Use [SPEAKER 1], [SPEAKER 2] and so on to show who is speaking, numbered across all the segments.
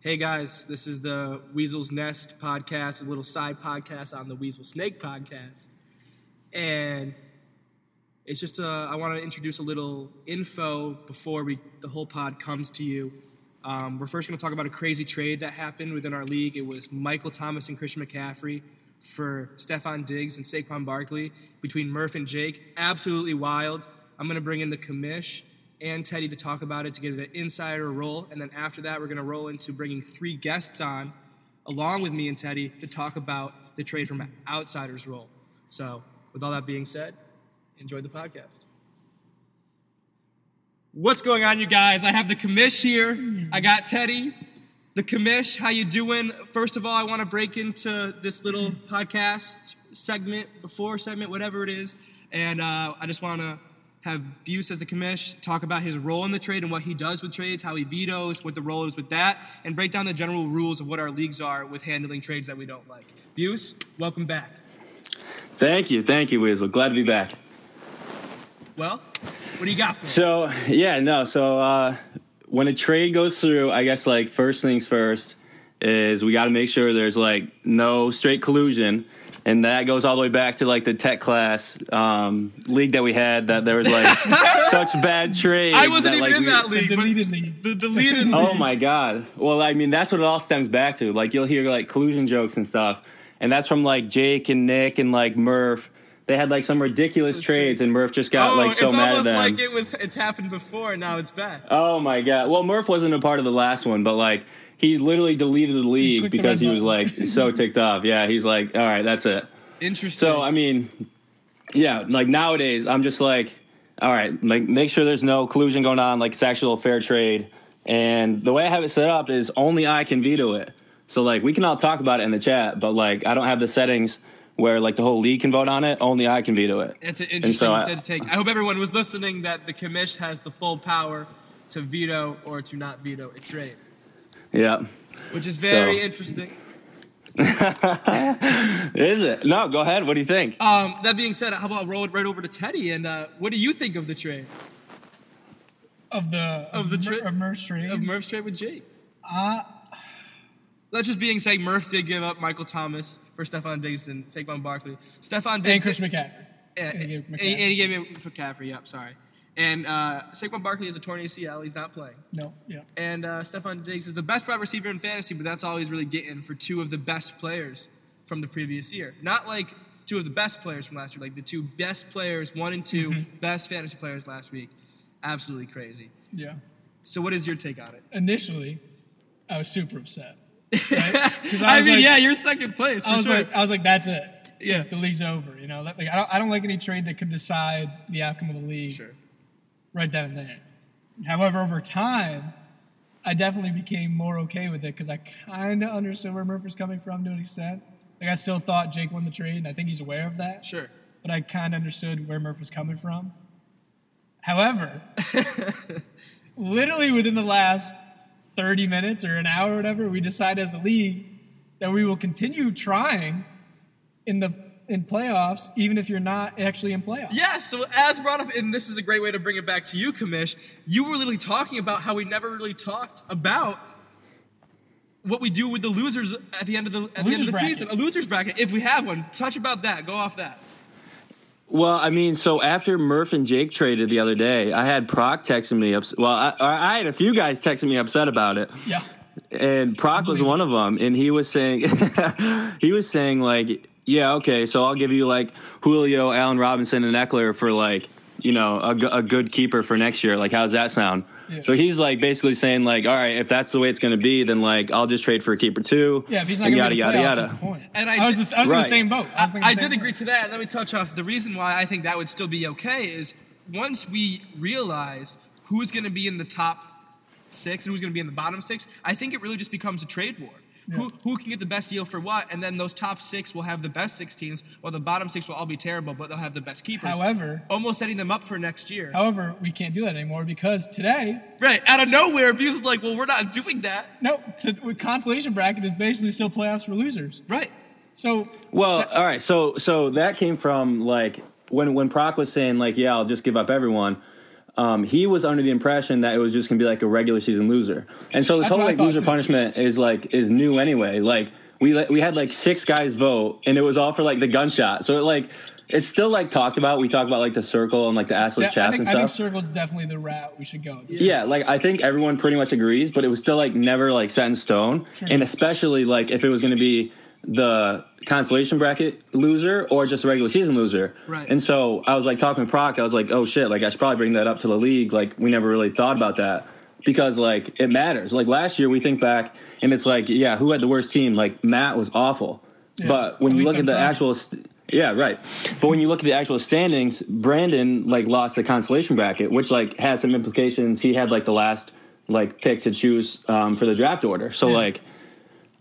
[SPEAKER 1] Hey guys, this is the Weasel's Nest podcast, a little side podcast on the Weasel Snake podcast. And it's just, uh, I want to introduce a little info before we, the whole pod comes to you. Um, we're first going to talk about a crazy trade that happened within our league. It was Michael Thomas and Christian McCaffrey for Stefan Diggs and Saquon Barkley between Murph and Jake. Absolutely wild. I'm going to bring in the commish and Teddy to talk about it to get the insider role. And then after that, we're going to roll into bringing three guests on, along with me and Teddy, to talk about the trade from an outsider's role. So, with all that being said, enjoy the podcast. What's going on, you guys? I have the commish here. I got Teddy. The commish, how you doing? First of all, I want to break into this little podcast segment, before segment, whatever it is, and uh, I just want to have Buse as the commish talk about his role in the trade and what he does with trades, how he vetoes, what the role is with that, and break down the general rules of what our leagues are with handling trades that we don't like. Buse, welcome back.
[SPEAKER 2] Thank you, thank you, Weasel. Glad to be back.
[SPEAKER 1] Well, what do you got for us?
[SPEAKER 2] So yeah, no. So uh, when a trade goes through, I guess like first things first is we got to make sure there's like no straight collusion, and that goes all the way back to like the tech class um, league that we had that there was like such bad trades.
[SPEAKER 1] I wasn't even
[SPEAKER 2] like,
[SPEAKER 1] in
[SPEAKER 2] we-
[SPEAKER 1] that league. but- The deleted league.
[SPEAKER 2] Oh my god. Well, I mean, that's what it all stems back to. Like you'll hear like collusion jokes and stuff, and that's from like Jake and Nick and like Murph. They had like some ridiculous trades, and Murph just got
[SPEAKER 1] Oh,
[SPEAKER 2] like so
[SPEAKER 1] it's
[SPEAKER 2] mad at
[SPEAKER 1] almost
[SPEAKER 2] them.
[SPEAKER 1] like it was. It's happened before. Now it's back.
[SPEAKER 2] Oh my god. Well, Murph wasn't a part of the last one, but like he literally deleted the league
[SPEAKER 3] clicked the
[SPEAKER 2] because
[SPEAKER 3] red
[SPEAKER 2] he was like so ticked off. Yeah, he's like, all right, that's it.
[SPEAKER 1] Interesting.
[SPEAKER 2] So I mean, yeah, like nowadays I'm just like, all right, like make sure there's no collusion going on, like it's actual fair trade. And the way I have it set up is only I can veto it. So like we can all talk about it in the chat, but like I don't have the settings where like the whole league can vote on it. Only I can veto it.
[SPEAKER 1] That's an interesting
[SPEAKER 2] so I-
[SPEAKER 1] dead take. I hope everyone was listening that the commish has the full power to veto or to not veto a trade,
[SPEAKER 2] Yeah.
[SPEAKER 1] which is very
[SPEAKER 2] So-
[SPEAKER 1] interesting.
[SPEAKER 2] Is it? No, go ahead. What do you think?
[SPEAKER 1] Um, that being said, how about I roll it right over to Teddy and uh, what do you think of the trade
[SPEAKER 3] of the
[SPEAKER 1] Of the tri-
[SPEAKER 3] Mer- of Merce trade.
[SPEAKER 1] of Murph's trade with Jake?
[SPEAKER 3] uh,
[SPEAKER 1] That's just being said. Murph did give up Michael Thomas for Stephon Diggs and Saquon Barkley. Stephon
[SPEAKER 3] and
[SPEAKER 1] Diggs
[SPEAKER 3] Chris McCaffrey.
[SPEAKER 1] Yeah, and,
[SPEAKER 3] And he gave
[SPEAKER 1] and
[SPEAKER 3] McCaffrey.
[SPEAKER 1] he gave me McCaffrey. Yep, sorry. And uh, Saquon Barkley is a torn ACL. He's not playing.
[SPEAKER 3] No, yeah.
[SPEAKER 1] And uh, Stephon Diggs is the best wide receiver in fantasy, but that's all he's really getting for two of the best players from the previous year. Not like two of the best players from last year, like the two best players, one and 2
[SPEAKER 3] Mm-hmm.
[SPEAKER 1] best fantasy players last week. Absolutely crazy.
[SPEAKER 3] Yeah.
[SPEAKER 1] So, what is your take on it?
[SPEAKER 3] Initially, I was super upset. I
[SPEAKER 1] I,
[SPEAKER 3] was
[SPEAKER 1] mean,
[SPEAKER 3] like-
[SPEAKER 1] yeah, you're second place. For
[SPEAKER 3] I was
[SPEAKER 1] sure.
[SPEAKER 3] like, I was like, that's it.
[SPEAKER 1] Yeah.
[SPEAKER 3] The league's over. You know, like I don't, I don't like any trade that could decide the outcome of the league
[SPEAKER 1] sure.
[SPEAKER 3] right then and there. However, over time, I definitely became more okay with it because I kind of understood where Murph was coming from to an extent. Like I still thought Jake won the trade, and I think he's aware of that.
[SPEAKER 1] Sure.
[SPEAKER 3] but I kind of understood where Murph was coming from. However, literally within the last 30 minutes or an hour or whatever, we decide as a league that we will continue trying in the in playoffs, even if you're not actually in playoffs.
[SPEAKER 1] Yeah, so as brought up, and this is a great way to bring it back to you, Kamish, you were literally talking about how we never really talked about what we do with the losers at the end of the, at the, end of
[SPEAKER 3] Losers
[SPEAKER 1] the
[SPEAKER 3] bracket.
[SPEAKER 1] season. A loser's bracket, if we have one. Touch about that. Go off that.
[SPEAKER 2] Well, I mean, so after Murph and Jake traded the other day, I had Proc texting me ups Well, I, I had a few guys texting me upset about it,
[SPEAKER 3] Yeah.
[SPEAKER 2] and Proc was one of them. And he was saying, he was saying like, yeah, okay, so I'll give you like Julio, Allen Robinson, and Eckler for like, you know, a, go- a good keeper for next year. Like, how's that sound?
[SPEAKER 3] Yeah.
[SPEAKER 2] So he's like basically saying like, all right, if that's the way it's going to be, then like I'll just trade for a keeper too.
[SPEAKER 3] Yeah, if he's not
[SPEAKER 2] and
[SPEAKER 3] going
[SPEAKER 2] yada yada
[SPEAKER 3] to playoffs,
[SPEAKER 2] yada.
[SPEAKER 3] what's the point?
[SPEAKER 1] And
[SPEAKER 3] And
[SPEAKER 1] I
[SPEAKER 3] I, was,
[SPEAKER 1] did-
[SPEAKER 3] just, I was in
[SPEAKER 2] Right.
[SPEAKER 3] the same boat. Oh, I, was
[SPEAKER 1] I,
[SPEAKER 3] thinking the
[SPEAKER 1] I
[SPEAKER 3] same
[SPEAKER 1] did
[SPEAKER 3] thing.
[SPEAKER 1] agree to that. And let me touch off the reason why I think that would still be okay is once we realize who's going to be in the top six and who's going to be in the bottom six, I think it really just becomes a trade war. Who, who can get the best deal for what? And then those top six will have the best six teams, while the bottom six will all be terrible, but they'll have the best keepers.
[SPEAKER 3] However-
[SPEAKER 1] almost setting them up for next year.
[SPEAKER 3] However, we can't do that anymore because today,
[SPEAKER 1] right. Out of nowhere, Abuse is like, well, we're not doing that.
[SPEAKER 3] no, to, consolation bracket is basically still playoffs for losers.
[SPEAKER 1] Right.
[SPEAKER 3] So,
[SPEAKER 2] Well,
[SPEAKER 3] that's-
[SPEAKER 2] all right. So so that came from like when when Proc was saying like, yeah, I'll just give up everyone. um, he was under the impression that it was just gonna be like a regular season loser. And so this
[SPEAKER 3] That's
[SPEAKER 2] whole
[SPEAKER 3] what I
[SPEAKER 2] like
[SPEAKER 3] thought,
[SPEAKER 2] loser
[SPEAKER 3] too.
[SPEAKER 2] punishment is like is new anyway. Like we let- we had like six guys vote, and it was all for like the gunshot. So it like it's still like talked about. We talk about like the circle and like the assless
[SPEAKER 3] De- I
[SPEAKER 2] chats
[SPEAKER 3] think,
[SPEAKER 2] and
[SPEAKER 3] I think
[SPEAKER 2] stuff.
[SPEAKER 3] circle's definitely the route we should go.
[SPEAKER 2] Yeah, like I think everyone pretty much agrees, but it was still like never like set in stone, and especially like if it was going to be the consolation bracket loser or just a regular season loser.
[SPEAKER 1] Right.
[SPEAKER 2] And so I was like talking to Proc, I was like, oh shit, like I should probably bring that up to the league. Like we never really thought about that because like it matters. Like last year we think back and it's like, yeah, who had the worst team? Like Matt was awful,
[SPEAKER 3] Yeah.
[SPEAKER 2] but when you
[SPEAKER 3] At
[SPEAKER 2] look
[SPEAKER 3] least
[SPEAKER 2] at
[SPEAKER 3] I'm
[SPEAKER 2] the
[SPEAKER 3] trying.
[SPEAKER 2] actual. St- yeah, right. But when you look at the actual standings, Brandon like lost the consolation bracket, which like had some implications. He had like the last like pick to choose um, for the draft order. So
[SPEAKER 3] Yeah.
[SPEAKER 2] like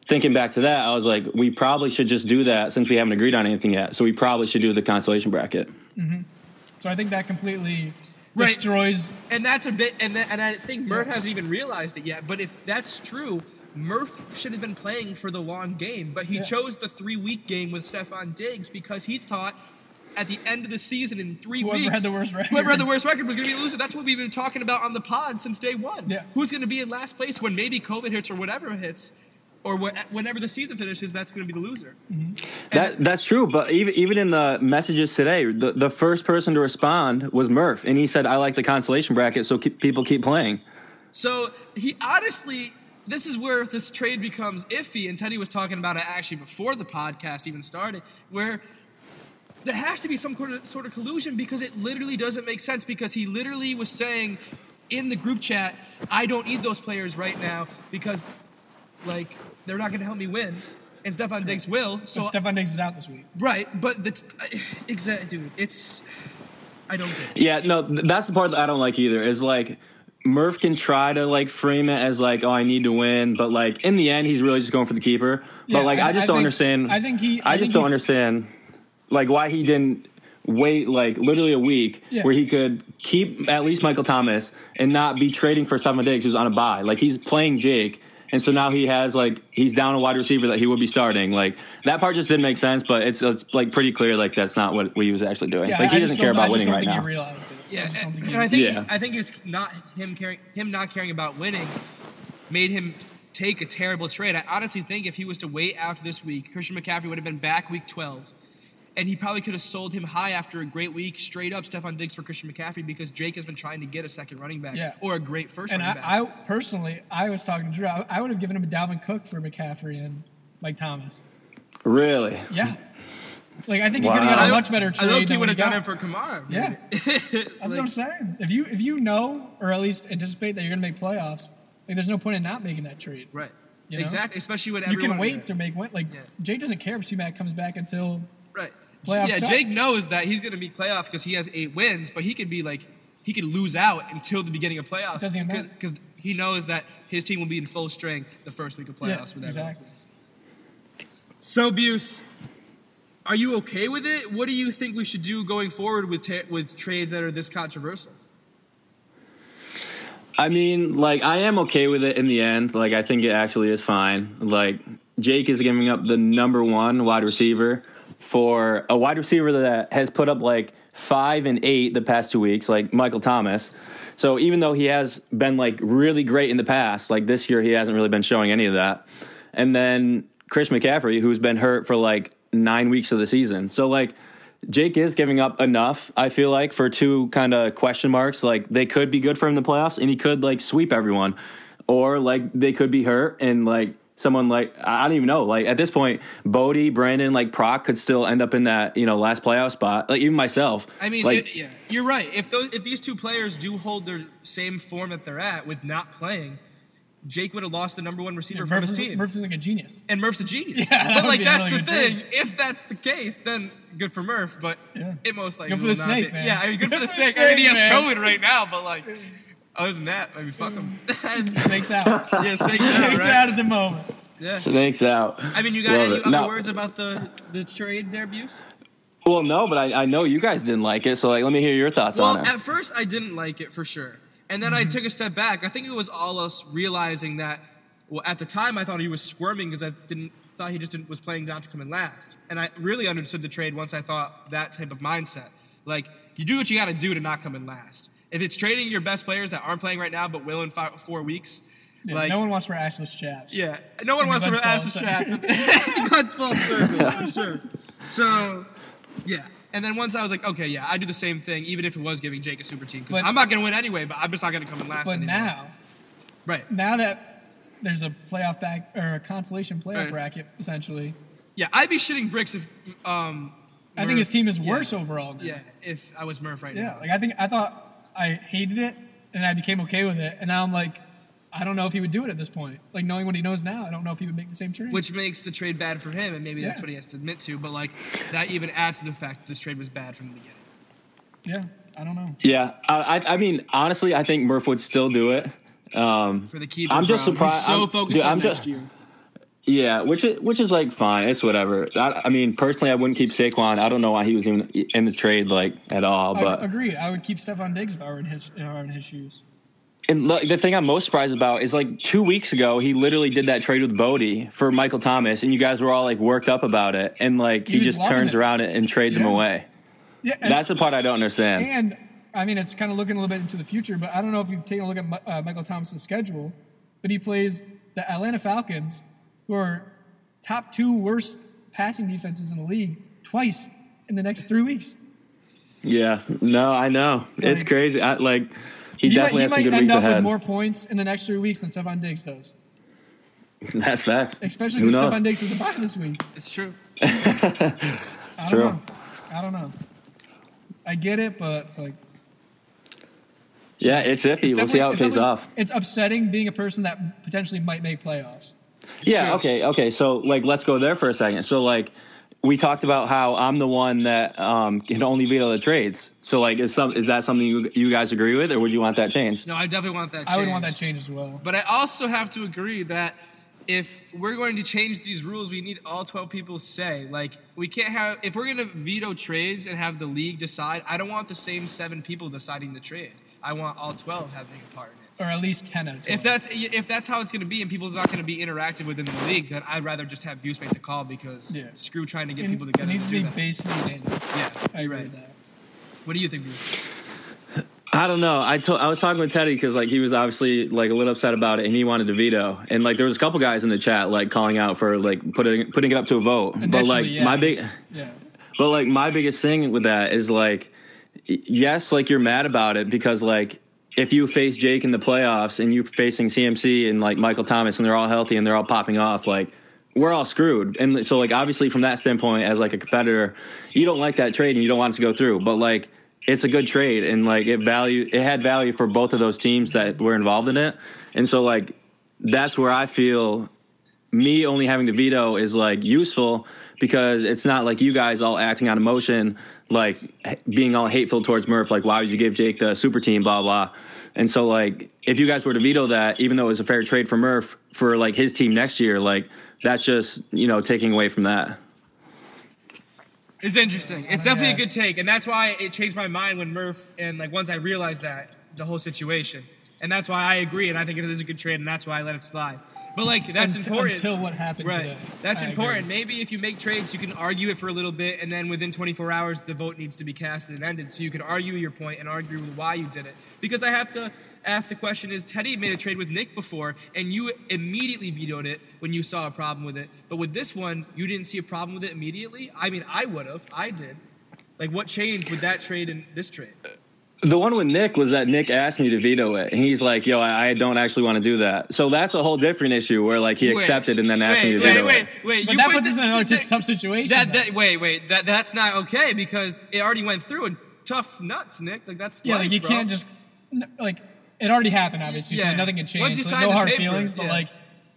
[SPEAKER 2] thinking back to that, I was like, we probably should just do that since we haven't agreed on anything yet. So we probably should do the consolation bracket.
[SPEAKER 3] So I think that completely
[SPEAKER 1] Right.
[SPEAKER 3] destroys.
[SPEAKER 1] And that's a bit, and that, and I think Murph hasn't even realized it yet. But if that's true, Murph should have been playing for the long game, but he
[SPEAKER 3] Yeah.
[SPEAKER 1] chose the three week game with Stefan Diggs because he thought at the end of the season in three
[SPEAKER 3] Whoever
[SPEAKER 1] weeks,
[SPEAKER 3] had the worst record.
[SPEAKER 1] whoever had the worst record was going to be a loser. That's what we've been talking about on the pod since day one.
[SPEAKER 3] Yeah.
[SPEAKER 1] Who's going to be in last place when maybe COVID hits or whatever hits, or wh- whenever the season finishes, that's going to be the loser.
[SPEAKER 2] That that's true, but even even in the messages today, the, the first person to respond was Murph, and he said, "I like the consolation bracket, so keep, people keep playing."
[SPEAKER 1] So he honestly, this is where this trade becomes iffy. And Teddy was talking about it actually before the podcast even started, where there has to be some sort of, sort of collusion because it literally doesn't make sense. Because he literally was saying in the group chat, "I don't need those players right now because, like, they're not going to help me win." And Stefan Diggs will. So
[SPEAKER 3] So Stefan Diggs is out this week.
[SPEAKER 1] right, but the t- exactly, dude. It's I don't get. It.
[SPEAKER 2] Yeah, no, th- that's the part that I don't like either. Is like Murph can try to like frame it as like, oh, I need to win, but like in the end, he's really just going for the keeper.
[SPEAKER 3] Yeah,
[SPEAKER 2] but like, I,
[SPEAKER 3] I-
[SPEAKER 2] just
[SPEAKER 3] I
[SPEAKER 2] don't
[SPEAKER 3] think-
[SPEAKER 2] understand.
[SPEAKER 3] I think he-
[SPEAKER 2] I,
[SPEAKER 3] I
[SPEAKER 2] just
[SPEAKER 3] think
[SPEAKER 2] don't
[SPEAKER 3] he-
[SPEAKER 2] understand, like why he didn't wait like literally a week
[SPEAKER 3] Yeah.
[SPEAKER 2] where he could keep at least Michael Thomas and not be trading for Stefan Diggs who's on a bye. Like he's playing Jake. And so now he has like he's down a wide receiver that he would be starting. Like that part just didn't make sense, but it's it's like pretty clear like that's not what he was actually doing. like
[SPEAKER 3] I-
[SPEAKER 2] he
[SPEAKER 3] I
[SPEAKER 2] doesn't
[SPEAKER 3] just
[SPEAKER 2] care
[SPEAKER 3] don't-
[SPEAKER 2] about
[SPEAKER 3] I
[SPEAKER 2] winning
[SPEAKER 3] just don't
[SPEAKER 2] right
[SPEAKER 3] think
[SPEAKER 2] now.
[SPEAKER 3] He realized it. I
[SPEAKER 1] Yeah,
[SPEAKER 3] just don't
[SPEAKER 1] and,
[SPEAKER 3] think
[SPEAKER 1] and
[SPEAKER 3] he-
[SPEAKER 1] I think
[SPEAKER 2] Yeah.
[SPEAKER 1] I think it's not him caring him not caring about winning made him take a terrible trade. I honestly think if he was to wait after this week, Christian McCaffrey would have been back week 12. And he probably could have sold him high after a great week, straight up Stephon Diggs for Christian McCaffrey because Jake has been trying to get a second running back
[SPEAKER 3] Yeah.
[SPEAKER 1] or a great first
[SPEAKER 3] And
[SPEAKER 1] running back.
[SPEAKER 3] I, I personally, I was talking to Drew. I, I would have given him a Dalvin Cook for McCaffrey and Mike Thomas.
[SPEAKER 2] Really?
[SPEAKER 3] Yeah. Like I think he
[SPEAKER 2] Wow.
[SPEAKER 3] could have got
[SPEAKER 2] I-
[SPEAKER 3] a much better
[SPEAKER 1] I
[SPEAKER 3] trade.
[SPEAKER 1] low key
[SPEAKER 3] than
[SPEAKER 1] would have
[SPEAKER 3] what he
[SPEAKER 1] done it
[SPEAKER 3] got.
[SPEAKER 1] for Kamara.
[SPEAKER 3] Yeah.
[SPEAKER 1] maybe.
[SPEAKER 3] That's what I'm
[SPEAKER 1] Like,
[SPEAKER 3] saying. If you if you know or at least anticipate that you're going to make playoffs, like there's no point in not making that trade.
[SPEAKER 1] Right.
[SPEAKER 3] You know?
[SPEAKER 1] Exactly. Especially when
[SPEAKER 3] You can
[SPEAKER 1] everyone-
[SPEAKER 3] wait to make win. Like
[SPEAKER 1] Yeah.
[SPEAKER 3] Jake doesn't care if C Mac comes back until
[SPEAKER 1] Right.
[SPEAKER 3] Playoff
[SPEAKER 1] yeah,
[SPEAKER 3] start.
[SPEAKER 1] Jake knows that he's going to be playoff because he has eight wins, but he could be like he could lose out until the beginning of playoffs
[SPEAKER 3] Doesn't even matter.
[SPEAKER 1] because he knows that his team will be in full strength the first week of playoffs.
[SPEAKER 3] yeah,
[SPEAKER 1] with everyone.
[SPEAKER 3] exactly.
[SPEAKER 1] So Buse, are you okay with it? What do you think we should do going forward with ta- with trades that are this controversial?
[SPEAKER 2] I mean, like, I am okay with it in the end. Like, I think it actually is fine. Like, Jake is giving up the number one wide receiver for a wide receiver that has put up like five and eight the past two weeks, like Michael Thomas. So, even though he has been like really great in the past, like this year, he hasn't really been showing any of that. And then Chris McCaffrey, who's been hurt for like nine weeks of the season. So, like, Jake is giving up enough, I feel like, for two kind of question marks. Like they could be good for him in the playoffs and he could like sweep everyone. Or like they could be hurt and like someone like I I don't even know. Like at this point, Bodie, Brandon, like Proc could still end up in that, you know, last playoff spot. Like even myself.
[SPEAKER 1] I mean,
[SPEAKER 2] like
[SPEAKER 1] it- yeah, you're right. If those, if these two players do hold their same form that they're at with not playing, Jake would have lost the number one receiver from
[SPEAKER 3] Murph's,
[SPEAKER 1] his team.
[SPEAKER 3] Murph's like a genius.
[SPEAKER 1] and Murph's a genius.
[SPEAKER 3] Yeah, that
[SPEAKER 1] but
[SPEAKER 3] would
[SPEAKER 1] like
[SPEAKER 3] be a
[SPEAKER 1] that's
[SPEAKER 3] really
[SPEAKER 1] the
[SPEAKER 3] good
[SPEAKER 1] thing.
[SPEAKER 3] trade.
[SPEAKER 1] If that's the case, then good for Murph. But
[SPEAKER 3] Yeah.
[SPEAKER 1] it most likely
[SPEAKER 3] Good for
[SPEAKER 1] will
[SPEAKER 3] the
[SPEAKER 1] not
[SPEAKER 3] snake,
[SPEAKER 1] be.
[SPEAKER 3] man.
[SPEAKER 1] Yeah, I mean, good, for the snake. I mean, he
[SPEAKER 3] snake,
[SPEAKER 1] has
[SPEAKER 3] man.
[SPEAKER 1] COVID right now, but like other than that, I mean, fuck him.
[SPEAKER 3] Snakes out. Snakes
[SPEAKER 1] yeah, snakes out, right?
[SPEAKER 3] out at the moment.
[SPEAKER 1] Yeah.
[SPEAKER 2] snakes out.
[SPEAKER 1] I mean, you got
[SPEAKER 2] Love
[SPEAKER 1] any
[SPEAKER 2] it.
[SPEAKER 1] other
[SPEAKER 2] No.
[SPEAKER 1] words about the the trade there, Buse?
[SPEAKER 2] Well, no, but I, I know you guys didn't like it, so like let me hear your thoughts
[SPEAKER 1] Well,
[SPEAKER 2] on Mm-hmm. it.
[SPEAKER 1] at first I didn't like it for sure, and then I took a step back. I think it was all us realizing that. Well, at the time I thought he was squirming because I didn't thought he just didn't, was playing down to come in last, and I really understood the trade once I thought that type of mindset. Like you do what you got to do to not come in last, If it's trading your best players that aren't playing right now but will in five, four weeks,
[SPEAKER 3] Yeah,
[SPEAKER 1] like
[SPEAKER 3] no one wants to wear assless chaps.
[SPEAKER 1] yeah, no one
[SPEAKER 3] And
[SPEAKER 1] wants to
[SPEAKER 3] guns
[SPEAKER 1] wear assless
[SPEAKER 3] fall
[SPEAKER 1] chaps. Guns fall circle for sure. So, yeah. And then once I was like, okay, yeah, I do the same thing, even if it was giving Jake a super team, because
[SPEAKER 3] But-
[SPEAKER 1] I'm not gonna win anyway. But I'm just not gonna come in last.
[SPEAKER 3] But
[SPEAKER 1] anymore.
[SPEAKER 3] now,
[SPEAKER 1] right?
[SPEAKER 3] now that there's a playoff back or a consolation playoff
[SPEAKER 1] Right.
[SPEAKER 3] bracket, essentially,
[SPEAKER 1] Yeah, I'd be shitting bricks if. Um,
[SPEAKER 3] I think his
[SPEAKER 1] Murph-
[SPEAKER 3] team is
[SPEAKER 1] yeah.
[SPEAKER 3] worse overall. Now.
[SPEAKER 1] Yeah, if I was Murph right
[SPEAKER 3] Yeah,
[SPEAKER 1] now.
[SPEAKER 3] like I think I thought I hated it and I became okay with it, and now I'm like, I don't know if he would do it at this point. Like knowing what he knows now, I don't know if he would make the same trade.
[SPEAKER 1] Which makes the trade bad for him, and maybe that's
[SPEAKER 3] Yeah.
[SPEAKER 1] what he has to admit to. But like, that even adds to the fact that this trade was bad from the beginning.
[SPEAKER 3] yeah, I don't know.
[SPEAKER 2] Yeah, I, I I mean, honestly, I think Murph would still do it. Um,
[SPEAKER 1] For the keeper,
[SPEAKER 2] I'm just
[SPEAKER 1] Brown.
[SPEAKER 2] surprised.
[SPEAKER 1] He's so
[SPEAKER 2] I'm-
[SPEAKER 1] focused
[SPEAKER 2] dude,
[SPEAKER 1] on
[SPEAKER 2] I'm
[SPEAKER 1] next
[SPEAKER 2] just-
[SPEAKER 1] year.
[SPEAKER 2] Yeah, which is which is like fine. It's whatever. I, I mean, personally, I wouldn't keep Saquon. I don't know why he was even in the trade like at all.
[SPEAKER 3] I
[SPEAKER 2] But
[SPEAKER 3] agree. I would keep Stephon Diggs if I were in his if I were in his shoes.
[SPEAKER 2] and look, the thing I'm most surprised about is like two weeks ago, he literally did that trade with Bodie for Michael Thomas, and you guys were all like worked up about it, and like
[SPEAKER 3] He
[SPEAKER 2] he,
[SPEAKER 3] was
[SPEAKER 2] just
[SPEAKER 3] loving
[SPEAKER 2] turns
[SPEAKER 3] it.
[SPEAKER 2] around and, and trades him
[SPEAKER 3] Yeah.
[SPEAKER 2] away.
[SPEAKER 3] Yeah, and,
[SPEAKER 2] That's the part I don't understand.
[SPEAKER 3] and I mean it's kind of looking a little bit into the future, but I don't know if you've taken a look at Mi- uh, Michael Thomas's schedule, but he plays the Atlanta Falcons, who are top two worst passing defenses in the league, twice in the next three weeks.
[SPEAKER 2] yeah, no, I know it's
[SPEAKER 3] Like-
[SPEAKER 2] crazy. I, like he, definitely
[SPEAKER 3] He might,
[SPEAKER 2] has some
[SPEAKER 3] he might
[SPEAKER 2] good
[SPEAKER 3] end
[SPEAKER 2] weeks
[SPEAKER 3] up with
[SPEAKER 2] ahead.
[SPEAKER 3] more points in the next three weeks than Stephon Diggs does.
[SPEAKER 2] That's facts.
[SPEAKER 3] Especially
[SPEAKER 2] Who
[SPEAKER 3] because
[SPEAKER 2] knows?
[SPEAKER 3] Stephon Diggs is a bye this week.
[SPEAKER 1] It's true.
[SPEAKER 3] I
[SPEAKER 2] True.
[SPEAKER 3] don't know. I don't know. I get it, but it's like
[SPEAKER 2] Yeah, it's iffy.
[SPEAKER 3] it's
[SPEAKER 2] we'll see
[SPEAKER 3] definitely-
[SPEAKER 2] how it
[SPEAKER 3] it's
[SPEAKER 2] pays
[SPEAKER 3] definitely-
[SPEAKER 2] off.
[SPEAKER 3] It's upsetting being a person that potentially might make playoffs.
[SPEAKER 2] Yeah,
[SPEAKER 1] Sure.
[SPEAKER 2] okay, okay. So like let's go there for a second. So like we talked about how I'm the one that um, can only veto the trades. So like is some is that something you, you guys agree with or would you want that changed?
[SPEAKER 1] No, I definitely want that. Change.
[SPEAKER 3] I would want that change as well.
[SPEAKER 1] But I also have to agree that if we're going to change these rules, we need all 12 people say. Like, we can't have, if we're going to veto trades and have the league decide, I don't want the same seven people deciding the trade. I want all 12 having a part in it.
[SPEAKER 3] Or at least 10 out of 12.
[SPEAKER 1] If that's if that's how it's going to be, and people's not going to be interactive within the league, then I'd rather just have Buse make the call because
[SPEAKER 3] Yeah.
[SPEAKER 1] screw trying to get
[SPEAKER 3] it,
[SPEAKER 1] people together.
[SPEAKER 3] it needs to
[SPEAKER 1] do
[SPEAKER 3] be
[SPEAKER 1] that.
[SPEAKER 3] basically in.
[SPEAKER 1] yeah,
[SPEAKER 3] I agree
[SPEAKER 1] right.
[SPEAKER 3] with that.
[SPEAKER 1] What do you think? Buse?
[SPEAKER 2] I don't know. I told I was talking with Teddy because like he was obviously like a little upset about it and he wanted to veto. And like there was a couple guys in the chat like calling out for like putting putting it up to a vote. but like
[SPEAKER 3] Initially, yeah,
[SPEAKER 2] my
[SPEAKER 3] it
[SPEAKER 2] big
[SPEAKER 3] was- Yeah.
[SPEAKER 2] But like my biggest thing with that is like, y- yes, like you're mad about it because like if you face Jake in the playoffs and you facing CMC and like Michael Thomas and they're all healthy and they're all popping off, like we're all screwed. And so like obviously from that standpoint, as like a competitor, you don't like that trade and you don't want it to go through. But like it's a good trade and like it value it had value for both of those teams that were involved in it. And so like that's where I feel me only having the veto is like useful because it's not like you guys all acting on emotion, like h- being all hateful towards Murph, like why would you give Jake the super team, blah blah. And so like if you guys were to veto that, even though it was a fair trade for Murph for like his team next year, like that's just you know taking away from that.
[SPEAKER 1] It's interesting. It's
[SPEAKER 3] Yeah.
[SPEAKER 1] definitely a good take, and that's why it changed my mind when Murph and like once I realized that the whole situation, and that's why I agree, and I think it is a good trade, and that's why I let it slide. But like that's
[SPEAKER 3] Unt-
[SPEAKER 1] important.
[SPEAKER 3] Until what happened
[SPEAKER 1] right.
[SPEAKER 3] today.
[SPEAKER 1] That's
[SPEAKER 3] I agree.
[SPEAKER 1] important. Maybe if you make trades, you can argue it for a little bit, and then within 24 hours, the vote needs to be casted and ended, so you can argue your point and argue with why you did it. Because I have to ask the question: Is Teddy made a trade with Nick before, and you immediately vetoed it when you saw a problem with it? But with this one, you didn't see a problem with it immediately. I mean, I would have. I did. Like, what changed with that trade and this trade?
[SPEAKER 2] The one with Nick was that Nick asked me to veto it, and he's like, "Yo, I, I don't actually want to do that." So that's a whole different issue where like he
[SPEAKER 1] Wait.
[SPEAKER 2] accepted and then asked me
[SPEAKER 1] Wait,
[SPEAKER 2] to
[SPEAKER 1] wait,
[SPEAKER 2] veto
[SPEAKER 1] wait,
[SPEAKER 2] it.
[SPEAKER 1] wait.
[SPEAKER 3] But
[SPEAKER 1] you
[SPEAKER 3] that
[SPEAKER 1] put
[SPEAKER 3] puts
[SPEAKER 1] this-
[SPEAKER 3] us in another
[SPEAKER 1] that-
[SPEAKER 3] tough situation.
[SPEAKER 1] That,
[SPEAKER 3] though.
[SPEAKER 1] that wait wait that that's not okay because it already went through and tough nuts, Nick. Like that's
[SPEAKER 3] yeah,
[SPEAKER 1] life,
[SPEAKER 3] like you
[SPEAKER 1] bro.
[SPEAKER 3] can't just n- like it already happened obviously,
[SPEAKER 1] Yeah.
[SPEAKER 3] so nothing had changed.
[SPEAKER 1] Once you
[SPEAKER 3] so
[SPEAKER 1] sign
[SPEAKER 3] no
[SPEAKER 1] the
[SPEAKER 3] hard
[SPEAKER 1] paper,
[SPEAKER 3] feelings, but
[SPEAKER 1] yeah.
[SPEAKER 3] like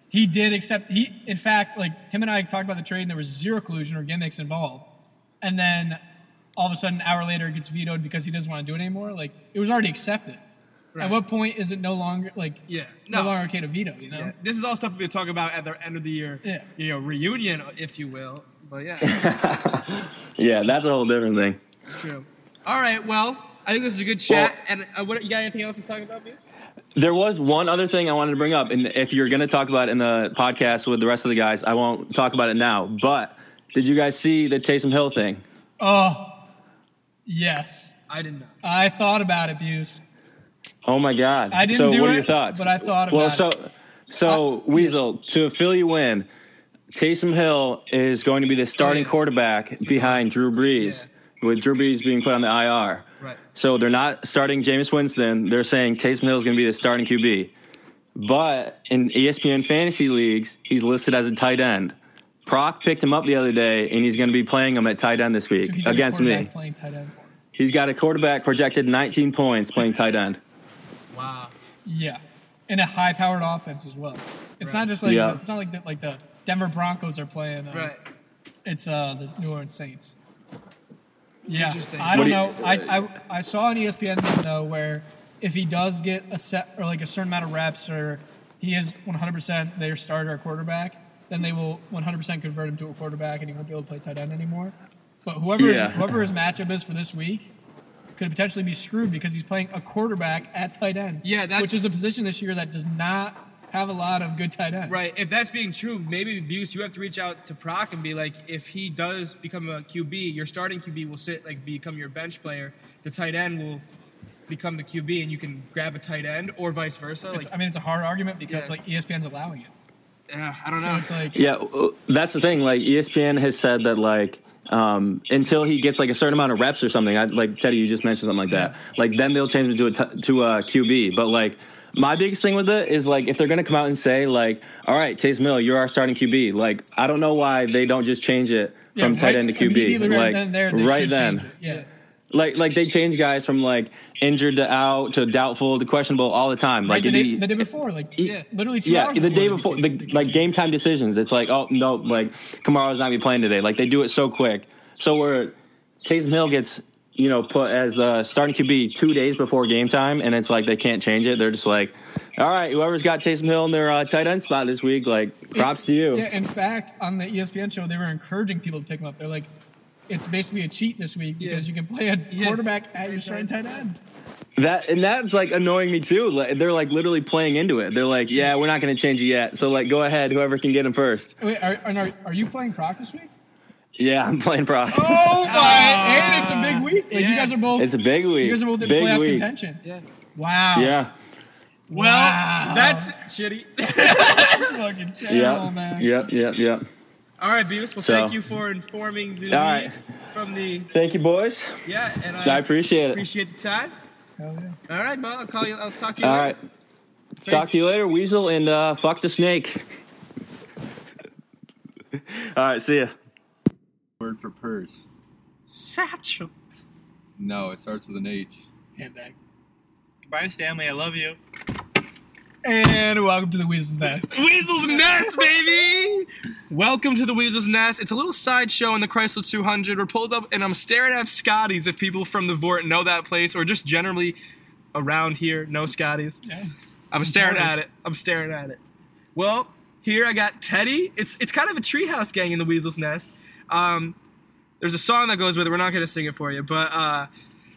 [SPEAKER 3] he did accept he in fact, like him and I talked about the trade and there was zero collusion or gimmicks involved. And then all of a sudden an hour later it gets vetoed because he doesn't want to do it anymore. Like it was already accepted.
[SPEAKER 1] Right.
[SPEAKER 3] At what point is it no longer like
[SPEAKER 1] Yeah.
[SPEAKER 3] no,
[SPEAKER 1] No.
[SPEAKER 3] longer okay to veto, you know?
[SPEAKER 1] Yeah. This is all stuff we talk about at the end of the year,
[SPEAKER 3] Yeah.
[SPEAKER 1] you know, reunion, if you will. But yeah,
[SPEAKER 2] Yeah, that's a whole different thing.
[SPEAKER 1] it's true. All right, well, I think this is a good chat. and uh, what you got? Anything else to talk about, Mitch?
[SPEAKER 2] There was one other thing I wanted to bring up, and if you're going to talk about it in the podcast with the rest of the guys, I won't talk about it now. But did you guys see the Taysom Hill thing?
[SPEAKER 3] Oh yes.
[SPEAKER 1] I did not.
[SPEAKER 3] I thought about abuse.
[SPEAKER 2] Oh my god!
[SPEAKER 3] I didn't
[SPEAKER 2] so
[SPEAKER 3] do
[SPEAKER 2] what
[SPEAKER 3] it,
[SPEAKER 2] are your thoughts?
[SPEAKER 3] but I thought about
[SPEAKER 2] well,
[SPEAKER 3] it.
[SPEAKER 2] so so Weasel to fill you in, Taysom Hill is going to be the starting
[SPEAKER 1] yeah.
[SPEAKER 2] quarterback behind Drew Brees, with Drew Brees being put on the IR.
[SPEAKER 1] Right.
[SPEAKER 2] So they're not starting Jameis Winston. They're saying Taysom Hill is going to be the starting QB. But in E ESPN fantasy leagues, he's listed as a tight end. Proc picked him up the other day, and he's going to be playing him at tight end this
[SPEAKER 3] So
[SPEAKER 2] week
[SPEAKER 3] he's got a
[SPEAKER 2] against me.
[SPEAKER 3] quarterback Playing tight end. for him.
[SPEAKER 2] He's got a quarterback projected 19 points playing tight end.
[SPEAKER 1] Wow.
[SPEAKER 3] Yeah, and a high-powered offense as well. It's
[SPEAKER 1] Right.
[SPEAKER 3] not just like
[SPEAKER 2] Yeah.
[SPEAKER 3] it's not like the, like the Denver Broncos are playing. Uh,
[SPEAKER 1] Right.
[SPEAKER 3] It's uh, the New Orleans Saints. Yeah,
[SPEAKER 1] Interesting.
[SPEAKER 3] I
[SPEAKER 2] What
[SPEAKER 3] don't
[SPEAKER 2] do
[SPEAKER 3] know.
[SPEAKER 2] you-
[SPEAKER 3] I, I I saw on E ESPN though where if he does get a set or like a certain amount of reps or he is 100% their starter or quarterback, then they will 100% convert him to a quarterback and he won't be able to play tight end anymore. But whoever
[SPEAKER 2] Yeah.
[SPEAKER 3] his, whoever his matchup is for this week could potentially be screwed because he's playing a quarterback at tight end.
[SPEAKER 1] Yeah, that-
[SPEAKER 3] which is a position this year that does not have a lot of good tight ends.
[SPEAKER 1] Right. If that's being true, maybe Buse, you have to reach out to Proc and be like, if he does become a QB, your starting QB will sit like become your bench player. The tight end will become the QB, and you can grab a tight end, or vice versa. Like,
[SPEAKER 3] It's, I mean, it's a hard argument because
[SPEAKER 1] Yeah.
[SPEAKER 3] like E ESPN's allowing it.
[SPEAKER 1] yeah, I don't
[SPEAKER 3] So
[SPEAKER 1] know.
[SPEAKER 3] it's like
[SPEAKER 2] Yeah, uh, that's the thing. Like E ESPN has said that like um, until he gets like a certain amount of reps or something. I, like Teddy, you just mentioned something like that. Like then they'll change him to a t- to a QB. But like my biggest thing with it is like if they're gonna come out and say like, all right, Taysom Hill, you're our starting QB. Like I don't know why they don't just change it
[SPEAKER 3] Yeah,
[SPEAKER 2] from tight
[SPEAKER 3] right-
[SPEAKER 2] end to
[SPEAKER 3] immediately
[SPEAKER 2] QB.
[SPEAKER 3] right
[SPEAKER 2] Like
[SPEAKER 3] then and there, they
[SPEAKER 2] right
[SPEAKER 3] should
[SPEAKER 2] then.
[SPEAKER 3] change it. Yeah.
[SPEAKER 2] Like like they change guys from like injured to out to doubtful to questionable all the time. Like
[SPEAKER 3] Like the
[SPEAKER 2] it'd
[SPEAKER 3] day,
[SPEAKER 2] be-
[SPEAKER 3] the day before, like
[SPEAKER 2] Yeah.
[SPEAKER 3] literally two
[SPEAKER 2] yeah,
[SPEAKER 3] hours
[SPEAKER 2] the day
[SPEAKER 3] they
[SPEAKER 2] before,
[SPEAKER 3] became-
[SPEAKER 2] the, like game time decisions. It's like, oh no, like Kamara's not gonna be playing today. Like they do it so quick. So where Taysom Hill gets, you know, put as the starting QB two days before game time, and it's like they can't change it. They're just like, all right, whoever's got Taysom Hill in their uh, tight end spot this week, like props to you.
[SPEAKER 3] Yeah, in fact, on the E ESPN show, they were encouraging people to pick him up. They're like, it's basically a cheat this week because
[SPEAKER 1] Yeah.
[SPEAKER 3] you can play a
[SPEAKER 1] Yeah.
[SPEAKER 3] quarterback at your starting tight end.
[SPEAKER 2] That and that's like annoying me too. Like, they're like literally playing into it. They're like, yeah, we're not gonna change it yet. So like, go ahead, whoever can get him first.
[SPEAKER 3] Wait, are, and are, are you playing Proc this week?
[SPEAKER 2] Yeah, I'm playing props.
[SPEAKER 3] Oh my! and it's a big week. Like
[SPEAKER 1] yeah.
[SPEAKER 3] you guys are both.
[SPEAKER 2] It's a big week.
[SPEAKER 3] you guys are both in
[SPEAKER 2] big
[SPEAKER 3] playoff
[SPEAKER 2] week.
[SPEAKER 3] contention.
[SPEAKER 1] yeah.
[SPEAKER 3] Wow.
[SPEAKER 2] Yeah.
[SPEAKER 1] Well,
[SPEAKER 3] Wow.
[SPEAKER 1] that's shitty.
[SPEAKER 3] That's fucking terrible,
[SPEAKER 2] Yeah.
[SPEAKER 3] man.
[SPEAKER 2] Yep. Yep. Yep.
[SPEAKER 1] All right, Beavis. Well,
[SPEAKER 2] So-
[SPEAKER 1] thank you for informing the
[SPEAKER 2] All
[SPEAKER 1] league
[SPEAKER 2] right.
[SPEAKER 1] from the
[SPEAKER 2] Thank you, boys.
[SPEAKER 1] yeah, and I,
[SPEAKER 2] I appreciate it.
[SPEAKER 1] appreciate the time.
[SPEAKER 3] Hell yeah.
[SPEAKER 1] All right, Mo, I'll call you. I'll talk to you.
[SPEAKER 2] All
[SPEAKER 1] later.
[SPEAKER 2] right. Talk to you later, Weasel, and uh, fuck the snake. All right. See ya.
[SPEAKER 4] Word for purse.
[SPEAKER 1] Satchel.
[SPEAKER 4] No, it starts with an H.
[SPEAKER 3] Handbag.
[SPEAKER 5] Goodbye, Stanley. I love you.
[SPEAKER 3] And welcome to the Weasel's Nest.
[SPEAKER 1] Weasel's Nest, baby! Welcome to the Weasel's Nest. It's a little sideshow in the Chrysler 200. We're pulled up and I'm staring at Scotty's if people from the Vort know that place or just generally around here know Scotty's.
[SPEAKER 3] Yeah.
[SPEAKER 1] I'm staring at it. I'm staring at it. Well, here I got Teddy. It's it's kind of a treehouse gang in the Weasel's Nest. Um, there's a song that goes with it. We're not gonna sing it for you, but uh,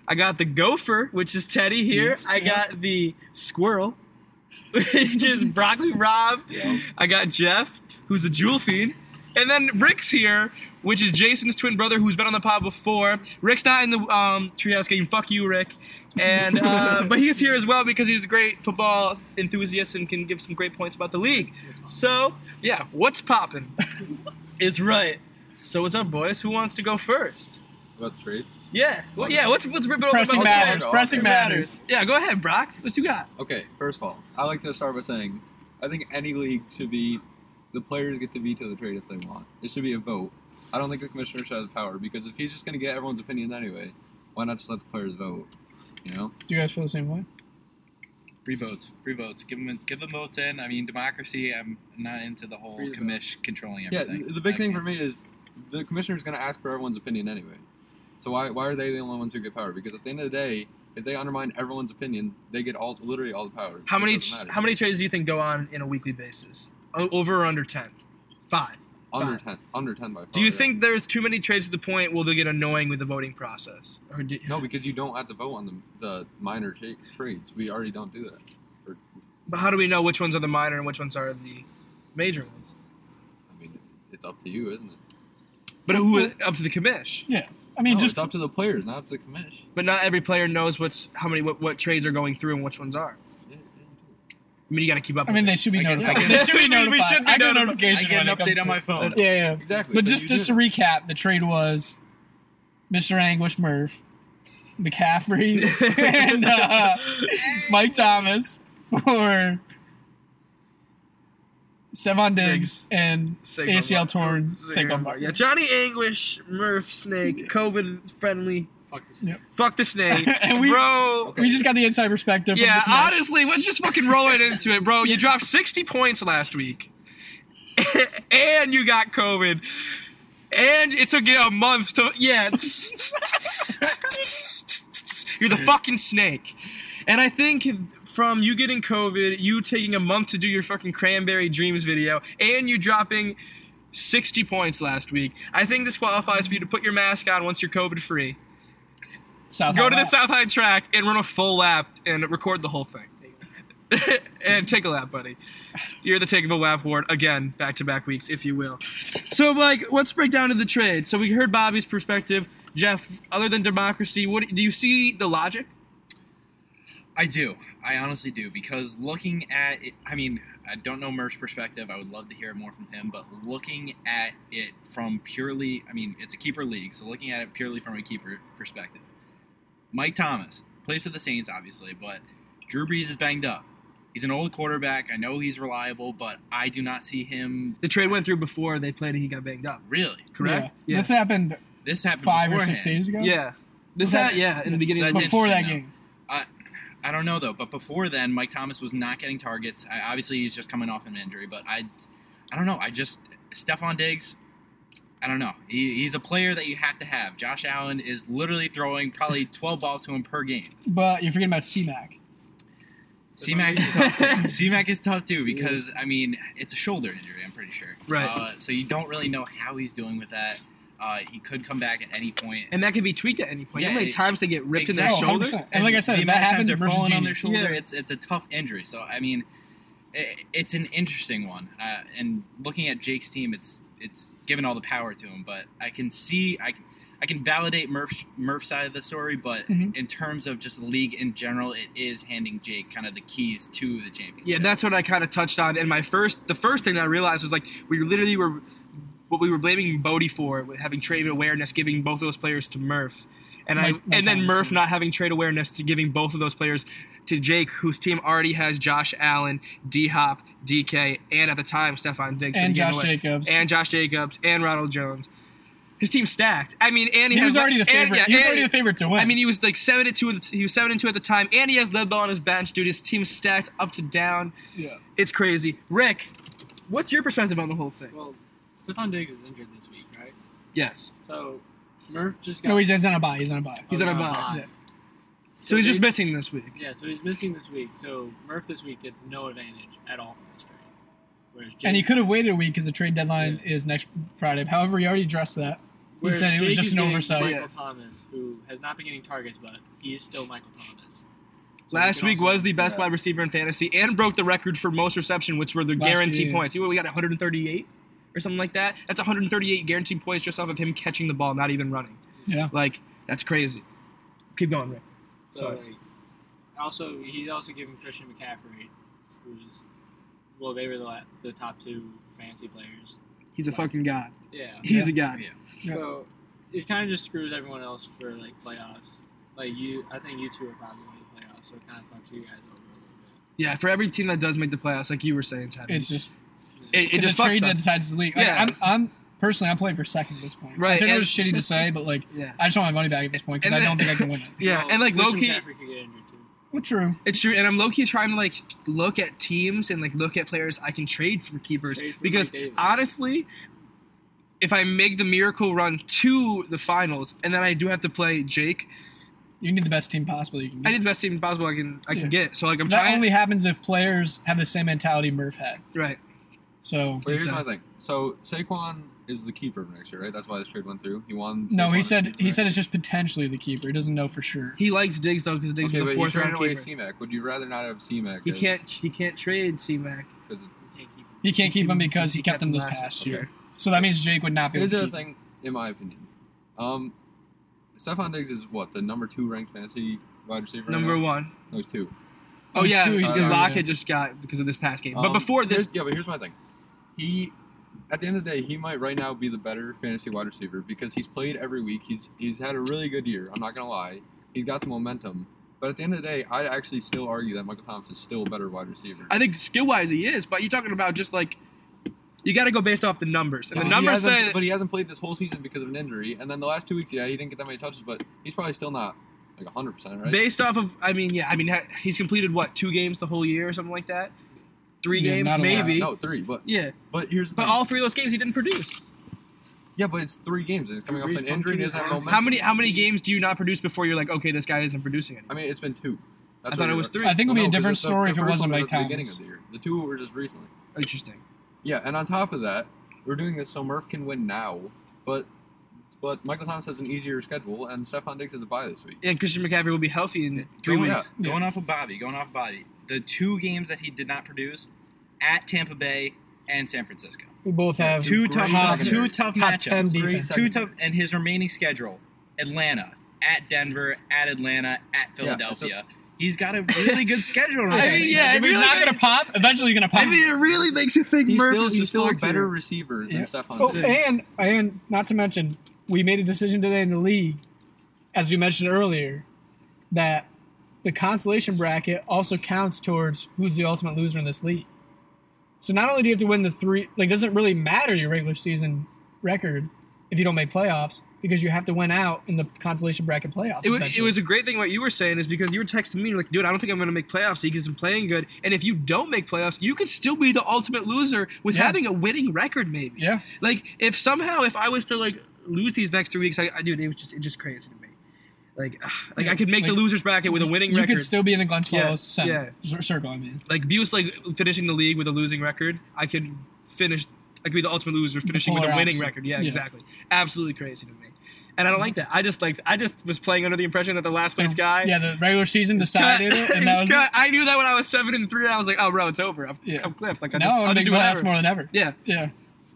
[SPEAKER 1] I got the gopher, which is Teddy here. I got the squirrel, which is Broccoli Rob. I got Jeff, who's the jewel fiend. And then Rick's here, which is Jason's twin brother, who's been on the pod before. Rick's not in the um, treehouse game. Fuck you, Rick. And uh, but he's here as well because he's a great football enthusiast and can give some great points about the league. So yeah, what's poppin'? is right. So what's up, boys? Who wants to go first?
[SPEAKER 4] About trade?
[SPEAKER 1] Yeah. Well, yeah. What's what's ripping over
[SPEAKER 3] Pressing
[SPEAKER 1] about
[SPEAKER 3] matters.
[SPEAKER 1] trade?
[SPEAKER 3] Pressing matters.
[SPEAKER 1] Yeah. Go ahead, Brock. What you got?
[SPEAKER 4] Okay, first of all, I like to start by saying I think any league should be the players get to veto the trade if they want. It should be a vote. I don't think the commissioner should have the power because if he's just gonna get everyone's opinion anyway, why not just let the players vote? You know?
[SPEAKER 3] Do you guys feel the same way?
[SPEAKER 5] Free votes. Free votes. Give them, give them votes in. I mean, democracy. I'm not into the whole
[SPEAKER 1] Free the
[SPEAKER 5] commish controlling
[SPEAKER 4] Yeah,
[SPEAKER 5] everything.
[SPEAKER 4] the the big
[SPEAKER 5] I
[SPEAKER 4] thing for
[SPEAKER 5] can't-
[SPEAKER 4] me is the commissioner's going to ask for everyone's opinion anyway. So why, why are they the only ones who get power? Because at the end of the day, if they undermine everyone's opinion, they get all literally all the power.
[SPEAKER 1] How
[SPEAKER 4] It
[SPEAKER 1] many
[SPEAKER 4] doesn't matter.
[SPEAKER 1] how many trades do you think go on in a weekly basis? O- Over or under ten? Five.
[SPEAKER 4] under
[SPEAKER 1] five?
[SPEAKER 4] ten under ten by far?
[SPEAKER 1] Do you
[SPEAKER 4] yeah.
[SPEAKER 1] think there's too many trades to the point where they'll get annoying with the voting process? Or do,
[SPEAKER 4] No, because you don't have to vote on the, the minor tra- trades. We already don't do that. Or,
[SPEAKER 1] But how do we know which ones are the minor and which ones are the major ones?
[SPEAKER 4] I mean, it's up to you, isn't it?
[SPEAKER 1] But who up to the commish?
[SPEAKER 3] Yeah. I mean,
[SPEAKER 4] No,
[SPEAKER 3] just
[SPEAKER 4] it's up to the players, not up to the commish.
[SPEAKER 1] But not every player knows what's how many what, what trades are going through and which ones are. I mean, you got to keep up.
[SPEAKER 3] I
[SPEAKER 1] with
[SPEAKER 3] mean,
[SPEAKER 1] it.
[SPEAKER 3] they should be
[SPEAKER 5] I get-
[SPEAKER 3] notified.
[SPEAKER 5] yeah,
[SPEAKER 3] They
[SPEAKER 5] we-
[SPEAKER 3] should be
[SPEAKER 5] we
[SPEAKER 3] notified.
[SPEAKER 5] should be
[SPEAKER 3] I get a
[SPEAKER 5] notified.
[SPEAKER 3] notification
[SPEAKER 5] I get
[SPEAKER 3] when
[SPEAKER 5] an
[SPEAKER 3] it comes
[SPEAKER 5] update on
[SPEAKER 3] to-
[SPEAKER 5] my phone.
[SPEAKER 3] Yeah, yeah.
[SPEAKER 4] Exactly.
[SPEAKER 3] But
[SPEAKER 4] so
[SPEAKER 3] just
[SPEAKER 4] you
[SPEAKER 3] just to
[SPEAKER 4] do.
[SPEAKER 3] recap, the trade was Mr. Anguish Murph, McCaffrey, and uh, Mike Thomas for Sevon Diggs and
[SPEAKER 1] Saquon
[SPEAKER 3] ACL
[SPEAKER 1] Barkley.
[SPEAKER 3] torn Saquon
[SPEAKER 1] Yeah,
[SPEAKER 3] Barkley.
[SPEAKER 1] Johnny Anguish, Murph, Snake, COVID friendly.
[SPEAKER 5] Fuck this.
[SPEAKER 3] Yep.
[SPEAKER 1] Fuck the snake,
[SPEAKER 3] And we-
[SPEAKER 1] bro.
[SPEAKER 4] Okay.
[SPEAKER 3] We just got the inside perspective.
[SPEAKER 1] Yeah,
[SPEAKER 3] from the coach.
[SPEAKER 1] honestly, let's just fucking roll it into it, bro. You dropped 60 points last week, and you got COVID, and it took you a month to. Yeah. You're the fucking snake. And I think from you getting COVID, you taking a month to do your fucking Cranberry Dreams video, and you dropping 60 points last week, I think this qualifies for you to put your mask on once you're COVID free
[SPEAKER 3] South
[SPEAKER 1] go to the
[SPEAKER 3] Alabama.
[SPEAKER 1] South High track and run a full lap and record the whole thing. and take a lap, buddy. You're the take of a lap ward again, back to back weeks, if you will. So, like, let's break down to the trade. So we heard Bobby's perspective. Jeff, other than democracy, what do you see the logic?
[SPEAKER 5] I do. I honestly do because looking at it, I mean, I don't know Murph's perspective. I would love to hear more from him, but looking at it from purely, I mean, it's a keeper league, so looking at it purely from a keeper perspective, Mike Thomas plays for the Saints, obviously, but Drew Brees is banged up. He's an old quarterback. I know he's reliable, but I do not see him
[SPEAKER 1] The trade went through before they played and he got banged up,
[SPEAKER 5] really.
[SPEAKER 1] correct?
[SPEAKER 3] Yeah.
[SPEAKER 1] Yeah.
[SPEAKER 3] This happened
[SPEAKER 5] This happened
[SPEAKER 3] five or
[SPEAKER 5] beforehand.
[SPEAKER 3] six days ago.
[SPEAKER 1] Yeah. This,
[SPEAKER 5] Okay.
[SPEAKER 1] ha- yeah, in the beginning
[SPEAKER 5] So
[SPEAKER 1] of
[SPEAKER 5] that's
[SPEAKER 1] the
[SPEAKER 3] before that
[SPEAKER 5] interesting,
[SPEAKER 3] game.
[SPEAKER 5] I don't know though, but before then, Mike Thomas was not getting targets. I, obviously, he's just coming off an injury, but I, I don't know. I just Stephon Diggs. I don't know. He, he's a player that you have to have. Josh Allen is literally throwing probably 12 balls to him per game.
[SPEAKER 3] But you're forgetting about C-Mac.
[SPEAKER 5] C Mac is tough. C Mac is tough too because I mean it's a shoulder injury. I'm pretty sure.
[SPEAKER 1] Right.
[SPEAKER 5] Uh, so you don't really know how he's doing with that. Uh, he could come back at any point.
[SPEAKER 1] And that could be tweaked at any point. you know
[SPEAKER 5] Yeah,
[SPEAKER 1] how many
[SPEAKER 5] it-
[SPEAKER 1] times they get ripped
[SPEAKER 5] Exactly.
[SPEAKER 1] in their shoulders?
[SPEAKER 3] 100%. And like I said,
[SPEAKER 5] the
[SPEAKER 3] if
[SPEAKER 5] amount
[SPEAKER 3] that
[SPEAKER 5] of times
[SPEAKER 3] happens
[SPEAKER 5] they're
[SPEAKER 3] versus
[SPEAKER 5] falling on their
[SPEAKER 3] Genius.
[SPEAKER 5] shoulder,
[SPEAKER 1] Yeah.
[SPEAKER 5] it's it's a tough injury. So I mean, i it's an interesting one. Uh, and looking at Jake's team, it's it's given all the power to him. But I can see I. I can validate Murph's, Murph's side of the story, but
[SPEAKER 3] Mhm.
[SPEAKER 5] in terms of just the league in general, it is handing Jake kind of the keys to the championship.
[SPEAKER 1] Yeah, that's what I kind of touched on. And my first, the first thing that I realized was like we literally were what we were blaming Bodie for with having trade awareness, giving both of those players to Murph, and I
[SPEAKER 3] Mike- Mike
[SPEAKER 1] and then
[SPEAKER 3] Thomas,
[SPEAKER 1] Murph
[SPEAKER 3] yeah.
[SPEAKER 1] not having trade awareness to giving both of those players to Jake, whose team already has Josh Allen, D Hop, DK, and at the time Stefan Diggs but
[SPEAKER 3] and
[SPEAKER 1] he gave him
[SPEAKER 3] Josh
[SPEAKER 1] away.
[SPEAKER 3] Jacobs.
[SPEAKER 1] and Josh Jacobs and Ronald Jones. His team's stacked. I mean, and he,
[SPEAKER 3] he
[SPEAKER 1] has
[SPEAKER 3] was already the
[SPEAKER 1] and-
[SPEAKER 3] favorite.
[SPEAKER 1] yeah,
[SPEAKER 3] he was
[SPEAKER 1] and-
[SPEAKER 3] already the favorite to win.
[SPEAKER 1] I mean, he was like seven and two. at the t- He was seven and two at the time, and he has Ledbell on his bench, dude. His team's stacked up to down.
[SPEAKER 3] yeah.
[SPEAKER 1] It's crazy. Rick, what's your perspective on the whole thing?
[SPEAKER 6] Well, Stephon Diggs is injured this week, right?
[SPEAKER 1] Yes.
[SPEAKER 6] So Murph just got.
[SPEAKER 3] No, he's, he's on a buy. He's on a buy.
[SPEAKER 5] Oh,
[SPEAKER 1] He's on a bye.
[SPEAKER 3] Yeah.
[SPEAKER 1] So he's just
[SPEAKER 6] bas-
[SPEAKER 1] missing this week.
[SPEAKER 6] Yeah, so he's missing this week. So Murph this week gets no advantage at all from this trade. Whereas Jake,
[SPEAKER 3] And he could have waited a week because the trade deadline is next Friday. However, he already addressed that.
[SPEAKER 6] whereas
[SPEAKER 3] said it was
[SPEAKER 6] Jake
[SPEAKER 3] just
[SPEAKER 6] is
[SPEAKER 3] an
[SPEAKER 6] getting
[SPEAKER 3] oversight.
[SPEAKER 6] Michael
[SPEAKER 1] Yeah.
[SPEAKER 6] Thomas, who has not been getting targets, but he is still Michael Thomas.
[SPEAKER 1] Last
[SPEAKER 6] can
[SPEAKER 1] week
[SPEAKER 6] also-
[SPEAKER 1] was the best
[SPEAKER 4] yeah.
[SPEAKER 1] wide receiver in fantasy and broke the record for most reception, which were the
[SPEAKER 3] Last
[SPEAKER 1] guaranteed
[SPEAKER 3] year.
[SPEAKER 1] points. You know, we got 138 or something like that. That's 138 guaranteed points just off of him catching the ball, not even running.
[SPEAKER 3] Yeah.
[SPEAKER 1] Like, that's crazy. Keep going, Rick.
[SPEAKER 6] So
[SPEAKER 1] Sorry.
[SPEAKER 6] like, also he's also giving Christian McCaffrey, who's well, they were the, la- the top two fantasy players.
[SPEAKER 1] He's a fucking god.
[SPEAKER 6] Yeah.
[SPEAKER 1] He's a god.
[SPEAKER 5] Yeah.
[SPEAKER 3] Yeah.
[SPEAKER 6] So it kind of just screws everyone else for like playoffs. Like you, I think you two are probably going to the playoffs, so it kind of fucks you guys over a
[SPEAKER 1] Yeah, for every team that does make the playoffs, like you were saying, Ted.
[SPEAKER 3] It's just
[SPEAKER 6] little bit.
[SPEAKER 1] it, it
[SPEAKER 3] it's
[SPEAKER 1] just
[SPEAKER 3] a trade
[SPEAKER 1] fucks
[SPEAKER 3] that
[SPEAKER 1] us.
[SPEAKER 3] decides the league. Like,
[SPEAKER 1] Yeah.
[SPEAKER 3] I'm, I'm personally I'm playing for second at this point.
[SPEAKER 1] Right,
[SPEAKER 3] Which I know
[SPEAKER 1] and-
[SPEAKER 3] it's shitty to say, but like
[SPEAKER 1] Yeah.
[SPEAKER 3] I just want my money back at this point because
[SPEAKER 1] And
[SPEAKER 3] I don't
[SPEAKER 1] then-
[SPEAKER 3] think I can win it.
[SPEAKER 1] Yeah,
[SPEAKER 6] So
[SPEAKER 1] and like low
[SPEAKER 6] Christian
[SPEAKER 1] key,
[SPEAKER 6] McCaffrey could get injured too.
[SPEAKER 3] Well, true.
[SPEAKER 1] It's true, and I'm low key trying to like look at teams and like look at players I can trade for keepers
[SPEAKER 6] Trade for
[SPEAKER 1] because
[SPEAKER 6] Mike Davis.
[SPEAKER 1] honestly, if I make the miracle run to the finals and then I do have to play Jake,
[SPEAKER 3] You need the best team possible you can
[SPEAKER 1] I
[SPEAKER 3] get.
[SPEAKER 1] need the best team possible I can I can
[SPEAKER 3] Yeah.
[SPEAKER 1] get. So like I'm
[SPEAKER 3] that
[SPEAKER 1] trying
[SPEAKER 3] only happens if players have the same mentality Murph had.
[SPEAKER 1] right.
[SPEAKER 3] So
[SPEAKER 4] But here's my
[SPEAKER 1] Exactly.
[SPEAKER 4] thing. So Saquon is the keeper for next year, right? That's why this trade went through. He won.
[SPEAKER 3] no,
[SPEAKER 4] Saquon
[SPEAKER 3] he
[SPEAKER 4] as
[SPEAKER 3] said
[SPEAKER 4] keeper,
[SPEAKER 3] he
[SPEAKER 4] right?
[SPEAKER 3] said it's just potentially the keeper. He doesn't know for sure.
[SPEAKER 1] He likes Diggs though because Diggs
[SPEAKER 4] Okay,
[SPEAKER 1] is
[SPEAKER 4] but
[SPEAKER 1] a
[SPEAKER 4] you
[SPEAKER 1] fourth
[SPEAKER 4] traded
[SPEAKER 1] round
[SPEAKER 4] away
[SPEAKER 1] keeper.
[SPEAKER 4] C-Mac. Would you rather not have C-Mac?
[SPEAKER 1] He
[SPEAKER 4] as-
[SPEAKER 1] can't he can't trade C Mac.
[SPEAKER 4] Cause it-
[SPEAKER 6] You can't keep him.
[SPEAKER 3] He can't keep him
[SPEAKER 1] He-
[SPEAKER 3] because he
[SPEAKER 1] he
[SPEAKER 3] kept
[SPEAKER 1] kept
[SPEAKER 3] him
[SPEAKER 1] him
[SPEAKER 3] this
[SPEAKER 1] last-
[SPEAKER 3] past
[SPEAKER 4] okay.
[SPEAKER 3] year. So that means Jake would not be.
[SPEAKER 4] Here's
[SPEAKER 3] Able
[SPEAKER 4] the
[SPEAKER 3] to
[SPEAKER 4] other
[SPEAKER 3] keep.
[SPEAKER 4] thing, in my opinion. Um, Stephon Diggs is what the number two ranked fantasy wide receiver. right
[SPEAKER 1] Number
[SPEAKER 4] now?
[SPEAKER 1] one.
[SPEAKER 4] No, he's two.
[SPEAKER 1] Oh
[SPEAKER 3] He's
[SPEAKER 1] yeah,
[SPEAKER 3] two, he's
[SPEAKER 1] because
[SPEAKER 4] two,
[SPEAKER 1] Lock
[SPEAKER 3] yeah.
[SPEAKER 1] had just got because of this past game. but
[SPEAKER 4] Um,
[SPEAKER 1] before this,
[SPEAKER 4] here's- yeah, but here's my thing. He, at the end of the day, he might right now be the better fantasy wide receiver because he's played every week. He's he's had a really good year. I'm not gonna lie. He's got the momentum. But at the end of the day, I'd actually still argue that Michael Thomas is still a better wide receiver.
[SPEAKER 1] I think skill wise he is. But you're talking about just like you got to go based off the numbers, and
[SPEAKER 4] But
[SPEAKER 1] the
[SPEAKER 4] Uh, he
[SPEAKER 1] numbers
[SPEAKER 4] hasn't-
[SPEAKER 1] say that
[SPEAKER 4] but he hasn't played this whole season because of an injury. And then the last two weeks, yeah, he didn't get that many touches, but he's probably still not like 100 percent, right?
[SPEAKER 1] based off of. I mean, yeah, I mean ha- he's completed what two games the whole year or something like that, three
[SPEAKER 3] Yeah,
[SPEAKER 1] games
[SPEAKER 3] not a lot.
[SPEAKER 1] maybe.
[SPEAKER 4] No, three. But
[SPEAKER 1] Yeah,
[SPEAKER 4] but here's the
[SPEAKER 1] but
[SPEAKER 4] thing.
[SPEAKER 1] all three of those games he didn't produce.
[SPEAKER 4] yeah, but it's three games. and It's coming off
[SPEAKER 6] Brees
[SPEAKER 4] an injury. and he doesn't have
[SPEAKER 6] punctured
[SPEAKER 4] momentum.
[SPEAKER 6] his
[SPEAKER 1] How many how many games do you not produce before you're like, okay, this guy isn't producing it?
[SPEAKER 4] I mean, it's been two. That's
[SPEAKER 1] I
[SPEAKER 4] what
[SPEAKER 1] thought it
[SPEAKER 4] we
[SPEAKER 1] was
[SPEAKER 4] were-
[SPEAKER 1] three.
[SPEAKER 3] I think it would be
[SPEAKER 4] Well,
[SPEAKER 3] a
[SPEAKER 4] no, 'cause
[SPEAKER 3] different
[SPEAKER 4] it's the-
[SPEAKER 3] story
[SPEAKER 4] the
[SPEAKER 3] if it
[SPEAKER 4] first
[SPEAKER 3] wasn't
[SPEAKER 4] one was
[SPEAKER 3] Mike
[SPEAKER 4] at The beginning of
[SPEAKER 3] Thomas.
[SPEAKER 4] the year. The two were just recently.
[SPEAKER 1] Interesting.
[SPEAKER 4] Yeah, and on top of that, we're doing this so Murph can win now, but but Michael Thomas has an easier schedule, and Stephon Diggs is a bye this week.
[SPEAKER 1] And Christian McCaffrey will be healthy in three
[SPEAKER 4] Going-
[SPEAKER 1] weeks.
[SPEAKER 5] Going off of Bobby, going off of Bobby, the two games that he did not produce at Tampa Bay and San Francisco.
[SPEAKER 3] We both have
[SPEAKER 5] Two
[SPEAKER 4] great
[SPEAKER 5] tough,
[SPEAKER 4] secondaries.
[SPEAKER 5] two tough
[SPEAKER 3] top ten
[SPEAKER 5] matchups.
[SPEAKER 3] defense.
[SPEAKER 5] Two tough, and his remaining schedule: Atlanta, at Denver, at Atlanta, at Philadelphia. He's got a really good schedule right
[SPEAKER 1] I mean, yeah, it
[SPEAKER 3] if he's
[SPEAKER 1] really-
[SPEAKER 3] not gonna pop, eventually he's gonna pop.
[SPEAKER 1] I mean, it really makes you think
[SPEAKER 4] He's
[SPEAKER 1] Murph
[SPEAKER 4] still,
[SPEAKER 1] is
[SPEAKER 4] he's
[SPEAKER 1] just
[SPEAKER 4] still a
[SPEAKER 1] boxing.
[SPEAKER 4] better receiver than
[SPEAKER 3] Yeah.
[SPEAKER 4] Stephon
[SPEAKER 3] Oh,
[SPEAKER 4] Diggs.
[SPEAKER 3] and and not to mention, we made a decision today in the league, as we mentioned earlier, that the consolation bracket also counts towards who's the ultimate loser in this league. So not only do you have to win the three, like it doesn't really matter your regular season record if you don't make playoffs because you have to win out in the consolation bracket playoffs.
[SPEAKER 1] It was, it
[SPEAKER 3] essentially.
[SPEAKER 1] was a great thing what you were saying is because you were texting me, you're like, dude, I don't think I'm going to make playoffs because I'm playing good. And if you don't make playoffs, you could still be the ultimate loser with
[SPEAKER 3] Yeah.
[SPEAKER 1] having a winning record, maybe.
[SPEAKER 3] yeah.
[SPEAKER 1] Like, if somehow, if I was to, like, lose these next three weeks, I, I dude, it was just, it just crazy to me. Like, ah, like
[SPEAKER 3] Yeah,
[SPEAKER 1] I could make the
[SPEAKER 3] like,
[SPEAKER 1] loser's bracket with a winning
[SPEAKER 3] You
[SPEAKER 1] record.
[SPEAKER 3] could still be in the Glens
[SPEAKER 1] Yeah,
[SPEAKER 3] Falls center, circle. I mean,
[SPEAKER 1] like, Buse, like, finishing the league with a losing record, I could finish, I could be the ultimate loser finishing with a
[SPEAKER 3] polar
[SPEAKER 1] winning
[SPEAKER 3] opposite.
[SPEAKER 1] record. Yeah,
[SPEAKER 3] Yeah.
[SPEAKER 1] exactly. Absolutely crazy to me. And I don't like that. I just, like, I just was playing under the impression that the last place guy.
[SPEAKER 3] yeah, the regular season decided
[SPEAKER 1] Cut.
[SPEAKER 3] it, and
[SPEAKER 1] It
[SPEAKER 3] that
[SPEAKER 1] was
[SPEAKER 3] was
[SPEAKER 1] cut. I knew that when I was seven and three. I was like, oh, bro, it's over. I'm,
[SPEAKER 3] Yeah.
[SPEAKER 1] I'm clipped. Like, I
[SPEAKER 3] it.
[SPEAKER 1] just,
[SPEAKER 3] Now
[SPEAKER 1] I'll
[SPEAKER 3] I'm
[SPEAKER 1] just
[SPEAKER 3] big
[SPEAKER 1] do whatever.
[SPEAKER 3] blast more than ever.
[SPEAKER 1] Yeah,
[SPEAKER 3] Yeah,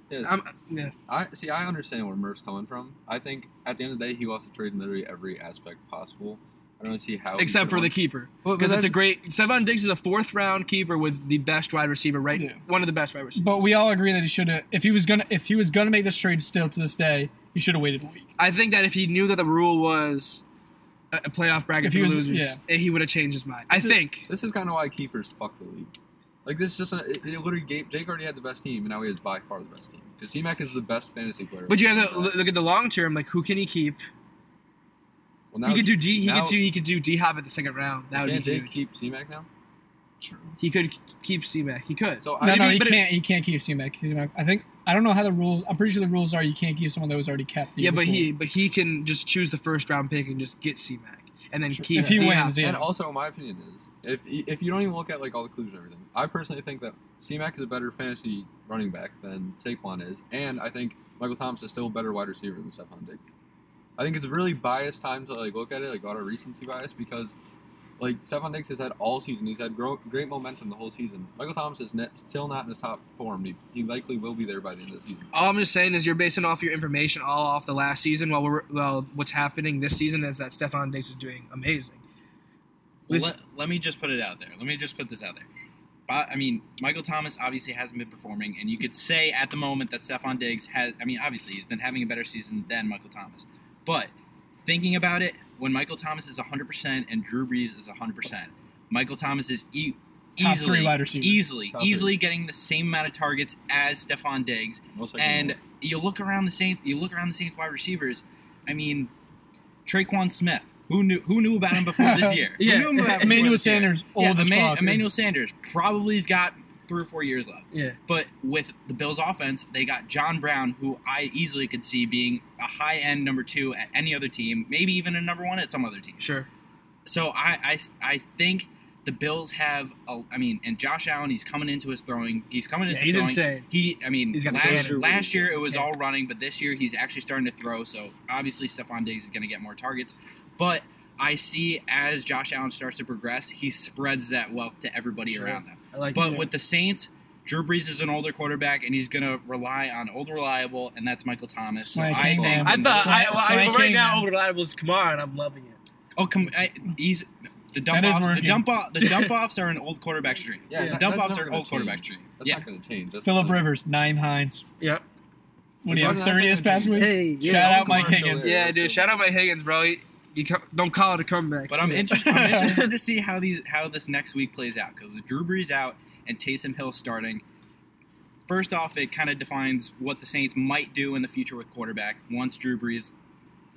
[SPEAKER 4] Yeah,
[SPEAKER 1] I'm, yeah.
[SPEAKER 4] I see. I understand where Murph's coming from. I think at the end of the day, he wants to trade in literally every aspect possible. I don't really see how, he
[SPEAKER 1] Except
[SPEAKER 4] could've
[SPEAKER 1] for the
[SPEAKER 4] won.
[SPEAKER 1] keeper,
[SPEAKER 4] But- but
[SPEAKER 1] because it's a
[SPEAKER 4] that's-
[SPEAKER 1] great. Sevon Diggs is a fourth round keeper with the best wide receiver, right?
[SPEAKER 3] Yeah.
[SPEAKER 1] One of the best wide receivers.
[SPEAKER 3] But we all agree that he should have. If he was gonna, if he was gonna make this trade still to this day, he should have waited a week.
[SPEAKER 1] I think that if he knew that the rule was a, a playoff bracket
[SPEAKER 3] If
[SPEAKER 1] for
[SPEAKER 3] he was-
[SPEAKER 1] losers,
[SPEAKER 3] yeah.
[SPEAKER 1] eh, he would have changed his mind. I
[SPEAKER 4] This is-
[SPEAKER 1] think.
[SPEAKER 4] This is kind of why keepers fuck the league. Like this, is just an, it, it literally gave, Jake already had the best team, and now he is by far the best team because C Mac is the best fantasy player.
[SPEAKER 1] But you have to l- look at the long term. Like, who can he keep?
[SPEAKER 4] Well, now,
[SPEAKER 1] he could do D. He
[SPEAKER 4] now-
[SPEAKER 1] could do. He could do D. Hop at the second round. That would
[SPEAKER 4] Can't
[SPEAKER 1] be
[SPEAKER 4] Jake
[SPEAKER 1] huge.
[SPEAKER 4] keep C Mac now?
[SPEAKER 1] He could keep C Mac. He could.
[SPEAKER 4] So
[SPEAKER 3] No,
[SPEAKER 4] I,
[SPEAKER 3] no,
[SPEAKER 1] Maybe,
[SPEAKER 3] he
[SPEAKER 1] but it-
[SPEAKER 3] can't. he can't keep C-Mac. C-Mac- I think I don't know how the rules. I'm pretty sure the rules are you can't keep someone that was already kept. the
[SPEAKER 1] Yeah,
[SPEAKER 3] year
[SPEAKER 1] but
[SPEAKER 3] before.
[SPEAKER 1] he but he can just choose the first round pick and just get C Mac and then keep
[SPEAKER 3] if he
[SPEAKER 1] D-Hop.
[SPEAKER 3] wins, yeah.
[SPEAKER 4] and also my opinion is if if you don't even look at like all the clues and everything, I personally think that C Mac is a better fantasy running back than Saquon is, and I think Michael Thomas is still a better wide receiver than Stephon Diggs. I think it's a really biased time to like look at it, like got a recency bias because. Like Stephon Diggs has had all season, he's had grow, great momentum the whole season. Michael Thomas is net, still not in his top form. He, he likely will be there by the end of the season.
[SPEAKER 1] All I'm just saying is you're basing off your information all off the last season. While we're well, what's happening this season is that Stefan Diggs is doing amazing. Listen-
[SPEAKER 5] let, let me just put it out there. Let me just put this out there. But, I mean, Michael Thomas obviously hasn't been performing, and you could say at the moment that Stephon Diggs has. I mean, obviously he's been having a better season than Michael Thomas. But thinking about it, when Michael Thomas is 100% and Drew Brees is 100%, Michael Thomas is e-
[SPEAKER 3] Top
[SPEAKER 5] easily,
[SPEAKER 3] three wide receivers.
[SPEAKER 5] easily,
[SPEAKER 4] Top three.
[SPEAKER 5] easily getting the same amount of targets as Stephon Diggs
[SPEAKER 4] Most likely
[SPEAKER 5] and
[SPEAKER 4] won't.
[SPEAKER 5] you look around the Saints, you look around the Saints wide receivers. I mean, Traquan Smith. Who knew? Who knew about him before this year?
[SPEAKER 1] Yeah,
[SPEAKER 5] who knew about him before
[SPEAKER 3] Emmanuel
[SPEAKER 5] this year?
[SPEAKER 3] Sanders, old
[SPEAKER 5] Yeah,
[SPEAKER 3] as
[SPEAKER 5] Eman-
[SPEAKER 3] fuck.
[SPEAKER 5] Emmanuel Sanders probably's got three or four years left.
[SPEAKER 1] Yeah.
[SPEAKER 5] But with the Bills' offense, they got John Brown, who I easily could see being a high-end number two at any other team, maybe even a number one at some other team.
[SPEAKER 1] Sure.
[SPEAKER 5] So I, I, I think the Bills have. A, I mean, and Josh Allen, he's coming into his throwing. He's coming
[SPEAKER 1] Yeah,
[SPEAKER 5] into
[SPEAKER 1] he's
[SPEAKER 5] throwing.
[SPEAKER 1] insane.
[SPEAKER 5] He, I mean,
[SPEAKER 1] He's got the
[SPEAKER 5] last,
[SPEAKER 1] cannon.
[SPEAKER 5] last year it was
[SPEAKER 1] Yeah.
[SPEAKER 5] all running, but this year he's actually starting to throw. So obviously, Stephon Diggs is going to get more targets. But I see as Josh Allen starts to progress, he spreads that wealth to everybody
[SPEAKER 1] Sure.
[SPEAKER 5] around them.
[SPEAKER 1] I like.
[SPEAKER 5] But
[SPEAKER 1] it.
[SPEAKER 5] with the Saints, Drew Brees is an older quarterback, and he's going to rely on old reliable, and that's Michael Thomas. So
[SPEAKER 3] Sly
[SPEAKER 5] I
[SPEAKER 3] King,
[SPEAKER 5] think.
[SPEAKER 3] man.
[SPEAKER 1] I thought I, well, I,
[SPEAKER 3] Sly
[SPEAKER 1] right
[SPEAKER 3] King,
[SPEAKER 1] now
[SPEAKER 3] man.
[SPEAKER 1] over reliables Kamara and I'm loving it.
[SPEAKER 5] Oh, come! I, he's the dump
[SPEAKER 3] That is
[SPEAKER 5] off. The
[SPEAKER 3] working.
[SPEAKER 5] dump off. The dump offs are an old quarterback's dream.
[SPEAKER 4] Yeah,
[SPEAKER 5] the
[SPEAKER 4] that-
[SPEAKER 5] dump
[SPEAKER 4] that's
[SPEAKER 5] offs
[SPEAKER 4] not
[SPEAKER 5] are an
[SPEAKER 4] gonna
[SPEAKER 5] old quarterback's
[SPEAKER 4] change.
[SPEAKER 5] dream.
[SPEAKER 4] That's
[SPEAKER 5] Yeah,
[SPEAKER 4] not going to change. That's
[SPEAKER 3] Philip
[SPEAKER 4] not-
[SPEAKER 3] Rivers, Naeem Hines.
[SPEAKER 1] Yep.
[SPEAKER 3] What do you have?
[SPEAKER 4] That's not
[SPEAKER 3] 30 this
[SPEAKER 4] gonna
[SPEAKER 3] past
[SPEAKER 4] be-
[SPEAKER 3] week?
[SPEAKER 1] Hey,
[SPEAKER 3] Shout out
[SPEAKER 4] Old
[SPEAKER 3] Mike
[SPEAKER 4] commercial
[SPEAKER 3] Higgins.
[SPEAKER 4] is-
[SPEAKER 1] Yeah, dude. Shout out my Higgins, bro. He, you co- don't call it a comeback.
[SPEAKER 5] but I'm interested. I'm interested to see how these how this next week plays out because with Drew Brees out and Taysom Hill starting. First off, it kind of defines what the Saints might do in the future with quarterback once Drew Brees,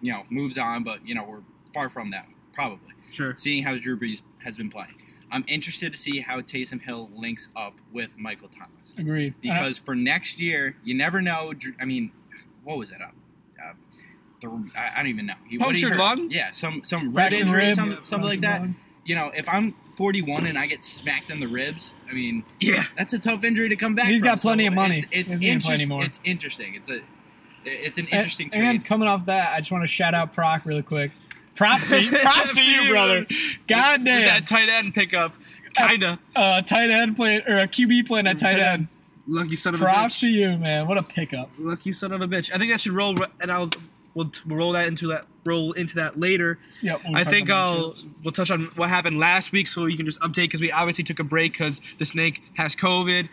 [SPEAKER 5] you know, moves on. But you know, we're far from that probably.
[SPEAKER 1] Sure.
[SPEAKER 5] seeing how Drew Brees has been playing. I'm interested to see how Taysom Hill links up with Michael Thomas
[SPEAKER 3] Agreed. I don't-
[SPEAKER 5] because for next year, you never know. Drew- I mean, what was that up? Uh, the, I I don't even know. He, what he
[SPEAKER 1] Punctured
[SPEAKER 5] hurt.
[SPEAKER 1] lung?
[SPEAKER 5] Yeah, some some rib
[SPEAKER 3] Fractured
[SPEAKER 5] injury,
[SPEAKER 3] rib,
[SPEAKER 5] some,
[SPEAKER 3] yeah,
[SPEAKER 5] something like
[SPEAKER 3] fractured
[SPEAKER 5] that.
[SPEAKER 3] lung.
[SPEAKER 5] You know, if I'm 41 and I get smacked in the ribs, I mean,
[SPEAKER 1] Yeah.
[SPEAKER 5] that's a tough injury to come back.
[SPEAKER 3] He's
[SPEAKER 5] from.
[SPEAKER 3] got plenty
[SPEAKER 5] So
[SPEAKER 3] of money.
[SPEAKER 5] It's, it's,
[SPEAKER 3] He doesn't need plenty
[SPEAKER 5] interest-
[SPEAKER 3] more.
[SPEAKER 5] it's interesting. It's a it's an
[SPEAKER 3] And-
[SPEAKER 5] interesting
[SPEAKER 3] and,
[SPEAKER 5] trade.
[SPEAKER 3] coming off that, I just want to shout out Proc really quick. Props to you, props to you brother. God
[SPEAKER 1] With
[SPEAKER 3] damn.
[SPEAKER 1] that tight end pickup, kinda
[SPEAKER 3] Uh, tight end playing, or a QB playing at tight
[SPEAKER 1] Mm, Tight
[SPEAKER 3] end.
[SPEAKER 1] end. lucky son of
[SPEAKER 3] Props to you, man. What a pickup.
[SPEAKER 1] Lucky son of a bitch. I think that should roll, and I'll we'll, t- we'll roll that into that roll into that later.
[SPEAKER 3] Yep, when we
[SPEAKER 1] I
[SPEAKER 3] talk
[SPEAKER 1] think uh,
[SPEAKER 3] about
[SPEAKER 1] I'll
[SPEAKER 3] insurance.
[SPEAKER 1] we'll touch on what happened last week, so you can just update because we obviously took a break because the snake has COVID.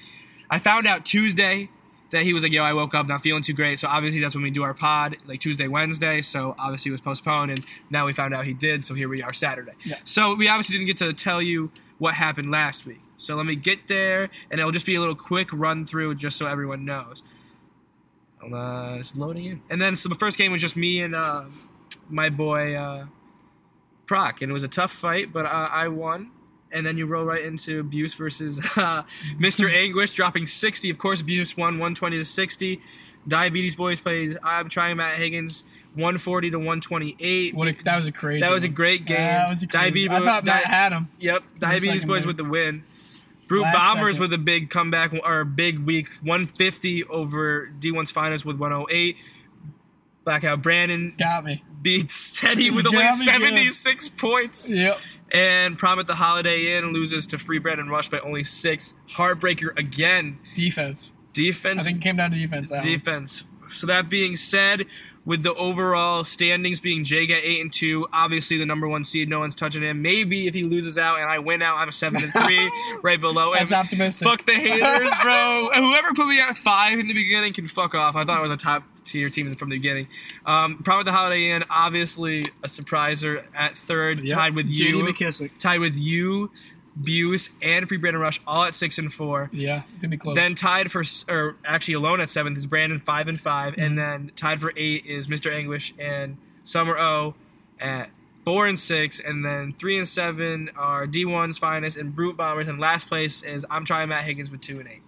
[SPEAKER 1] I found out Tuesday that he was like, "Yo, I woke up not feeling too great." So obviously that's when we do our pod, like Tuesday, Wednesday. So obviously it was postponed, and now we found out he did. So here we are Saturday.
[SPEAKER 3] Yeah.
[SPEAKER 1] So we obviously didn't get to tell you what happened last week. So let me get there, and it'll just be a little quick run through, just so everyone knows. Hold on, it's loading in. And then so the first game was just me and uh, my boy. Uh, Proc, and it was a tough fight, but uh, I won. And then you roll right into Buse versus uh, Mr. Anguish, dropping 60. Of course, Buse won 120 to 60. Diabetes Boys plays I'm trying Matt Higgins 140 to 128.
[SPEAKER 3] What a, that was a crazy.
[SPEAKER 1] That was a
[SPEAKER 3] one.
[SPEAKER 1] great game.
[SPEAKER 3] That was a crazy.
[SPEAKER 1] Diabetes
[SPEAKER 3] I thought
[SPEAKER 1] Boys-
[SPEAKER 3] Matt
[SPEAKER 1] Di-
[SPEAKER 3] had him.
[SPEAKER 1] Yep, Diabetes
[SPEAKER 3] second
[SPEAKER 1] Boys
[SPEAKER 3] there.
[SPEAKER 1] with the win. Brute
[SPEAKER 3] Last
[SPEAKER 1] Bombers
[SPEAKER 3] second.
[SPEAKER 1] with a big comeback or big week 150 over D1's finals with 108. Blackout Brandon
[SPEAKER 3] Got me.
[SPEAKER 1] beats Teddy with
[SPEAKER 3] Yeah,
[SPEAKER 1] only
[SPEAKER 3] I mean, yeah.
[SPEAKER 1] 76 points.
[SPEAKER 3] Yep.
[SPEAKER 1] And Prom at the Holiday Inn loses to Free Bread and Rush by only six. Heartbreaker again.
[SPEAKER 3] Defense. I
[SPEAKER 1] Defense.
[SPEAKER 3] think it came down to defense. that one.
[SPEAKER 1] defense. So that being said, with the overall standings being Jake at eight and two, obviously the number one seed, no one's touching him. Maybe if he loses out and I win out, I'm seven and three, right below him.
[SPEAKER 3] That's optimistic.
[SPEAKER 1] Fuck the haters, bro. Whoever put me at five in the beginning can fuck off. I thought I was a top tier team from the beginning. Um, Prom at the Holiday Inn, obviously a surpriser at third,
[SPEAKER 3] Yep.
[SPEAKER 1] tied with
[SPEAKER 3] JD
[SPEAKER 1] you
[SPEAKER 3] McKissick.
[SPEAKER 1] tied with you, Buse, and Free Brandon Rush, all at six and four.
[SPEAKER 3] Yeah, it's gonna be close.
[SPEAKER 1] Then tied for, s- or actually alone at seventh is Brandon five and 5
[SPEAKER 3] Mm-hmm.
[SPEAKER 1] and then tied for eight is Mr. Anguish and Summer O at four and six, and then three and seven are D1's finest and Brute Bombers, and last place is I'm trying Matt Higgins with two and eight.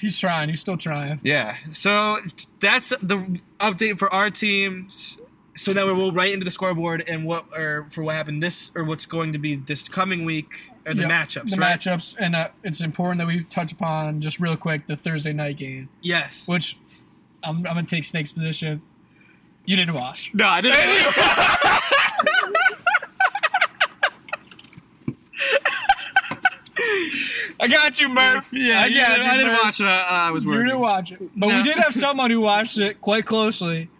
[SPEAKER 3] he's trying. He's still trying.
[SPEAKER 1] Yeah. So t- that's the update for our team. S- So now we'll right into the scoreboard and what or for what happened this or what's going to be this coming week or the
[SPEAKER 3] Yep.
[SPEAKER 1] matchups,
[SPEAKER 3] The
[SPEAKER 1] right?
[SPEAKER 3] matchups, and uh, it's important that we touch upon just real quick the Thursday night game,
[SPEAKER 1] Yes.
[SPEAKER 3] which I'm, I'm gonna take Snake's position. You didn't watch.
[SPEAKER 1] No, I didn't. I got you, Murph. Yeah, I,
[SPEAKER 3] you
[SPEAKER 1] got
[SPEAKER 3] got
[SPEAKER 1] it.
[SPEAKER 3] you,
[SPEAKER 1] I didn't
[SPEAKER 3] Murph.
[SPEAKER 1] watch it. I, I was
[SPEAKER 3] You
[SPEAKER 1] working.
[SPEAKER 3] didn't watch it, but
[SPEAKER 1] No.
[SPEAKER 3] we did have someone who watched it quite closely,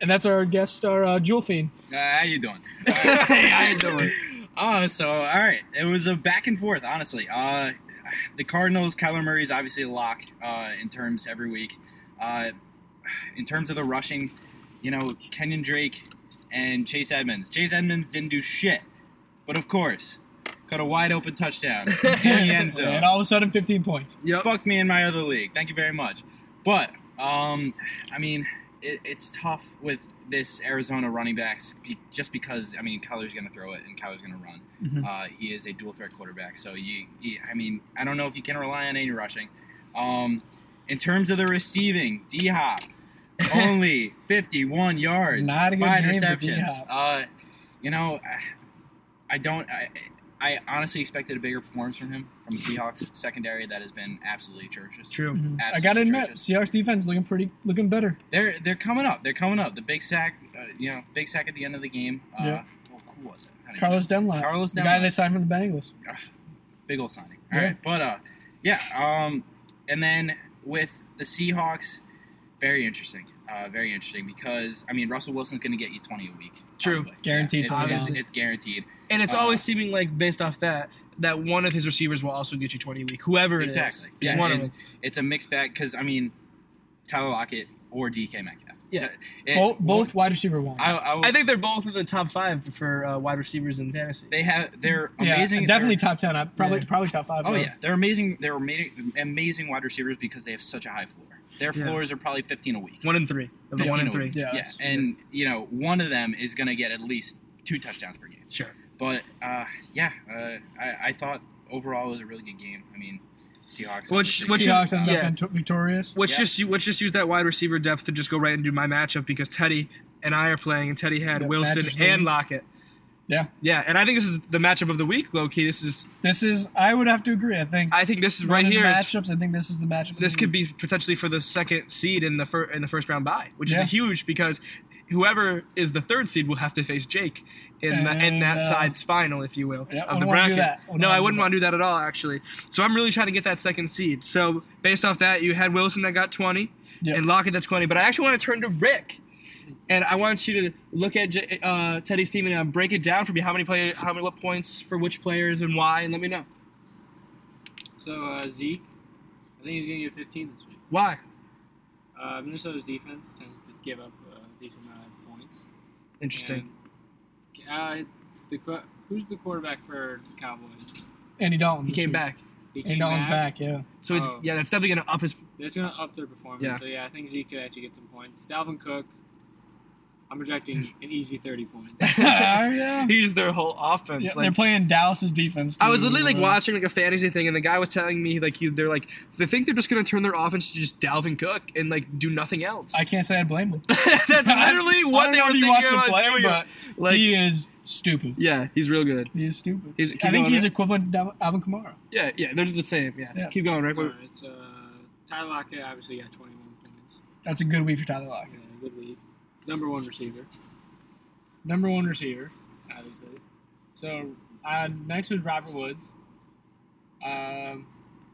[SPEAKER 3] and that's our guest star uh, Jewel Fiend.
[SPEAKER 5] Uh, how you doing?
[SPEAKER 1] hey, I ain't doing. it.
[SPEAKER 5] Oh, so all right. It was a back and forth, honestly. Uh, the Cardinals, Kyler Murray is obviously a lock uh, in terms every week. Uh, in terms of the rushing, you know, Kenyon Drake and Chase Edmonds. Chase Edmonds didn't do shit, but of course, got a wide open touchdown in the end zone
[SPEAKER 3] And all of a sudden, 15 points.
[SPEAKER 1] Yep.
[SPEAKER 5] fucked me in my other league. Thank you very much. But um, I mean, it, it's tough with this Arizona running backs be- just because I mean, Kyler's going to throw it and Kyler's going to run.
[SPEAKER 3] Mhm.
[SPEAKER 5] Uh, he is a dual threat quarterback, so you, you, I mean, I don't know if you can rely on any rushing. Um, in terms of the receiving, D Hop only 51 yards,
[SPEAKER 3] Not a good
[SPEAKER 5] five
[SPEAKER 3] game for
[SPEAKER 5] receptions.
[SPEAKER 3] D-Hop.
[SPEAKER 5] Uh, you know, I, I don't. I, I honestly expected a bigger performance from him from the Seahawks secondary that has been absolutely atrocious.
[SPEAKER 1] True.
[SPEAKER 5] Absolutely
[SPEAKER 3] I gotta admit,
[SPEAKER 5] atrocious.
[SPEAKER 3] Seahawks defense looking pretty, looking better.
[SPEAKER 5] they're they're coming up. They're coming up. The big sack, uh, you know, big sack at the end of the game. Uh,
[SPEAKER 3] Yeah.
[SPEAKER 5] well, who was it? I don't even
[SPEAKER 3] Carlos Dunlap,
[SPEAKER 5] Carlos
[SPEAKER 3] the guy
[SPEAKER 5] Dunlap.
[SPEAKER 3] they signed from the Bengals.
[SPEAKER 5] know. Ugh, big old signing. All
[SPEAKER 3] Yeah.
[SPEAKER 5] right, but uh, yeah. Um, And then with the Seahawks, very interesting. Uh, very interesting because I mean Russell Wilson's going to get you twenty a week.
[SPEAKER 1] True.
[SPEAKER 5] probably.
[SPEAKER 3] Guaranteed
[SPEAKER 5] It's, it's,
[SPEAKER 3] touchdown.
[SPEAKER 5] it's guaranteed.
[SPEAKER 1] And it's
[SPEAKER 5] Uh,
[SPEAKER 1] always seeming like based off that that one of his receivers will also get you 20 a week, whoever it is.
[SPEAKER 5] Exactly.
[SPEAKER 1] It's
[SPEAKER 5] Yeah,
[SPEAKER 1] one of
[SPEAKER 5] it's,
[SPEAKER 1] them.
[SPEAKER 5] it's a mixed bag because I mean Tyler Lockett or DK Metcalf.
[SPEAKER 1] Yeah.
[SPEAKER 5] It-
[SPEAKER 3] both, both wide receiver ones.
[SPEAKER 5] I, I, was,
[SPEAKER 1] I think they're both in the top five for uh, wide receivers in fantasy.
[SPEAKER 5] they have they're
[SPEAKER 3] yeah,
[SPEAKER 5] amazing.
[SPEAKER 3] Definitely
[SPEAKER 5] They're-
[SPEAKER 3] top ten. I probably
[SPEAKER 1] Yeah.
[SPEAKER 3] probably top five.
[SPEAKER 5] oh
[SPEAKER 3] though.
[SPEAKER 5] yeah, they're amazing. They're amazing, amazing wide receivers because they have such a high floor. Their
[SPEAKER 1] Yeah.
[SPEAKER 5] floors are probably fifteen a week.
[SPEAKER 1] one and three. Of the one
[SPEAKER 5] 15
[SPEAKER 1] and
[SPEAKER 5] a
[SPEAKER 1] three.
[SPEAKER 5] week.
[SPEAKER 3] Yeah,
[SPEAKER 5] Yeah,
[SPEAKER 3] that's-
[SPEAKER 5] and you know one of them is going to get at least two touchdowns per game.
[SPEAKER 1] Sure.
[SPEAKER 5] But uh, yeah, uh, I, I thought overall it was a really good game. I mean,
[SPEAKER 1] Which-
[SPEAKER 5] Seahawks. obviously-
[SPEAKER 1] which is-
[SPEAKER 3] Seahawks ended
[SPEAKER 1] yeah.
[SPEAKER 3] up victor- victorious.
[SPEAKER 1] Let's
[SPEAKER 5] Yeah.
[SPEAKER 1] just u- let's just use that wide receiver depth to just go right into my matchup because Teddy and I are playing, and Teddy had
[SPEAKER 3] Yeah,
[SPEAKER 1] Wilson
[SPEAKER 3] matches
[SPEAKER 1] and
[SPEAKER 3] league.
[SPEAKER 1] Lockett.
[SPEAKER 3] Yeah.
[SPEAKER 1] yeah, and I think this is the matchup of the week, low key. This is
[SPEAKER 3] This is I would have to agree. I think
[SPEAKER 1] I think this is right
[SPEAKER 3] Running
[SPEAKER 1] here. is-
[SPEAKER 3] matchups. I think this is the matchup.
[SPEAKER 1] this could be potentially for the second seed in the fir- in the first round bye, which
[SPEAKER 3] Yeah.
[SPEAKER 1] is huge because whoever is the third seed will have to face Jake in the, in
[SPEAKER 3] And,
[SPEAKER 1] that
[SPEAKER 3] uh,
[SPEAKER 1] side's final, if you will,
[SPEAKER 3] yeah,
[SPEAKER 1] of
[SPEAKER 3] I
[SPEAKER 1] the
[SPEAKER 3] wouldn't wanna
[SPEAKER 1] bracket.
[SPEAKER 3] do that. I wouldn't
[SPEAKER 1] no, I
[SPEAKER 3] wanna do
[SPEAKER 1] wouldn't
[SPEAKER 3] that.
[SPEAKER 1] want to do that at all, actually. So I'm really trying to get that second seed. So based off that, you had Wilson that got 20
[SPEAKER 3] Yeah.
[SPEAKER 1] and Lockett that's 20, but I actually want to turn to Rick. And I want you to look at J- uh, Teddy's team and uh, break it down for me. How many play, how many what points for which players and why, and let me know
[SPEAKER 6] So uh, Zeke, I think he's gonna get 15 this week.
[SPEAKER 1] why.
[SPEAKER 6] Uh, Minnesota's defense tends to give up a decent amount of points.
[SPEAKER 1] Interesting.
[SPEAKER 6] And, Uh, the qu- who's the quarterback for the Cowboys?
[SPEAKER 3] Andy Dalton.
[SPEAKER 1] he
[SPEAKER 3] this
[SPEAKER 1] came
[SPEAKER 3] week.
[SPEAKER 1] back,
[SPEAKER 6] He
[SPEAKER 3] Andy Dalton's back. Yeah.
[SPEAKER 1] so it's
[SPEAKER 6] Oh.
[SPEAKER 1] yeah, that's definitely gonna up his
[SPEAKER 6] That's gonna up their performance.
[SPEAKER 1] Yeah.
[SPEAKER 6] So yeah, I think Zeke could actually get some points. Dalvin Cook, I'm projecting an easy 30 points.
[SPEAKER 3] yeah.
[SPEAKER 1] he's their whole offense.
[SPEAKER 3] Yeah, they're
[SPEAKER 1] like
[SPEAKER 3] playing Dallas's defense.
[SPEAKER 1] I was literally like
[SPEAKER 3] too, uh,
[SPEAKER 1] watching like a fantasy thing, and the guy was telling me like he, they're like they think they're just gonna turn their offense to just Dalvin Cook and like do nothing else.
[SPEAKER 3] I can't say I blame him.
[SPEAKER 1] That's literally what
[SPEAKER 3] I don't
[SPEAKER 1] they
[SPEAKER 3] know
[SPEAKER 1] were
[SPEAKER 3] if you
[SPEAKER 1] thinking
[SPEAKER 3] watched him
[SPEAKER 1] about
[SPEAKER 3] play,
[SPEAKER 1] doing.
[SPEAKER 3] but
[SPEAKER 1] like
[SPEAKER 3] he is stupid.
[SPEAKER 1] yeah, he's real good.
[SPEAKER 3] He is stupid.
[SPEAKER 1] He's-
[SPEAKER 3] I
[SPEAKER 1] keep
[SPEAKER 3] think
[SPEAKER 1] going,
[SPEAKER 3] he's
[SPEAKER 1] Rick.
[SPEAKER 3] equivalent to Dalvin- Alvin Kamara.
[SPEAKER 1] Yeah, yeah, they're the same. Yeah,
[SPEAKER 3] Yeah.
[SPEAKER 1] keep going, right?
[SPEAKER 6] All right, so uh, Tyler Lockett obviously got 21 points.
[SPEAKER 3] That's a good week for Tyler Lockett.
[SPEAKER 6] Yeah, good lead. Number one receiver. Number one receiver, obviously. So uh, next was Robert Woods. Um,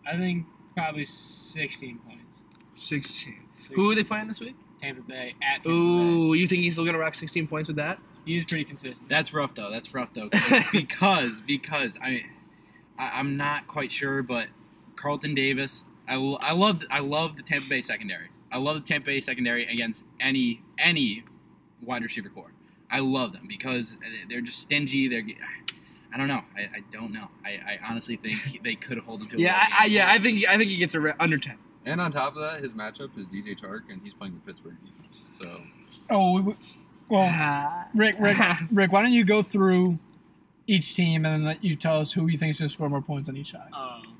[SPEAKER 6] I think probably 16 points.
[SPEAKER 1] Sixteen.
[SPEAKER 6] 16.
[SPEAKER 1] Who are they playing this week?
[SPEAKER 6] Tampa Bay at Tampa Bay.
[SPEAKER 1] Ooh, you think he's still gonna rock sixteen points with that?
[SPEAKER 6] He was pretty consistent.
[SPEAKER 5] That's rough though. That's rough though. because because I, I I'm not quite sure, but Carlton Davis. I, lo- I love I love the Tampa Bay secondary. I love the Tampa Bay secondary against any any wide receiver core. I love them because they're just stingy. They're I don't know. I, I don't know. I, I honestly think they could hold them to.
[SPEAKER 1] Yeah,
[SPEAKER 5] a low
[SPEAKER 1] I, I,
[SPEAKER 5] game.
[SPEAKER 1] yeah, I think I think he gets a re- under ten.
[SPEAKER 4] And on top of that, his matchup is DJ Chark, and he's playing the Pittsburgh defense. So
[SPEAKER 3] Oh, we- we- well, Rick, Rick, Rick, why don't you go through each team and then let you tell us who you think is going to score more points on each side?
[SPEAKER 6] Oh, okay.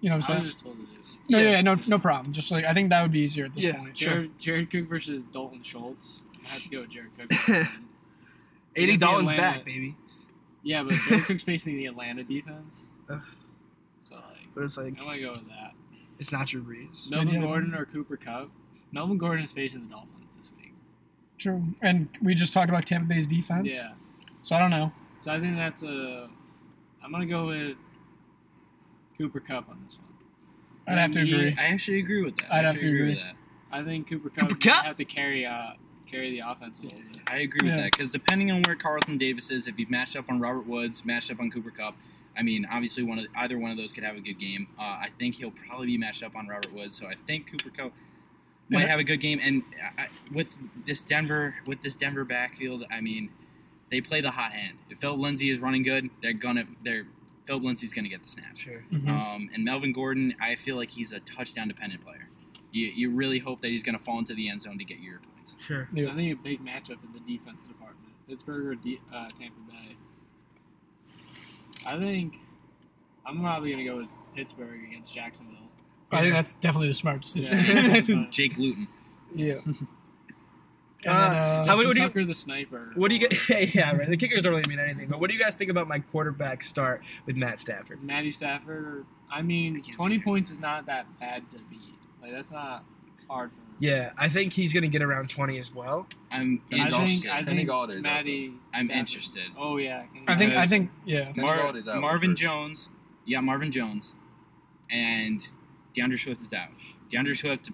[SPEAKER 3] You know what
[SPEAKER 6] I
[SPEAKER 3] I'm
[SPEAKER 6] was
[SPEAKER 3] saying?
[SPEAKER 6] just told it is.
[SPEAKER 3] No,
[SPEAKER 1] yeah.
[SPEAKER 3] yeah, yeah, no, no problem. Just like I think that would be easier at this
[SPEAKER 1] Yeah.
[SPEAKER 3] point.
[SPEAKER 1] Sure.
[SPEAKER 6] Jared, Jared Cook versus Dalton Schultz. I have to go with Jared Cook. on this one.
[SPEAKER 1] Eighty
[SPEAKER 6] Against the
[SPEAKER 1] Dalton's
[SPEAKER 6] Atlanta-
[SPEAKER 1] back, baby.
[SPEAKER 6] Yeah, but Jared Cook's facing the Atlanta defense.
[SPEAKER 1] Ugh.
[SPEAKER 6] So like,
[SPEAKER 1] But it's like
[SPEAKER 6] I'm gonna go with that.
[SPEAKER 1] it's not your breeze.
[SPEAKER 6] Melvin
[SPEAKER 3] Yeah.
[SPEAKER 6] Gordon or Cooper Cup. Melvin Gordon is facing the Dolphins this week.
[SPEAKER 3] True. And we just talked about Tampa Bay's defense.
[SPEAKER 6] Yeah.
[SPEAKER 3] So I don't know.
[SPEAKER 6] So I think that's a. I'm gonna go with Cooper Cup on this one.
[SPEAKER 3] I'd have to
[SPEAKER 6] Yeah.
[SPEAKER 3] agree.
[SPEAKER 5] I actually agree with that. I
[SPEAKER 3] I'd have
[SPEAKER 5] actually
[SPEAKER 3] to
[SPEAKER 5] agree with
[SPEAKER 3] agree.
[SPEAKER 5] that.
[SPEAKER 6] I think Cooper Cup
[SPEAKER 1] Cooper Kupp?
[SPEAKER 6] have to carry uh carry the offense a little bit.
[SPEAKER 5] I agree with
[SPEAKER 3] Yeah.
[SPEAKER 5] that because depending on where Carlton Davis is, if you've matched up on Robert Woods, matched up on Cooper Cup, I mean, obviously one of either one of those could have a good game. Uh, I think he'll probably be matched up on Robert Woods, so I think Cooper Cup might
[SPEAKER 3] Yeah.
[SPEAKER 5] have a good game. And uh, I, I- with this Denver, with this Denver backfield, I mean, they play the hot hand. If Phil Lindsay is running good, they're gonna they're Phil Lindsay's gonna get the snaps.
[SPEAKER 1] Sure.
[SPEAKER 3] Mhm.
[SPEAKER 5] Um, and Melvin Gordon, I feel like he's a touchdown dependent player. You, you really hope that he's going to fall into the end zone to get your points.
[SPEAKER 1] Sure.
[SPEAKER 3] Yeah.
[SPEAKER 6] I think a big matchup in the defense department. Pittsburgh or D, uh, Tampa Bay. I think I'm probably gonna go with Pittsburgh against Jacksonville.
[SPEAKER 3] I think that's definitely the smart decision.
[SPEAKER 6] Yeah. that's fine.
[SPEAKER 5] Jake Luton.
[SPEAKER 3] Yeah. Uh, And then,
[SPEAKER 1] Uh,
[SPEAKER 3] uh,
[SPEAKER 1] how many-
[SPEAKER 6] Justin
[SPEAKER 1] what do you-
[SPEAKER 6] Tucker, the sniper.
[SPEAKER 1] What do you
[SPEAKER 6] or
[SPEAKER 1] get? yeah, right. The kickers don't really mean anything. But what do you guys think about my quarterback start with Matt Stafford?
[SPEAKER 6] Matty Stafford. or- I mean,
[SPEAKER 5] Against
[SPEAKER 6] 20
[SPEAKER 5] Jared.
[SPEAKER 6] points is not that bad to beat. Like that's not hard for him.
[SPEAKER 1] Yeah, I think he's going to get around 20 as well.
[SPEAKER 5] I'm
[SPEAKER 4] And
[SPEAKER 6] I
[SPEAKER 5] interested.
[SPEAKER 6] think I
[SPEAKER 4] Kenny
[SPEAKER 6] think
[SPEAKER 4] Galladay is out,
[SPEAKER 6] Matty.
[SPEAKER 5] I'm
[SPEAKER 6] Stafford-
[SPEAKER 5] interested.
[SPEAKER 6] Oh yeah. Kenny
[SPEAKER 3] I think I
[SPEAKER 5] Because-
[SPEAKER 3] think yeah.
[SPEAKER 4] Kenny
[SPEAKER 5] Mar-
[SPEAKER 4] Galladay's out
[SPEAKER 5] Marvin
[SPEAKER 4] first.
[SPEAKER 5] Jones. Yeah, Marvin Jones. And DeAndre Swift is out. DeAndre Swift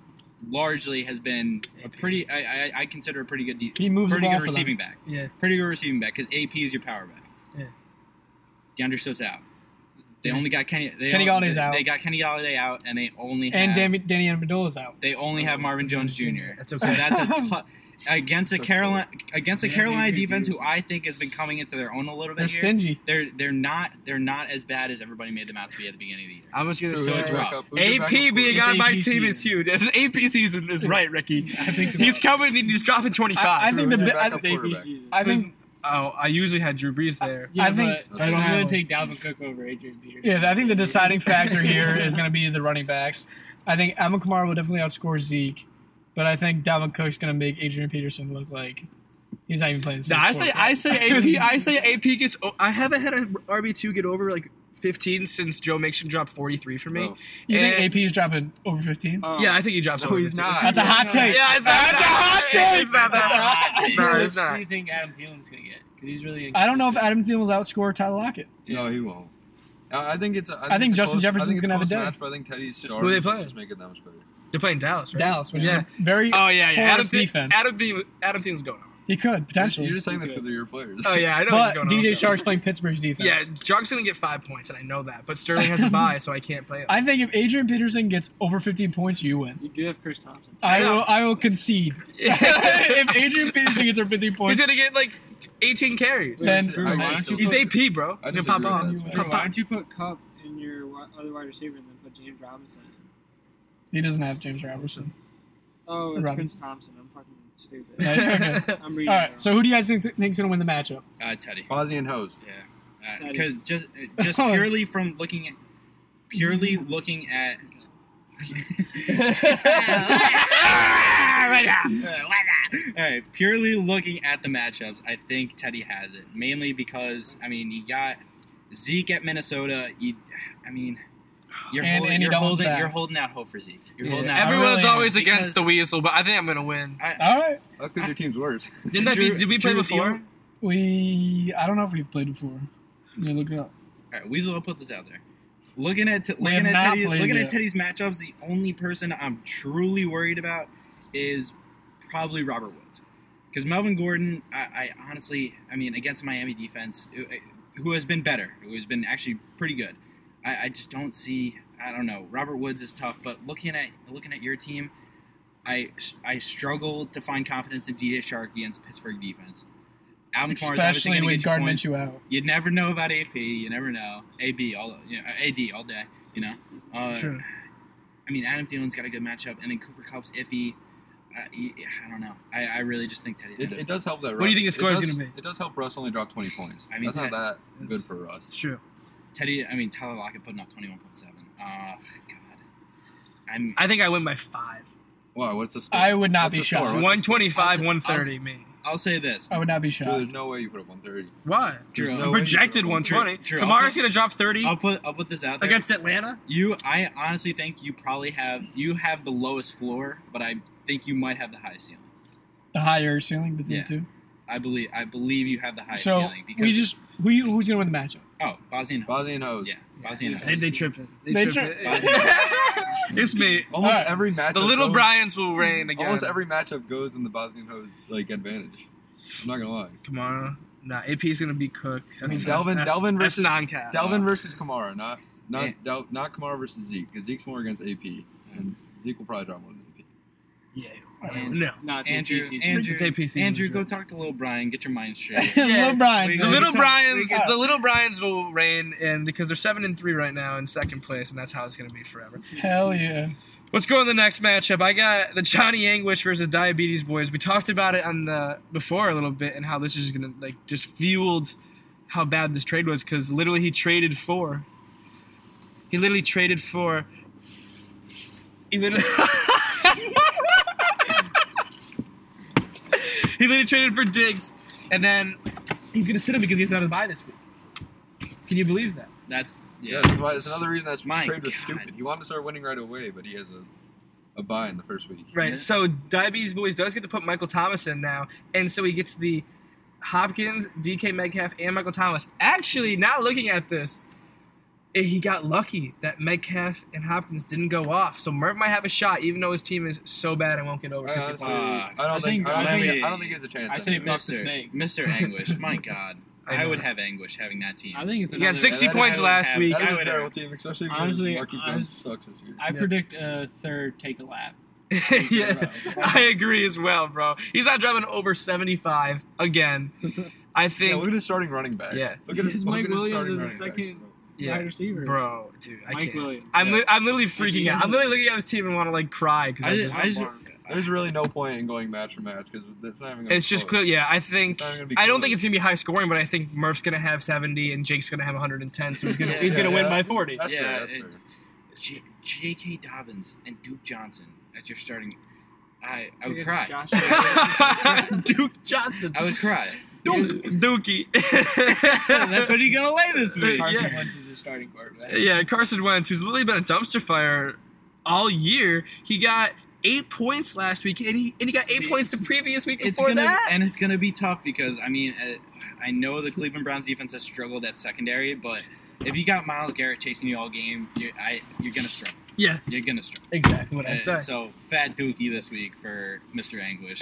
[SPEAKER 5] largely has been a pretty, I, I, I consider a pretty good, de-
[SPEAKER 3] He moves the
[SPEAKER 5] pretty
[SPEAKER 3] ball
[SPEAKER 5] good
[SPEAKER 3] for them.
[SPEAKER 5] receiving back.
[SPEAKER 6] Yeah.
[SPEAKER 5] Pretty good receiving back because AP is your power back.
[SPEAKER 6] Yeah.
[SPEAKER 5] DeAndre Swift's out. They
[SPEAKER 6] Yeah.
[SPEAKER 5] only got Kenny. They
[SPEAKER 3] Kenny
[SPEAKER 5] only-
[SPEAKER 3] Galladay's out.
[SPEAKER 5] They got Kenny Galladay out, and they only have,
[SPEAKER 3] And Danny, Danny Amendola's out.
[SPEAKER 5] they only have Marvin Jones Jr.
[SPEAKER 1] That's okay.
[SPEAKER 5] So that's a tough against a
[SPEAKER 4] So
[SPEAKER 5] Carolina against a
[SPEAKER 6] Yeah,
[SPEAKER 5] Carolina
[SPEAKER 6] maybe it
[SPEAKER 5] defense
[SPEAKER 6] is.
[SPEAKER 5] who I think has been coming into their own a little
[SPEAKER 3] They're
[SPEAKER 5] bit here.
[SPEAKER 3] stingy.
[SPEAKER 5] They're they're not they're not as bad as everybody made them out to be at the beginning of the year.
[SPEAKER 1] I was gonna
[SPEAKER 4] Who's
[SPEAKER 1] say
[SPEAKER 5] So
[SPEAKER 4] your
[SPEAKER 5] it's
[SPEAKER 1] AP
[SPEAKER 5] rough.
[SPEAKER 4] backup? Who's your backup
[SPEAKER 1] being
[SPEAKER 6] It's
[SPEAKER 1] on my
[SPEAKER 6] AP
[SPEAKER 1] team is huge. It's AP season is right, Ricky.
[SPEAKER 6] I think so.
[SPEAKER 1] He's coming and he's dropping twenty
[SPEAKER 3] I, I
[SPEAKER 1] five.
[SPEAKER 3] think the
[SPEAKER 4] Who's your
[SPEAKER 3] bi- I,
[SPEAKER 4] backup?
[SPEAKER 6] It's AP
[SPEAKER 4] quarterback.
[SPEAKER 6] season.
[SPEAKER 3] I think
[SPEAKER 1] Oh, I usually had Drew Brees there.
[SPEAKER 6] Yeah,
[SPEAKER 3] I think-
[SPEAKER 6] but
[SPEAKER 4] I
[SPEAKER 6] I'm
[SPEAKER 4] don't
[SPEAKER 6] gonna
[SPEAKER 3] have
[SPEAKER 6] take Dalvin Cook over Adrian Peterson.
[SPEAKER 3] yeah, I think the deciding factor here is going to be the running backs. I think Alvin Kamara will definitely outscore Zeke, but I think Dalvin Cook's going to make Adrian Peterson look like he's not even playing. the
[SPEAKER 1] No,
[SPEAKER 3] same
[SPEAKER 1] I
[SPEAKER 3] sport.
[SPEAKER 1] say I say AP I say AP gets. o- I haven't had a RB two get over like fifteen since Joe Mixon dropped forty three for me.
[SPEAKER 4] Oh.
[SPEAKER 3] you think
[SPEAKER 1] and-
[SPEAKER 3] AP is dropping over fifteen?
[SPEAKER 6] Oh.
[SPEAKER 1] Yeah, I think he drops.
[SPEAKER 4] No,
[SPEAKER 1] over
[SPEAKER 4] he's
[SPEAKER 1] 15.
[SPEAKER 4] not.
[SPEAKER 3] That's a hot take.
[SPEAKER 1] Yeah, it's not-
[SPEAKER 3] That's a hot take.
[SPEAKER 1] It's not that
[SPEAKER 3] That's a hot
[SPEAKER 1] hot.
[SPEAKER 3] take.
[SPEAKER 1] No,
[SPEAKER 6] What
[SPEAKER 1] it's not.
[SPEAKER 6] do you think Adam Thielen's gonna get? Because he's really.
[SPEAKER 3] I don't know if
[SPEAKER 6] inconsistent.
[SPEAKER 3] Adam Thielen will outscore Tyler Lockett.
[SPEAKER 4] Oh, No, he won't. I I think it's. a-
[SPEAKER 3] I think
[SPEAKER 4] it's a
[SPEAKER 3] Justin
[SPEAKER 4] close-
[SPEAKER 3] Jefferson's
[SPEAKER 4] I think it's
[SPEAKER 3] gonna have a
[SPEAKER 4] close
[SPEAKER 3] day.
[SPEAKER 4] Match, but I think Teddy's
[SPEAKER 1] are
[SPEAKER 4] starting.
[SPEAKER 1] they
[SPEAKER 4] is
[SPEAKER 1] playing?
[SPEAKER 4] Just making that much better.
[SPEAKER 1] They're playing Dallas, right?
[SPEAKER 3] Dallas, which
[SPEAKER 1] Yeah.
[SPEAKER 3] is a very
[SPEAKER 1] Oh yeah, yeah. Adam
[SPEAKER 3] porous
[SPEAKER 1] Thielen.
[SPEAKER 3] defense.
[SPEAKER 1] Adam Thielen. Adam Thielen's going off.
[SPEAKER 3] he could
[SPEAKER 4] You're just-
[SPEAKER 3] potentially.
[SPEAKER 4] You're just saying this because they're your players.
[SPEAKER 1] Oh yeah, I know.
[SPEAKER 3] but
[SPEAKER 1] he's going
[SPEAKER 3] DJ
[SPEAKER 1] off.
[SPEAKER 3] Shark's playing Pittsburgh's defense.
[SPEAKER 1] Yeah, Jark's gonna get five points, and I know that. But Sterling has a bye, so I can't play him.
[SPEAKER 3] I think if Adrian Peterson gets over 15 points, you win.
[SPEAKER 6] You do have Chris Thompson.
[SPEAKER 3] I
[SPEAKER 1] Yeah.
[SPEAKER 3] will. I will concede. if Adrian Peterson gets over 15
[SPEAKER 1] he's
[SPEAKER 3] points,
[SPEAKER 1] gonna get like 18 carries.
[SPEAKER 4] Wait,
[SPEAKER 3] then-
[SPEAKER 4] actually,
[SPEAKER 6] Drew,
[SPEAKER 4] I-
[SPEAKER 6] why
[SPEAKER 4] I
[SPEAKER 6] don't
[SPEAKER 4] still
[SPEAKER 6] you-
[SPEAKER 1] He's AP, bro.
[SPEAKER 4] I
[SPEAKER 1] He's gonna pop
[SPEAKER 4] disagree
[SPEAKER 1] on.
[SPEAKER 4] with that.
[SPEAKER 1] He's
[SPEAKER 6] Drew,
[SPEAKER 1] gonna
[SPEAKER 6] why
[SPEAKER 1] pop
[SPEAKER 6] don't you put Cup in your wi- other wide receiver and then put James Robinson? in?
[SPEAKER 3] he doesn't have James Robertson.
[SPEAKER 6] Oh, it's
[SPEAKER 3] Robinson.
[SPEAKER 6] Chris Thompson. I'm fucking stupid.
[SPEAKER 3] No, okay.
[SPEAKER 6] I'm reading.
[SPEAKER 3] All
[SPEAKER 6] it
[SPEAKER 3] right. So who do you guys think think's gonna win the matchup?
[SPEAKER 5] Uh, Teddy.
[SPEAKER 4] Ozzy and Hose.
[SPEAKER 5] Yeah.
[SPEAKER 6] Teddy.
[SPEAKER 5] Because just just purely from looking at purely looking at. All right, purely looking at the matchups, I think Teddy has it. Mainly because I mean, you got Zeke at Minnesota. You, I mean, you're,
[SPEAKER 3] And
[SPEAKER 5] holding,
[SPEAKER 3] Andy
[SPEAKER 5] you're
[SPEAKER 3] Dalton's
[SPEAKER 5] holding
[SPEAKER 3] back.
[SPEAKER 5] you're holding out hope for Zeke. You're
[SPEAKER 3] Yeah.
[SPEAKER 5] holding
[SPEAKER 1] on.
[SPEAKER 5] out.
[SPEAKER 3] Every-
[SPEAKER 1] Everyone's
[SPEAKER 3] really am,
[SPEAKER 1] always against
[SPEAKER 5] because-
[SPEAKER 1] the weasel, but I think I'm gonna win.
[SPEAKER 3] All right.
[SPEAKER 4] That's because your team's worse.
[SPEAKER 1] Didn't I
[SPEAKER 5] Drew-
[SPEAKER 1] beat, did we play
[SPEAKER 5] Drew, do you
[SPEAKER 1] before?
[SPEAKER 5] want-
[SPEAKER 3] We. I don't know if we've played before. You look it up.
[SPEAKER 5] All right, Weasel, I'll put this out there. Looking at t-
[SPEAKER 3] We
[SPEAKER 5] looking
[SPEAKER 3] have
[SPEAKER 5] at
[SPEAKER 3] not
[SPEAKER 5] Teddy,
[SPEAKER 3] played
[SPEAKER 5] looking
[SPEAKER 3] yet.
[SPEAKER 5] at Teddy's matchups, the only person I'm truly worried about is probably Robert Woods, because Melvin Gordon, I, I honestly, I mean, against Miami defense, who- eh, who has been better, who has been actually pretty good, I, I just don't see. I don't know. Robert Woods is tough, but looking at looking at your team, I I struggle to find confidence in DJ Shark against Pittsburgh defense. Alvin Kamara's obviously
[SPEAKER 3] Especially
[SPEAKER 5] gonna
[SPEAKER 3] with
[SPEAKER 5] get you
[SPEAKER 3] Gardner
[SPEAKER 5] points.
[SPEAKER 3] Minshew out.
[SPEAKER 5] You never know about AP. You never know. AB all you know, AD all day. You know. Uh,
[SPEAKER 1] True.
[SPEAKER 5] I mean, Adam Thielen's got a good matchup, and then Cooper Cup's iffy. I, I don't know. I, I really just think Teddy's.
[SPEAKER 4] It,
[SPEAKER 5] gonna-
[SPEAKER 4] it does help that. Russ,
[SPEAKER 1] What do you think the
[SPEAKER 4] it
[SPEAKER 1] score's
[SPEAKER 4] does-
[SPEAKER 1] gonna be?
[SPEAKER 4] It does help Russ only drop 20 points.
[SPEAKER 5] I mean,
[SPEAKER 4] that's not that good for
[SPEAKER 1] It's
[SPEAKER 4] Russ.
[SPEAKER 1] true.
[SPEAKER 5] Teddy. I mean, Tyler Lockett putting up twenty one point seven. Uh, God. I'm.
[SPEAKER 1] I think I win by five.
[SPEAKER 4] Wow, what's the score?
[SPEAKER 3] I would not
[SPEAKER 4] What's
[SPEAKER 3] be
[SPEAKER 4] the score?
[SPEAKER 3] shocked.
[SPEAKER 4] What's the
[SPEAKER 1] 125,
[SPEAKER 5] I'll-
[SPEAKER 1] 130, me.
[SPEAKER 5] I'll say this.
[SPEAKER 3] I would not be shocked.
[SPEAKER 4] Drew, there's no way you put up 130.
[SPEAKER 1] Why?
[SPEAKER 5] Drew,
[SPEAKER 4] There's
[SPEAKER 5] I'll,
[SPEAKER 4] no way you
[SPEAKER 1] Projected
[SPEAKER 4] put up
[SPEAKER 1] 120.
[SPEAKER 5] Drew, I'll
[SPEAKER 1] Kamara's
[SPEAKER 5] put-
[SPEAKER 1] gonna drop 30
[SPEAKER 5] I'll put I'll put this out there.
[SPEAKER 1] against Atlanta.
[SPEAKER 5] you, I honestly think you probably have you have the lowest floor, but I think you might have the highest ceiling.
[SPEAKER 3] The higher ceiling between
[SPEAKER 5] Yeah.
[SPEAKER 3] the two.
[SPEAKER 5] I believe I believe you have the highest
[SPEAKER 3] So
[SPEAKER 5] ceiling because
[SPEAKER 3] we just who you, who's gonna win the matchup?
[SPEAKER 5] oh Bosnian Hose.
[SPEAKER 4] Ozzy and Hose.
[SPEAKER 5] yeah Bosnian
[SPEAKER 1] They,
[SPEAKER 5] Hose.
[SPEAKER 1] they tripping. They,
[SPEAKER 3] They
[SPEAKER 1] tripping.
[SPEAKER 5] tri-
[SPEAKER 1] it's me.
[SPEAKER 4] Almost
[SPEAKER 3] Alright.
[SPEAKER 4] every matchup.
[SPEAKER 1] The little
[SPEAKER 4] goes-
[SPEAKER 1] Bryans will reign again.
[SPEAKER 4] Mm. Almost every matchup goes in the Bosnian Hose like advantage. I'm not gonna lie.
[SPEAKER 1] Kamara. Nah, AP's gonna be Cook.
[SPEAKER 4] I mean,
[SPEAKER 1] That's-
[SPEAKER 4] Delvin-
[SPEAKER 1] that's-
[SPEAKER 4] Delvin
[SPEAKER 1] that's
[SPEAKER 4] versus-
[SPEAKER 1] non-cap.
[SPEAKER 4] Dalvin versus Kamara, not not
[SPEAKER 5] Yeah.
[SPEAKER 4] Del, not Kamara versus Zeke, because Zeke's more against AP, and Zeke will probably drop more than AP.
[SPEAKER 1] Yeah.
[SPEAKER 5] And-
[SPEAKER 1] No.
[SPEAKER 6] No, it's
[SPEAKER 5] Andrew,
[SPEAKER 6] AP season.
[SPEAKER 5] Andrew,
[SPEAKER 1] It's AP season,
[SPEAKER 5] Andrew,
[SPEAKER 1] sure.
[SPEAKER 5] go talk to little Brian. Get your mind straight.
[SPEAKER 1] Yeah.
[SPEAKER 3] Lil Brian's
[SPEAKER 5] We-
[SPEAKER 1] The
[SPEAKER 3] gonna-
[SPEAKER 1] little
[SPEAKER 5] Yeah.
[SPEAKER 1] Bryans,
[SPEAKER 5] Yeah.
[SPEAKER 1] the little Bryans will reign, and because they're seven and three right now in second place, and that's how it's going to be forever.
[SPEAKER 3] Hell yeah.
[SPEAKER 1] Let's go to the next matchup. I got the Johnny Anguish versus Diabetes Boys. We talked about it on the before a little bit, and how this is going to like just fueled how bad this trade was because literally he traded for. He literally traded for. He literally. he literally traded for Diggs, and then he's going to sit him because he's not a buy this week. Can you believe that?
[SPEAKER 5] That's
[SPEAKER 4] Yeah,
[SPEAKER 5] yeah.
[SPEAKER 4] that's why. That's another reason that
[SPEAKER 5] My
[SPEAKER 4] trade was
[SPEAKER 5] God.
[SPEAKER 4] stupid. He wanted to start winning right away, but he has a a buy in the first week.
[SPEAKER 1] Right.
[SPEAKER 5] Yeah.
[SPEAKER 1] So Diabetes Boys does get to put Michael Thomas in now, and so he gets the Hopkins, DK Metcalf, and Michael Thomas. Actually, now looking at this, And he got lucky that Metcalf and Hopkins didn't go off. So Murph might have a shot, even though his team is so bad it won't get over.
[SPEAKER 4] I
[SPEAKER 1] 50
[SPEAKER 4] honestly,
[SPEAKER 1] points.
[SPEAKER 4] I
[SPEAKER 5] I
[SPEAKER 4] don't
[SPEAKER 6] think-
[SPEAKER 4] think, I
[SPEAKER 6] I
[SPEAKER 4] don't
[SPEAKER 5] mean-
[SPEAKER 4] think, I don't think it's a chance.
[SPEAKER 6] I
[SPEAKER 4] at
[SPEAKER 6] say
[SPEAKER 4] it.
[SPEAKER 6] Buck the
[SPEAKER 5] Mr.
[SPEAKER 6] Snake.
[SPEAKER 5] Mr. Anguish, my God,
[SPEAKER 1] I
[SPEAKER 5] I,
[SPEAKER 1] know.
[SPEAKER 5] would have Anguish having that team.
[SPEAKER 6] I think it's
[SPEAKER 1] He
[SPEAKER 6] another,
[SPEAKER 1] got 60
[SPEAKER 5] That
[SPEAKER 1] points
[SPEAKER 5] would
[SPEAKER 1] last
[SPEAKER 5] happen.
[SPEAKER 1] week.
[SPEAKER 4] That is
[SPEAKER 5] I
[SPEAKER 4] a
[SPEAKER 5] would-
[SPEAKER 4] terrible team, especially because
[SPEAKER 6] Honestly,
[SPEAKER 4] Marquise
[SPEAKER 6] I-
[SPEAKER 4] Brown sucks this year.
[SPEAKER 6] I
[SPEAKER 1] Yep.
[SPEAKER 6] predict a third take a lap.
[SPEAKER 1] yeah, I agree as well, bro. He's not dropping over 75 again. I
[SPEAKER 4] Yeah,
[SPEAKER 1] think,
[SPEAKER 4] look at his starting running backs.
[SPEAKER 1] Yeah.
[SPEAKER 4] Look at his,
[SPEAKER 6] His
[SPEAKER 4] look
[SPEAKER 6] Mike
[SPEAKER 4] at his
[SPEAKER 6] Williams
[SPEAKER 4] starting
[SPEAKER 6] is
[SPEAKER 4] running
[SPEAKER 6] the
[SPEAKER 4] backs.
[SPEAKER 6] second
[SPEAKER 1] yeah,
[SPEAKER 6] wide receiver.
[SPEAKER 1] bro, dude, I
[SPEAKER 6] Mike
[SPEAKER 1] can't.
[SPEAKER 6] Williams.
[SPEAKER 1] I'm,
[SPEAKER 4] Yeah.
[SPEAKER 1] li- I'm literally freaking out.
[SPEAKER 6] doesn't-
[SPEAKER 1] I'm literally looking at his team and want to like cry because
[SPEAKER 5] I
[SPEAKER 1] I
[SPEAKER 5] just,
[SPEAKER 1] just,
[SPEAKER 5] I just,
[SPEAKER 4] There's really no point in going match for match because that's not even. Gonna
[SPEAKER 1] it's
[SPEAKER 4] be
[SPEAKER 1] just clear.
[SPEAKER 4] close.
[SPEAKER 1] Yeah, I think
[SPEAKER 4] It's not gonna be
[SPEAKER 1] I don't
[SPEAKER 4] close.
[SPEAKER 1] think it's gonna be high scoring, but I think Murph's gonna have 70 and Jake's gonna have 110, so he's gonna
[SPEAKER 5] Yeah.
[SPEAKER 1] he's gonna
[SPEAKER 4] Yeah,
[SPEAKER 1] win
[SPEAKER 4] yeah.
[SPEAKER 1] by 40.
[SPEAKER 4] That's
[SPEAKER 5] Yeah,
[SPEAKER 4] fair. That's
[SPEAKER 5] it-
[SPEAKER 4] fair.
[SPEAKER 5] J- J.K. Dobbins and Duke Johnson as your starting. I, I would
[SPEAKER 6] Against
[SPEAKER 5] cry.
[SPEAKER 6] Josh Allen.
[SPEAKER 1] Duke Johnson,
[SPEAKER 5] I would cry.
[SPEAKER 1] Duke Dookie.
[SPEAKER 5] That's what you gonna lay this week.
[SPEAKER 6] Carson
[SPEAKER 1] Yeah.
[SPEAKER 6] Wentz is his starting quarterback.
[SPEAKER 1] Yeah, Carson Wentz, who's literally been a dumpster fire all year, he got eight points last week, and he and he got eight
[SPEAKER 6] Yeah.
[SPEAKER 1] points the previous week
[SPEAKER 5] It's
[SPEAKER 1] before
[SPEAKER 5] gonna
[SPEAKER 1] that.
[SPEAKER 5] and it's gonna be tough because I mean uh, I know the Cleveland Browns defense has struggled at secondary, but if you got Miles Garrett chasing you all game, you I you're gonna struggle.
[SPEAKER 1] Yeah,
[SPEAKER 5] You're gonna struggle.
[SPEAKER 1] exactly what I
[SPEAKER 5] Uh,
[SPEAKER 1] said.
[SPEAKER 5] so fat Dookie this week for Mr. Anguish.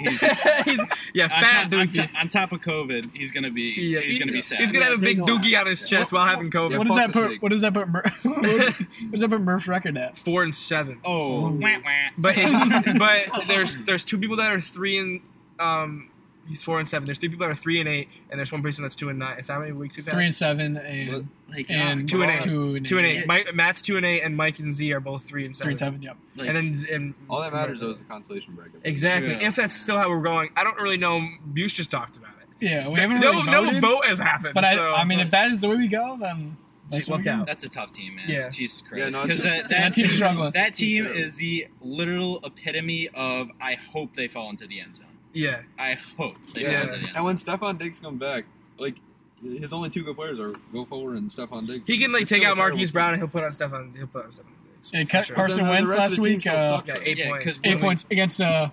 [SPEAKER 5] He's,
[SPEAKER 1] He's- yeah,
[SPEAKER 5] on,
[SPEAKER 1] fat
[SPEAKER 5] top, on,
[SPEAKER 1] Dookie.
[SPEAKER 5] to- on top of COVID, he's gonna be
[SPEAKER 1] Yeah,
[SPEAKER 5] he's
[SPEAKER 1] he-
[SPEAKER 5] gonna be
[SPEAKER 1] yeah.
[SPEAKER 5] sad.
[SPEAKER 1] He's gonna
[SPEAKER 6] Yeah,
[SPEAKER 1] have a
[SPEAKER 6] it
[SPEAKER 1] big
[SPEAKER 6] takes a
[SPEAKER 1] doogie on his chest while having COVID.
[SPEAKER 4] Yeah,
[SPEAKER 3] What does
[SPEAKER 4] fuck
[SPEAKER 3] that
[SPEAKER 4] the
[SPEAKER 3] put?
[SPEAKER 4] snake.
[SPEAKER 3] What does that put? Mur- what does that put Murph's record at?
[SPEAKER 1] Four and seven.
[SPEAKER 5] oh,
[SPEAKER 3] Ooh.
[SPEAKER 5] wah, wah.
[SPEAKER 1] But it, but there's there's two people that are three and um he's four and seven. There's three people that are three and eight, and there's one person that's two and nine. Is that how many weeks we've had?
[SPEAKER 3] Three and seven and
[SPEAKER 4] Look,
[SPEAKER 5] like uh,
[SPEAKER 3] and
[SPEAKER 1] two and eight.
[SPEAKER 3] two and
[SPEAKER 1] two and eight.
[SPEAKER 5] Yeah.
[SPEAKER 1] Mike, Matt's two and eight, and Mike and Z are both three and
[SPEAKER 3] three
[SPEAKER 1] seven.
[SPEAKER 3] and seven. Yep.
[SPEAKER 5] like,
[SPEAKER 1] and then and
[SPEAKER 4] All that matters though is the consolation bracket.
[SPEAKER 1] Exactly.
[SPEAKER 5] Yeah.
[SPEAKER 1] If that's still how we're going, I don't really know. Buse just talked about it.
[SPEAKER 3] Yeah, we haven't
[SPEAKER 1] no,
[SPEAKER 3] really
[SPEAKER 1] no
[SPEAKER 3] voted,
[SPEAKER 1] vote has happened.
[SPEAKER 3] But I,
[SPEAKER 1] so-
[SPEAKER 3] I mean, if that is the way we go, then
[SPEAKER 1] Just
[SPEAKER 3] that's what
[SPEAKER 1] look
[SPEAKER 3] we
[SPEAKER 1] out.
[SPEAKER 5] that's a tough team, man.
[SPEAKER 1] Yeah.
[SPEAKER 5] Jesus Christ.
[SPEAKER 4] Yeah, no,
[SPEAKER 5] Because
[SPEAKER 4] it's-
[SPEAKER 5] that,
[SPEAKER 3] Yeah,
[SPEAKER 5] that
[SPEAKER 3] that team's
[SPEAKER 5] team,
[SPEAKER 3] struggling.
[SPEAKER 5] that team
[SPEAKER 4] Yeah.
[SPEAKER 5] is the literal epitome of I hope they fall into the end zone.
[SPEAKER 1] yeah,
[SPEAKER 5] I hope they
[SPEAKER 1] Yeah.
[SPEAKER 5] fall into the end
[SPEAKER 4] And
[SPEAKER 5] zone.
[SPEAKER 4] when Stefan Diggs comes back, like his only two good players are Go Forward and Stefan Diggs.
[SPEAKER 1] he can like
[SPEAKER 4] It's
[SPEAKER 1] take
[SPEAKER 4] still
[SPEAKER 1] out
[SPEAKER 4] a terrible
[SPEAKER 1] Marquise
[SPEAKER 4] team.
[SPEAKER 1] Brown and he'll put on stuff on. He'll put on stuff on. Diggs,
[SPEAKER 3] Yeah,
[SPEAKER 1] for
[SPEAKER 3] Car-
[SPEAKER 1] sure.
[SPEAKER 4] But
[SPEAKER 3] Carson
[SPEAKER 4] then the
[SPEAKER 3] Wentz
[SPEAKER 4] rest of
[SPEAKER 3] last
[SPEAKER 4] the team
[SPEAKER 3] week,
[SPEAKER 4] still
[SPEAKER 3] uh,
[SPEAKER 4] sucks,
[SPEAKER 1] Yeah,
[SPEAKER 4] though.
[SPEAKER 1] eight
[SPEAKER 5] Yeah,
[SPEAKER 1] points.
[SPEAKER 5] 'cause
[SPEAKER 3] eight
[SPEAKER 5] Really?
[SPEAKER 3] points against uh,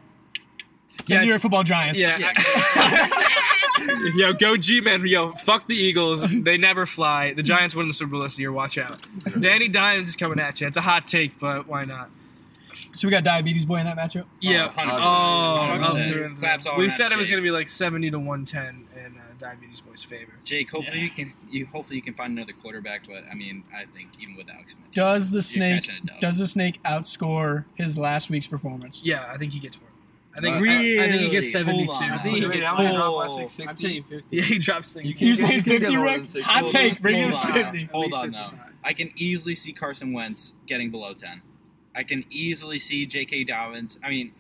[SPEAKER 1] Yeah,
[SPEAKER 3] the New York Football Giants.
[SPEAKER 1] Yeah. yo, go G man. Yo, fuck the Eagles. They never fly. The Giants win the Super Bowl this year. Watch out. Danny Dimes is coming at you. It's a hot take, but why not?
[SPEAKER 3] So we got diabetes boy in that matchup.
[SPEAKER 1] Yeah.
[SPEAKER 5] 100%.
[SPEAKER 1] Oh,
[SPEAKER 5] 100%.
[SPEAKER 1] I'm doing-
[SPEAKER 5] Claps all
[SPEAKER 1] we
[SPEAKER 5] around
[SPEAKER 1] said it was
[SPEAKER 5] Jake.
[SPEAKER 1] gonna be like 70 to 110 in uh, Diabetes Boy's favor.
[SPEAKER 5] Jake, hopefully
[SPEAKER 3] Yeah.
[SPEAKER 5] you can you hopefully you can find another quarterback, but I mean I think even with Alex Smith,
[SPEAKER 3] Does the
[SPEAKER 5] you're
[SPEAKER 3] snake?
[SPEAKER 5] catching a dub.
[SPEAKER 3] Does the snake outscore his last week's performance?
[SPEAKER 1] Yeah, I think he gets more. I think
[SPEAKER 5] Really?
[SPEAKER 1] I, I think he gets 72.
[SPEAKER 5] Hold on.
[SPEAKER 6] I think he
[SPEAKER 4] Wait,
[SPEAKER 6] gets
[SPEAKER 4] how many dropped
[SPEAKER 5] Oh,
[SPEAKER 4] last week?
[SPEAKER 6] I'm
[SPEAKER 4] 60?
[SPEAKER 6] saying 50.
[SPEAKER 1] Yeah, he drops
[SPEAKER 4] You
[SPEAKER 1] things.
[SPEAKER 4] can't-
[SPEAKER 3] You
[SPEAKER 4] you
[SPEAKER 3] saying
[SPEAKER 4] can't get
[SPEAKER 3] 50,
[SPEAKER 4] lower
[SPEAKER 3] Rick?
[SPEAKER 4] than 60.
[SPEAKER 3] Hot take. Bring
[SPEAKER 5] Hold
[SPEAKER 3] us
[SPEAKER 5] on.
[SPEAKER 3] 50.
[SPEAKER 5] Hold on,
[SPEAKER 6] now.
[SPEAKER 5] though. I can easily see Carson Wentz getting below ten. I can easily see J.K. Dobbins. I mean,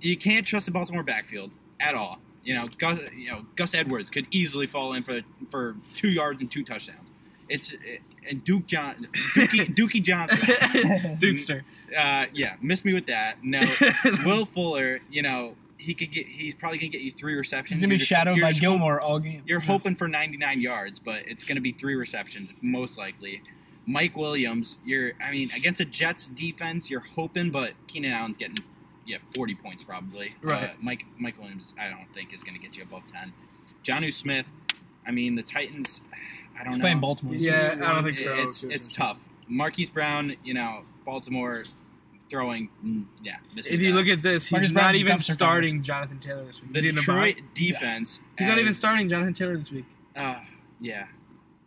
[SPEAKER 5] you can't trust the Baltimore backfield at all. You know, Gus, you know Gus Edwards could easily fall in for for two yards and two touchdowns. It's and Duke John Dookie, Dookie Johnson.
[SPEAKER 1] Dukester.
[SPEAKER 5] Uh, yeah, miss me with that. No, Will Fuller. You know, he could get. He's probably gonna get you three receptions.
[SPEAKER 3] He's gonna be
[SPEAKER 5] You're just-
[SPEAKER 3] shadowed
[SPEAKER 5] you're
[SPEAKER 3] by
[SPEAKER 5] just
[SPEAKER 3] Gilmore all game.
[SPEAKER 5] you're hoping for 99 yards, but it's going to be three receptions most likely. Mike Williams, you're I mean against a Jets defense, you're hoping, but Keenan Allen's getting yeah 40 points probably.
[SPEAKER 1] Right.
[SPEAKER 5] Uh, Mike Mike Williams, I don't think is going to get you above 10. Johnu Smith, I mean the Titans, I don't
[SPEAKER 3] He's
[SPEAKER 5] know.
[SPEAKER 3] playing Baltimore.
[SPEAKER 1] Yeah, I don't think
[SPEAKER 5] It-
[SPEAKER 1] so.
[SPEAKER 5] It's it's tough. Marquise Brown, you know Baltimore throwing, mm, yeah. missing
[SPEAKER 1] If you
[SPEAKER 5] that.
[SPEAKER 1] look at this, he's
[SPEAKER 3] Marcus
[SPEAKER 1] not
[SPEAKER 3] Brown's a
[SPEAKER 1] even
[SPEAKER 3] dumpster fire.
[SPEAKER 1] starting Jonathan Taylor this week.
[SPEAKER 5] the
[SPEAKER 1] Is he in the bye?
[SPEAKER 5] Detroit defense,
[SPEAKER 1] He's not even
[SPEAKER 5] has-
[SPEAKER 1] starting Jonathan Taylor this week.
[SPEAKER 5] uh, yeah,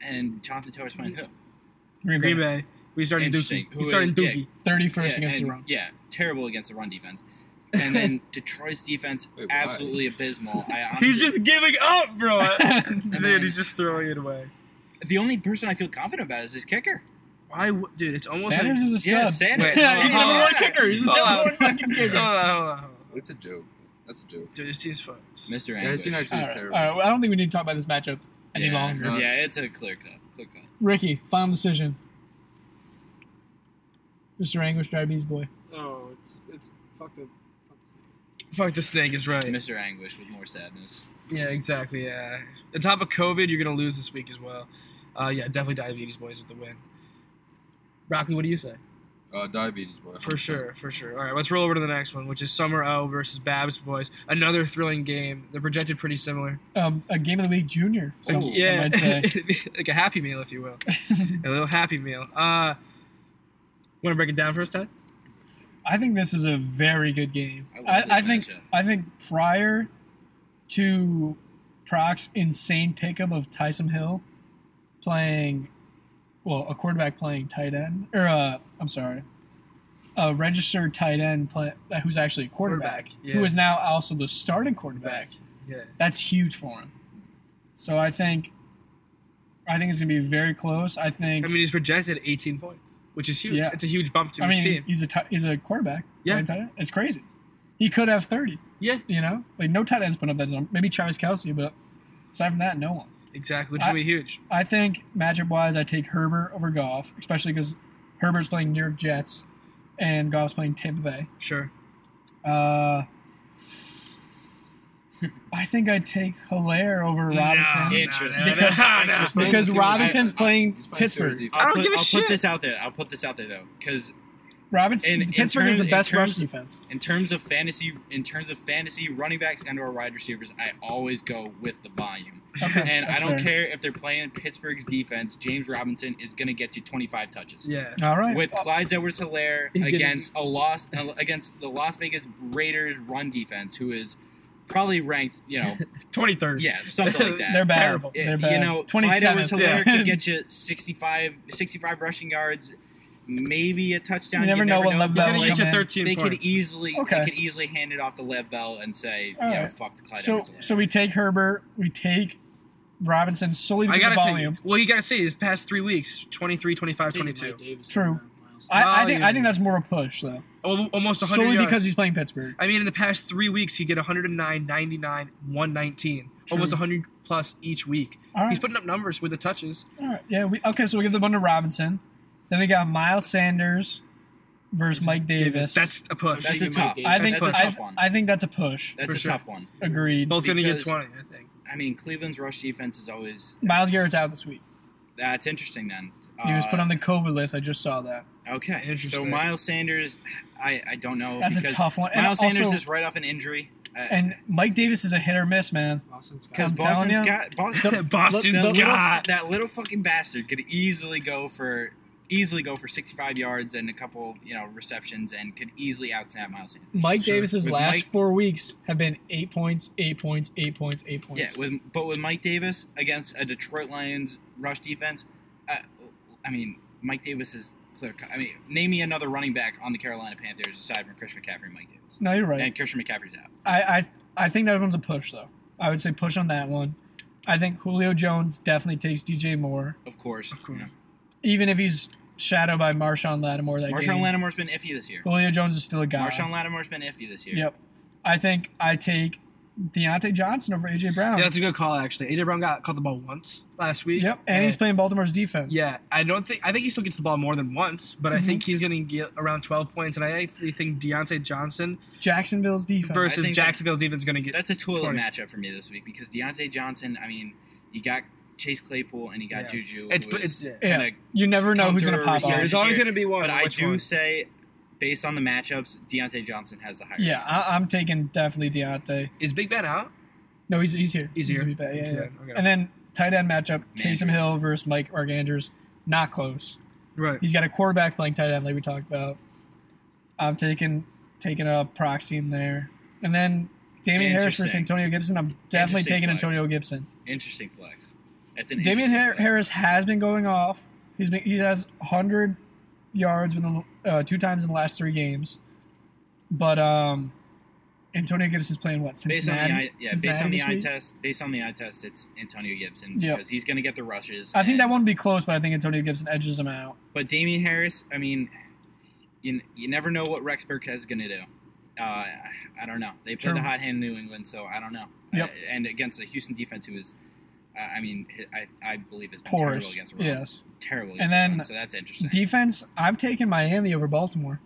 [SPEAKER 5] and Jonathan Taylor's playing who?
[SPEAKER 3] Green Bay.
[SPEAKER 1] Green Bay. We starting
[SPEAKER 5] Interesting.
[SPEAKER 1] Dookie.
[SPEAKER 5] Who
[SPEAKER 1] We starting
[SPEAKER 5] is- yeah.
[SPEAKER 1] Dookie.
[SPEAKER 3] Thirty first
[SPEAKER 5] yeah,
[SPEAKER 3] against
[SPEAKER 5] and-
[SPEAKER 3] the run.
[SPEAKER 5] Yeah, terrible against the run defense. And then Detroit's defense,
[SPEAKER 4] Wait, why?
[SPEAKER 5] absolutely abysmal. I honestly,
[SPEAKER 1] He's just giving up, bro. Dude,
[SPEAKER 5] then-
[SPEAKER 1] he's just throwing it away.
[SPEAKER 5] the only person I feel confident about is his kicker.
[SPEAKER 1] Why, w- dude? It's almost
[SPEAKER 3] Sanders
[SPEAKER 1] like.
[SPEAKER 3] is a stud.
[SPEAKER 5] Yeah, Sanders.
[SPEAKER 1] Wait,
[SPEAKER 3] Yeah, he's
[SPEAKER 1] Hold
[SPEAKER 3] the number
[SPEAKER 1] on.
[SPEAKER 3] one kicker. He's the
[SPEAKER 1] Hold
[SPEAKER 3] number
[SPEAKER 1] on.
[SPEAKER 3] one fucking
[SPEAKER 1] Hold
[SPEAKER 3] kicker.
[SPEAKER 1] on, hold on, hold on.
[SPEAKER 4] It's a joke. That's a joke.
[SPEAKER 1] Dude, this team's fucked.
[SPEAKER 5] Mr.
[SPEAKER 4] Yeah, his
[SPEAKER 5] Anguish.
[SPEAKER 4] team
[SPEAKER 3] All
[SPEAKER 4] actually
[SPEAKER 5] Yeah,
[SPEAKER 4] is
[SPEAKER 3] right, all
[SPEAKER 4] terrible.
[SPEAKER 3] right. Well, I don't think we need to talk about this matchup any longer.
[SPEAKER 4] no.
[SPEAKER 5] yeah, it's a clear cut. Clear cut.
[SPEAKER 3] Ricky, final decision. Mr. Anguish, diabetes boy.
[SPEAKER 6] Oh, it's it's fuck the fuck the snake.
[SPEAKER 1] Fuck the snake is right.
[SPEAKER 5] Mr. Anguish with more sadness.
[SPEAKER 1] Yeah, exactly. Yeah. On top of COVID, you're gonna lose this week as well. Uh, yeah, definitely diabetes boys with the win. Rocky, what do you say?
[SPEAKER 4] Uh, diabetes boy.
[SPEAKER 1] For sure, for sure. All right, let's roll over to the next one, which is Summer O versus Babs Boys. Another thrilling game. They're projected pretty similar.
[SPEAKER 3] Um, a game of the week junior.
[SPEAKER 5] Uh,
[SPEAKER 3] Some,
[SPEAKER 1] Like,
[SPEAKER 3] some
[SPEAKER 1] yeah,
[SPEAKER 3] might say.
[SPEAKER 1] like a Happy Meal, if you will. a little Happy Meal. Uh, want to break it down for us, Todd?
[SPEAKER 3] I think this is a very good game.
[SPEAKER 5] I love
[SPEAKER 3] I,
[SPEAKER 5] this
[SPEAKER 3] I think
[SPEAKER 5] matchup.
[SPEAKER 3] I think prior to Proc's insane pickup of Tyson Hill playing, well, a quarterback playing tight end, or uh, I'm sorry, a registered tight end play, who's actually a quarterback,
[SPEAKER 1] Quarterback, yeah.
[SPEAKER 3] who is now also the starting quarterback.
[SPEAKER 1] Yeah.
[SPEAKER 3] That's huge for him. So I think, I think it's gonna be very close. I think.
[SPEAKER 1] I mean, he's projected 18 points, which is huge.
[SPEAKER 3] Yeah.
[SPEAKER 1] It's a huge bump to
[SPEAKER 3] I
[SPEAKER 1] his
[SPEAKER 3] mean,
[SPEAKER 1] team.
[SPEAKER 3] he's a ti- he's a quarterback.
[SPEAKER 1] Yeah.
[SPEAKER 3] playing tight end. it's crazy. He could have thirty.
[SPEAKER 1] Yeah.
[SPEAKER 3] you know, like no tight ends put up that number. Maybe Travis Kelsey, but aside from that, no one.
[SPEAKER 1] Exactly, which would
[SPEAKER 3] I-
[SPEAKER 1] be huge.
[SPEAKER 3] I think matchup wise, I take Herbert over Goff, especially because Herbert's playing New York Jets, and Goff's playing Tampa Bay.
[SPEAKER 1] Sure.
[SPEAKER 3] Uh, I think I take Hilaire over Robinson.
[SPEAKER 1] No, no,
[SPEAKER 5] Interesting.
[SPEAKER 1] no, no,
[SPEAKER 3] Because-
[SPEAKER 1] no, no.
[SPEAKER 5] interesting.
[SPEAKER 3] because
[SPEAKER 5] I-
[SPEAKER 3] Robinson's playing
[SPEAKER 4] He's playing
[SPEAKER 3] Pittsburgh.
[SPEAKER 4] terrible defense.
[SPEAKER 5] I'll
[SPEAKER 1] I don't
[SPEAKER 5] put,
[SPEAKER 1] give a
[SPEAKER 5] I'll
[SPEAKER 1] shit.
[SPEAKER 5] put this out there. I'll put this out there though, because
[SPEAKER 3] Robinson,
[SPEAKER 5] In- in
[SPEAKER 3] Pittsburgh is
[SPEAKER 5] terms-
[SPEAKER 3] the
[SPEAKER 5] in
[SPEAKER 3] best rush
[SPEAKER 5] terms-
[SPEAKER 3] defense.
[SPEAKER 5] in terms of fantasy, in terms of fantasy running backs and or wide receivers, I always go with the volume.
[SPEAKER 3] Okay,
[SPEAKER 5] And I
[SPEAKER 3] that's
[SPEAKER 5] don't
[SPEAKER 3] fair.
[SPEAKER 5] care if they're playing Pittsburgh's defense. James Robinson is going to get you 25 touches.
[SPEAKER 1] Yeah.
[SPEAKER 3] All right.
[SPEAKER 5] With Clyde Edwards-Hilaire
[SPEAKER 1] He did it.
[SPEAKER 5] against a loss against the Las Vegas Raiders run defense, who is probably ranked, you know,
[SPEAKER 1] 23rd.
[SPEAKER 5] yeah, something like that.
[SPEAKER 3] They're bad.
[SPEAKER 1] Terrible.
[SPEAKER 5] Yeah,
[SPEAKER 3] They're bad.
[SPEAKER 5] You know, Clyde
[SPEAKER 3] 27th.
[SPEAKER 5] Edwards Hilaire
[SPEAKER 3] yeah.
[SPEAKER 5] could get you 65, 65 rushing yards, maybe a touchdown.
[SPEAKER 3] You never know what
[SPEAKER 1] He's
[SPEAKER 3] level
[SPEAKER 5] but,
[SPEAKER 1] going to
[SPEAKER 5] like,
[SPEAKER 1] get you
[SPEAKER 3] Come in.
[SPEAKER 1] 13
[SPEAKER 5] They
[SPEAKER 1] points.
[SPEAKER 5] could easily
[SPEAKER 3] Okay.
[SPEAKER 5] they could easily hand it off to Lev Bell and say,
[SPEAKER 3] All
[SPEAKER 5] yeah,
[SPEAKER 3] right.
[SPEAKER 5] fuck the Clyde
[SPEAKER 3] So,
[SPEAKER 5] Edwards.
[SPEAKER 3] so we take Herbert, we take Robinson solely
[SPEAKER 1] I
[SPEAKER 3] because
[SPEAKER 1] gotta
[SPEAKER 3] of volume.
[SPEAKER 1] Take, well, you gotta say this past three weeks, 23, 25,
[SPEAKER 6] Taking Mike
[SPEAKER 1] 22.
[SPEAKER 6] Davis
[SPEAKER 3] True.
[SPEAKER 6] over Miles
[SPEAKER 3] I, I think I
[SPEAKER 1] Volume.
[SPEAKER 3] think that's more a push though,
[SPEAKER 1] Al- Almost 100
[SPEAKER 3] solely
[SPEAKER 1] yards.
[SPEAKER 3] because he's playing Pittsburgh.
[SPEAKER 1] I mean, in the past three weeks, he get 109, 99, 119, almost
[SPEAKER 3] True.
[SPEAKER 1] 100 plus each week.
[SPEAKER 3] All right,
[SPEAKER 1] He's putting up numbers with the touches.
[SPEAKER 3] all right. yeah. We, okay, so we give the one to Robinson. Then we got Miles Sanders versus Mike Davis.
[SPEAKER 1] That's a push.
[SPEAKER 5] That's a
[SPEAKER 6] Mike
[SPEAKER 5] tough.
[SPEAKER 6] Davis.
[SPEAKER 3] I think
[SPEAKER 5] that's a
[SPEAKER 1] push.
[SPEAKER 3] I,
[SPEAKER 5] tough one.
[SPEAKER 3] I think that's a push.
[SPEAKER 5] That's
[SPEAKER 1] for
[SPEAKER 5] a
[SPEAKER 1] sure.
[SPEAKER 5] tough one.
[SPEAKER 3] Agreed.
[SPEAKER 1] Both gonna get
[SPEAKER 5] because-
[SPEAKER 1] 20, I think.
[SPEAKER 5] I mean, Cleveland's rush defense is always
[SPEAKER 3] Miles Garrett's out this week.
[SPEAKER 5] that's interesting. Then
[SPEAKER 3] He was
[SPEAKER 5] Uh,
[SPEAKER 3] put on the COVID list. I just saw that.
[SPEAKER 5] Okay, so
[SPEAKER 1] Interesting.
[SPEAKER 5] Miles Sanders, I, I don't know
[SPEAKER 3] That's a
[SPEAKER 5] because
[SPEAKER 3] tough one. And
[SPEAKER 5] Miles
[SPEAKER 3] also,
[SPEAKER 5] Sanders is right off an injury. Uh,
[SPEAKER 3] and Mike Davis is a hit or miss, man.
[SPEAKER 6] Wilson, Scott.
[SPEAKER 5] because
[SPEAKER 3] I'm telling
[SPEAKER 5] Boston's
[SPEAKER 3] you.
[SPEAKER 5] got Boston,
[SPEAKER 1] Boston, Boston
[SPEAKER 5] that, little,
[SPEAKER 1] Scott.
[SPEAKER 5] that little fucking bastard could easily go for easily go for 65 yards and a couple you know receptions and could easily outsnap Miles Sanders.
[SPEAKER 3] Mike
[SPEAKER 1] Sure.
[SPEAKER 3] Davis's
[SPEAKER 5] With
[SPEAKER 3] last
[SPEAKER 5] Mike-
[SPEAKER 3] four weeks have been eight points, eight points, eight points, eight
[SPEAKER 5] Yeah,
[SPEAKER 3] points.
[SPEAKER 5] with, but with Mike Davis against a Detroit Lions rush defense, uh, I mean Mike Davis is clear. cut. I mean, name me another running back on the Carolina Panthers aside from Christian McCaffrey and Mike Davis.
[SPEAKER 3] no, you're right.
[SPEAKER 5] And Christian McCaffrey's out.
[SPEAKER 3] I, I I think that one's a push though. I would say push on that one. I think Julio Jones definitely takes DJ Moore,
[SPEAKER 5] Of course.
[SPEAKER 1] Of course.
[SPEAKER 5] Yeah.
[SPEAKER 3] even if he's shadowed by Marshawn Lattimore. That
[SPEAKER 5] Marshawn
[SPEAKER 3] game.
[SPEAKER 5] Lattimore's been iffy this year.
[SPEAKER 3] Julio Jones is still a guy.
[SPEAKER 5] Marshawn Lattimore's been iffy this year.
[SPEAKER 3] Yep. I think I take Deontay Johnson over AJ Brown.
[SPEAKER 1] Yeah, that's a good call, actually. AJ Brown got caught the ball once last week.
[SPEAKER 3] yep. And he's playing Baltimore's defense.
[SPEAKER 1] Yeah, I don't think I think he still gets the ball more than once, but I
[SPEAKER 3] Mhm.
[SPEAKER 1] think he's going to get around 12 points, and I actually think Deontay Johnson
[SPEAKER 3] Jacksonville's defense.
[SPEAKER 1] versus
[SPEAKER 5] think that-
[SPEAKER 1] Jacksonville defense going to get.
[SPEAKER 5] That's a toilet
[SPEAKER 1] 20.
[SPEAKER 5] matchup for me this week because Deontay Johnson, I mean, you got Chase Claypool and you got
[SPEAKER 1] Yeah.
[SPEAKER 5] Juju.
[SPEAKER 1] It's,
[SPEAKER 5] who
[SPEAKER 1] it's
[SPEAKER 5] is
[SPEAKER 1] yeah.
[SPEAKER 3] Yeah.
[SPEAKER 5] kinda-
[SPEAKER 3] you never know who's gonna
[SPEAKER 5] counter
[SPEAKER 3] pop
[SPEAKER 5] research.
[SPEAKER 3] off.
[SPEAKER 1] There's always going to be one.
[SPEAKER 5] But I
[SPEAKER 1] which
[SPEAKER 5] do
[SPEAKER 1] one?
[SPEAKER 5] say, based on the matchups, Deontay Johnson has the higher.
[SPEAKER 3] Yeah,
[SPEAKER 5] ceiling.
[SPEAKER 3] I, I'm taking definitely Deontay.
[SPEAKER 1] Is Big Ben out?
[SPEAKER 3] No, he's he's here.
[SPEAKER 1] He's
[SPEAKER 3] He's
[SPEAKER 1] here?
[SPEAKER 3] gonna be back. Yeah, yeah.
[SPEAKER 1] Okay, okay.
[SPEAKER 3] And then tight end matchup: Taysom
[SPEAKER 5] Manders.
[SPEAKER 3] Hill versus Mike Arganders. Not close.
[SPEAKER 1] Right.
[SPEAKER 3] He's got a quarterback playing tight end, like we talked about. I'm taking taking a proxy in there, and then Damian Harris versus
[SPEAKER 5] Interesting.
[SPEAKER 3] Antonio Gibson. I'm definitely
[SPEAKER 5] Interesting
[SPEAKER 3] taking
[SPEAKER 5] flex.
[SPEAKER 3] Antonio Gibson.
[SPEAKER 5] Interesting flex. That's an
[SPEAKER 3] Damian
[SPEAKER 5] interesting
[SPEAKER 3] Har-
[SPEAKER 5] flex.
[SPEAKER 3] Harris has been going off. He's been, he has 100 yards within uh, two times in the last three games, but um, Antonio Gibson's playing what
[SPEAKER 5] Based on the
[SPEAKER 3] Cincinnati?
[SPEAKER 5] eye, yeah, based
[SPEAKER 3] Cincinnati
[SPEAKER 5] on the
[SPEAKER 3] this
[SPEAKER 5] eye
[SPEAKER 3] week?
[SPEAKER 5] test, based on the eye test, it's Antonio Gibson
[SPEAKER 3] Yep.
[SPEAKER 5] because he's going to get the rushes.
[SPEAKER 3] I think
[SPEAKER 5] and-
[SPEAKER 3] that won't be close, but I think Antonio Gibson edges him out.
[SPEAKER 5] But Damian Harris, I mean, you, you never know what Rex Burkhead is going to do. Uh, I I don't know. They played
[SPEAKER 3] True.
[SPEAKER 5] a hot hand in New England, so I don't know.
[SPEAKER 3] Yep.
[SPEAKER 5] Uh, and against the Houston defense, who is, uh, I mean, I, I believe has been terrible
[SPEAKER 3] Porous,
[SPEAKER 5] against the run.
[SPEAKER 3] yes.
[SPEAKER 5] Terrible.
[SPEAKER 3] And
[SPEAKER 5] Against
[SPEAKER 3] then
[SPEAKER 5] the run, so that's interesting.
[SPEAKER 3] Defense, I'm taking Miami over Baltimore.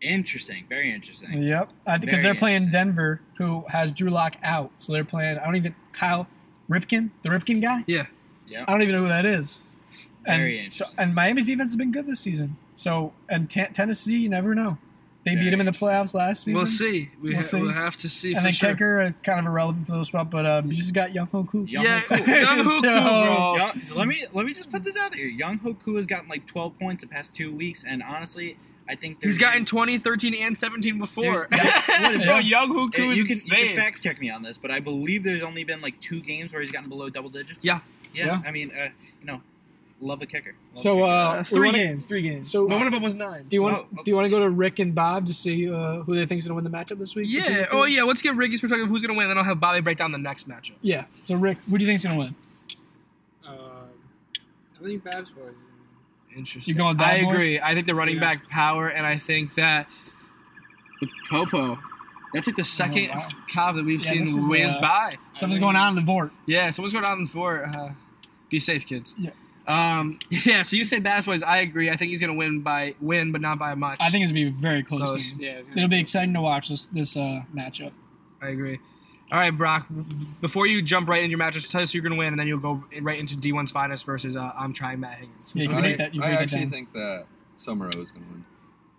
[SPEAKER 5] interesting. Very interesting.
[SPEAKER 3] Yep, I think because
[SPEAKER 5] Very
[SPEAKER 3] they're playing
[SPEAKER 5] interesting.
[SPEAKER 3] Denver, who has Drew Lock out, so they're playing. I don't even Kyle Ripken, the Ripken guy.
[SPEAKER 1] Yeah.
[SPEAKER 5] Yeah.
[SPEAKER 3] I don't even know who that is. And
[SPEAKER 5] Very
[SPEAKER 3] so-
[SPEAKER 5] interesting.
[SPEAKER 3] and Miami's defense has been good this season. So and T- Tennessee, you never know. They beat him in the playoffs last season.
[SPEAKER 1] We'll see. We
[SPEAKER 3] We'll
[SPEAKER 1] ha-
[SPEAKER 3] see.
[SPEAKER 1] we'll have to see.
[SPEAKER 3] And
[SPEAKER 1] for
[SPEAKER 3] then
[SPEAKER 1] sure.
[SPEAKER 3] kicker, uh, kind of irrelevant for those spot, but um, you just got Young Hoku.
[SPEAKER 5] Young
[SPEAKER 1] yeah,
[SPEAKER 5] Hoku.
[SPEAKER 1] Young
[SPEAKER 3] So-
[SPEAKER 1] Hoku, bro.
[SPEAKER 5] Young, let me let me just put this out there. Young Hoku has gotten like 12 points the past two weeks, and honestly, I think there's
[SPEAKER 1] He's gotten 20, 13, and 17 before.
[SPEAKER 5] There's- yeah, what is
[SPEAKER 1] Bro,
[SPEAKER 5] that?
[SPEAKER 1] Young
[SPEAKER 5] Uh,
[SPEAKER 1] Hoku is
[SPEAKER 5] you can, you
[SPEAKER 1] insane.
[SPEAKER 5] can fact check me on this, but I believe there's only been like two games where he's gotten below double digits.
[SPEAKER 1] Yeah.
[SPEAKER 5] yeah.
[SPEAKER 3] Yeah.
[SPEAKER 5] I mean, uh, you know, love a kicker. Love
[SPEAKER 3] So
[SPEAKER 5] a kicker.
[SPEAKER 3] uh,
[SPEAKER 1] Uh,
[SPEAKER 3] we
[SPEAKER 1] three
[SPEAKER 3] wanna-
[SPEAKER 1] games, three games.
[SPEAKER 3] so-
[SPEAKER 1] no one of them was nine.
[SPEAKER 3] Do you want
[SPEAKER 5] Oh,
[SPEAKER 3] do you want to go to Rick and Bob to see uh, who they think's gonna win the matchup this week? between
[SPEAKER 1] yeah.
[SPEAKER 3] the two?
[SPEAKER 1] Oh yeah. Let's get Ricky's perspective. of Who's gonna win? Then I'll have Bobby break down the next matchup.
[SPEAKER 3] yeah. So Rick, who do you think's gonna win?
[SPEAKER 6] Um, I think Babs Boys.
[SPEAKER 1] Interesting.
[SPEAKER 3] You going with
[SPEAKER 1] I
[SPEAKER 3] Bad Boys?
[SPEAKER 1] agree. I think the running
[SPEAKER 6] Yeah.
[SPEAKER 1] back power, and I think that the Popo. That's like the second
[SPEAKER 3] wow.
[SPEAKER 1] cob that we've
[SPEAKER 3] Yeah, this is,
[SPEAKER 1] seen whiz
[SPEAKER 3] uh,
[SPEAKER 1] by.
[SPEAKER 3] Something's going on in the Vort.
[SPEAKER 1] Yeah, someone's going on the floor. Uh, be safe, kids.
[SPEAKER 3] Yeah.
[SPEAKER 1] Um, yeah. So you say Bass Boys. I agree. I think he's gonna win by win, but not by much.
[SPEAKER 3] I think it's gonna be a very close,
[SPEAKER 1] Close.
[SPEAKER 3] game.
[SPEAKER 6] Yeah, it's gonna
[SPEAKER 3] It'll be exciting to watch this this uh, matchup.
[SPEAKER 1] I agree. All right, Brock. Before you jump right into your matches, tell us who you're gonna win, and then you'll go right into D1's finest versus uh, I'm trying Matt Higgins.
[SPEAKER 3] Yeah, you
[SPEAKER 4] I,
[SPEAKER 3] can break that. You
[SPEAKER 4] I
[SPEAKER 3] break that
[SPEAKER 4] actually
[SPEAKER 3] down.
[SPEAKER 4] think that Summerall is going to win.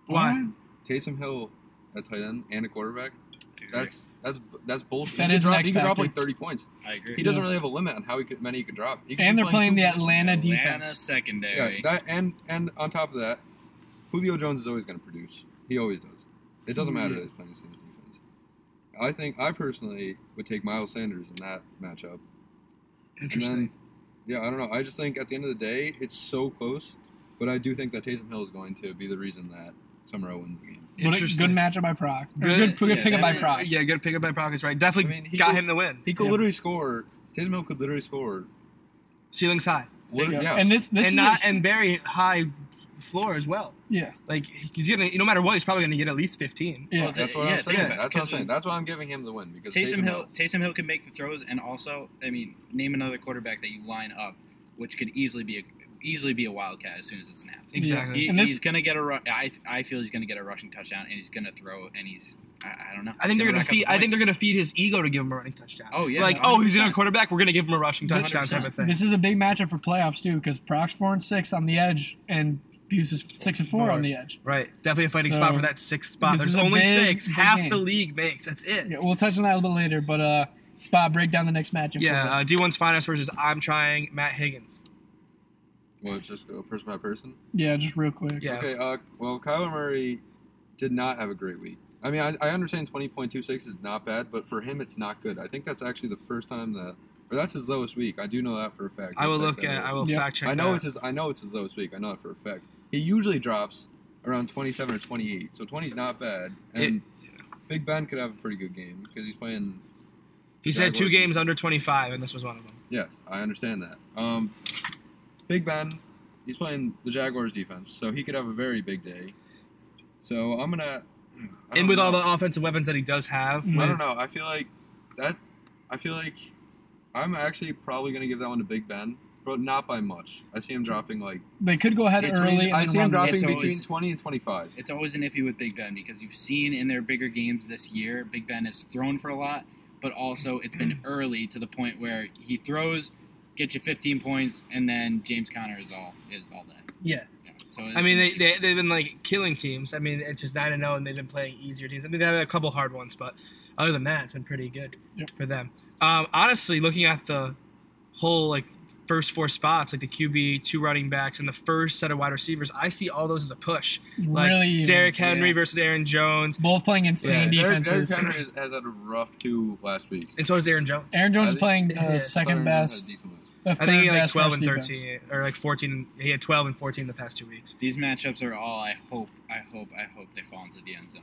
[SPEAKER 1] Why?
[SPEAKER 4] Taysom Hill at tight end and a quarterback. That's that's that's bullshit.
[SPEAKER 3] That
[SPEAKER 4] he
[SPEAKER 3] is
[SPEAKER 4] could
[SPEAKER 3] an
[SPEAKER 4] drop,
[SPEAKER 3] X
[SPEAKER 4] he could drop
[SPEAKER 3] factor.
[SPEAKER 4] like thirty points.
[SPEAKER 5] I agree.
[SPEAKER 4] He doesn't really have a limit on how he could, many he could drop. He could
[SPEAKER 3] And
[SPEAKER 4] be
[SPEAKER 3] they're
[SPEAKER 4] playing
[SPEAKER 3] playing the
[SPEAKER 4] two
[SPEAKER 3] Atlanta
[SPEAKER 5] Atlanta
[SPEAKER 3] defense.
[SPEAKER 5] secondary.
[SPEAKER 4] Yeah, that and and on top of that, Julio Jones is always going to produce. He always does. It doesn't
[SPEAKER 3] Mm-hmm.
[SPEAKER 4] matter that he's playing the Saints defense. I think I personally would take Miles Sanders in that matchup. And then, yeah, I don't know. I just think at the end of the day, it's so close, but I do think that Taysom Hill is going to be the reason that Summerall wins the game.
[SPEAKER 3] Good, good matchup by Proc. Or Good, good,
[SPEAKER 5] yeah,
[SPEAKER 3] pickup by
[SPEAKER 5] that-
[SPEAKER 3] Proc.
[SPEAKER 1] Yeah, good pickup by Brock is right. Definitely
[SPEAKER 4] I mean, he
[SPEAKER 1] got
[SPEAKER 4] could-
[SPEAKER 1] him the win.
[SPEAKER 4] He could
[SPEAKER 3] Yeah.
[SPEAKER 4] literally score. Taysom Hill could literally score.
[SPEAKER 1] Ceiling's high,
[SPEAKER 4] Liter-
[SPEAKER 3] Yeah.
[SPEAKER 4] yes.
[SPEAKER 3] And this this
[SPEAKER 1] and
[SPEAKER 3] is
[SPEAKER 1] not
[SPEAKER 3] a-
[SPEAKER 1] and very high floor as well.
[SPEAKER 3] yeah
[SPEAKER 1] Like he's gonna, no matter what, he's probably gonna get at least 15.
[SPEAKER 3] yeah.
[SPEAKER 5] Well,
[SPEAKER 4] That's
[SPEAKER 5] Yeah,
[SPEAKER 4] what I'm
[SPEAKER 5] think
[SPEAKER 4] saying.
[SPEAKER 5] about
[SPEAKER 4] That's
[SPEAKER 5] it,
[SPEAKER 4] what I'm
[SPEAKER 5] because
[SPEAKER 4] saying. That's why I'm giving him the win because
[SPEAKER 5] Taysom Hill, Taysom Hill can make the throws, and also, I mean, name another quarterback that you line up, which could easily be a, easily be a wildcat as soon as it's snapped.
[SPEAKER 1] Exactly.
[SPEAKER 5] He,
[SPEAKER 3] And this-
[SPEAKER 5] he's gonna get a. ru- I I feel he's gonna get a rushing touchdown, and he's gonna throw, and he's. I, I don't know.
[SPEAKER 1] I think they're gonna feed. I think they're
[SPEAKER 5] gonna.
[SPEAKER 1] gonna feed his ego to give him a running touchdown.
[SPEAKER 5] Oh, yeah,
[SPEAKER 1] Like oh, he's in a
[SPEAKER 5] 100%.
[SPEAKER 1] quarterback. We're gonna give him a rushing
[SPEAKER 5] But-
[SPEAKER 1] touchdown type of thing.
[SPEAKER 3] This is a big matchup for playoffs too, because Proc's four and six on the edge, and Buse is six and four on the edge.
[SPEAKER 1] Right, definitely a fighting
[SPEAKER 3] So,
[SPEAKER 1] spot for that sixth spot.
[SPEAKER 3] this
[SPEAKER 1] There's
[SPEAKER 3] is a
[SPEAKER 1] only
[SPEAKER 3] big,
[SPEAKER 1] six.
[SPEAKER 3] big
[SPEAKER 1] Half
[SPEAKER 3] game.
[SPEAKER 1] the league makes. That's it.
[SPEAKER 3] Yeah, we'll touch on that a little later, but uh, Bob, break down the next matchup.
[SPEAKER 1] Yeah,
[SPEAKER 3] for
[SPEAKER 1] uh,
[SPEAKER 3] us.
[SPEAKER 1] D1's finest versus I'm trying Matt Higgins.
[SPEAKER 4] Well, it's just go person by person.
[SPEAKER 3] yeah, just real quick.
[SPEAKER 1] Yeah,
[SPEAKER 4] Okay. Uh, well, Kyler Murray did not have a great week. I mean, I, I understand twenty point two six is not bad, but for him, it's not good. I think that's actually the first time that, or that's his lowest week. I do know that for a fact.
[SPEAKER 1] I
[SPEAKER 4] I'll
[SPEAKER 1] will
[SPEAKER 4] check
[SPEAKER 1] look
[SPEAKER 4] that
[SPEAKER 1] at.
[SPEAKER 4] out.
[SPEAKER 1] I will
[SPEAKER 3] Yeah.
[SPEAKER 1] fact check.
[SPEAKER 4] I know
[SPEAKER 1] that.
[SPEAKER 4] it's his. I know it's his lowest week. I know that for a fact. He usually drops around twenty seven or twenty eight, so 20 is not bad. And Big Ben could have a pretty good game because he's playing
[SPEAKER 1] He said two
[SPEAKER 4] Jaguars.
[SPEAKER 1] games under 25, and this was one of them.
[SPEAKER 4] Yes, I understand that. Um, big Ben, he's playing the Jaguars defense, so he could have a very big day. So I'm gonna. I don't
[SPEAKER 1] And with all
[SPEAKER 4] know. Mm-hmm.
[SPEAKER 1] the offensive weapons that he does have,
[SPEAKER 3] Mm.
[SPEAKER 4] I
[SPEAKER 1] with-
[SPEAKER 4] don't know. I feel like that. I feel like I'm actually probably gonna give that one to Big Ben, but not by much. I see him dropping like.
[SPEAKER 3] They could go ahead
[SPEAKER 4] 18
[SPEAKER 3] early. And
[SPEAKER 4] I
[SPEAKER 3] then
[SPEAKER 4] see
[SPEAKER 3] run
[SPEAKER 4] him
[SPEAKER 3] the-
[SPEAKER 4] dropping
[SPEAKER 5] so
[SPEAKER 4] between
[SPEAKER 5] it's-
[SPEAKER 4] 20 and 25.
[SPEAKER 5] It's always an iffy with Big Ben because you've seen in their bigger games this year, Big Ben has thrown for a lot, but also it's
[SPEAKER 1] Hmm.
[SPEAKER 5] been early to the point where he throws, gets you 15 points, and then James Conner is all is all day.
[SPEAKER 1] Yeah.
[SPEAKER 5] yeah. So
[SPEAKER 1] I mean, they, they, they've been like killing teams. I mean, it's just 9 and 0, and they've been playing easier teams. I mean, they had a couple hard ones, but other than that, it's been pretty good
[SPEAKER 3] Yep.
[SPEAKER 1] for them. Um, honestly, looking at the whole like first four spots, like the QB, two running backs, and the first set of wide receivers, I see all those as a push. Like
[SPEAKER 3] really even.
[SPEAKER 1] Derrick Henry
[SPEAKER 5] Yeah.
[SPEAKER 1] versus Aaron Jones,
[SPEAKER 3] both playing insane
[SPEAKER 1] Yeah,
[SPEAKER 4] Derrick-
[SPEAKER 3] defenses.
[SPEAKER 4] Derrick Henry has, has had a rough two last week.
[SPEAKER 1] and so is Aaron Jones.
[SPEAKER 3] Aaron Jones
[SPEAKER 4] I
[SPEAKER 3] is
[SPEAKER 4] think-
[SPEAKER 3] playing
[SPEAKER 1] Yeah,
[SPEAKER 3] uh, second
[SPEAKER 4] Kyler Murray had a
[SPEAKER 3] best,
[SPEAKER 4] decent week.
[SPEAKER 3] uh,
[SPEAKER 1] I
[SPEAKER 3] third
[SPEAKER 1] think he had like
[SPEAKER 3] best
[SPEAKER 1] 12
[SPEAKER 3] rush
[SPEAKER 1] and
[SPEAKER 3] defense.
[SPEAKER 1] 13, or like 14. He had 12 and 14 the past two weeks.
[SPEAKER 5] these matchups are all I hope, I hope, I hope they fall into the end zone.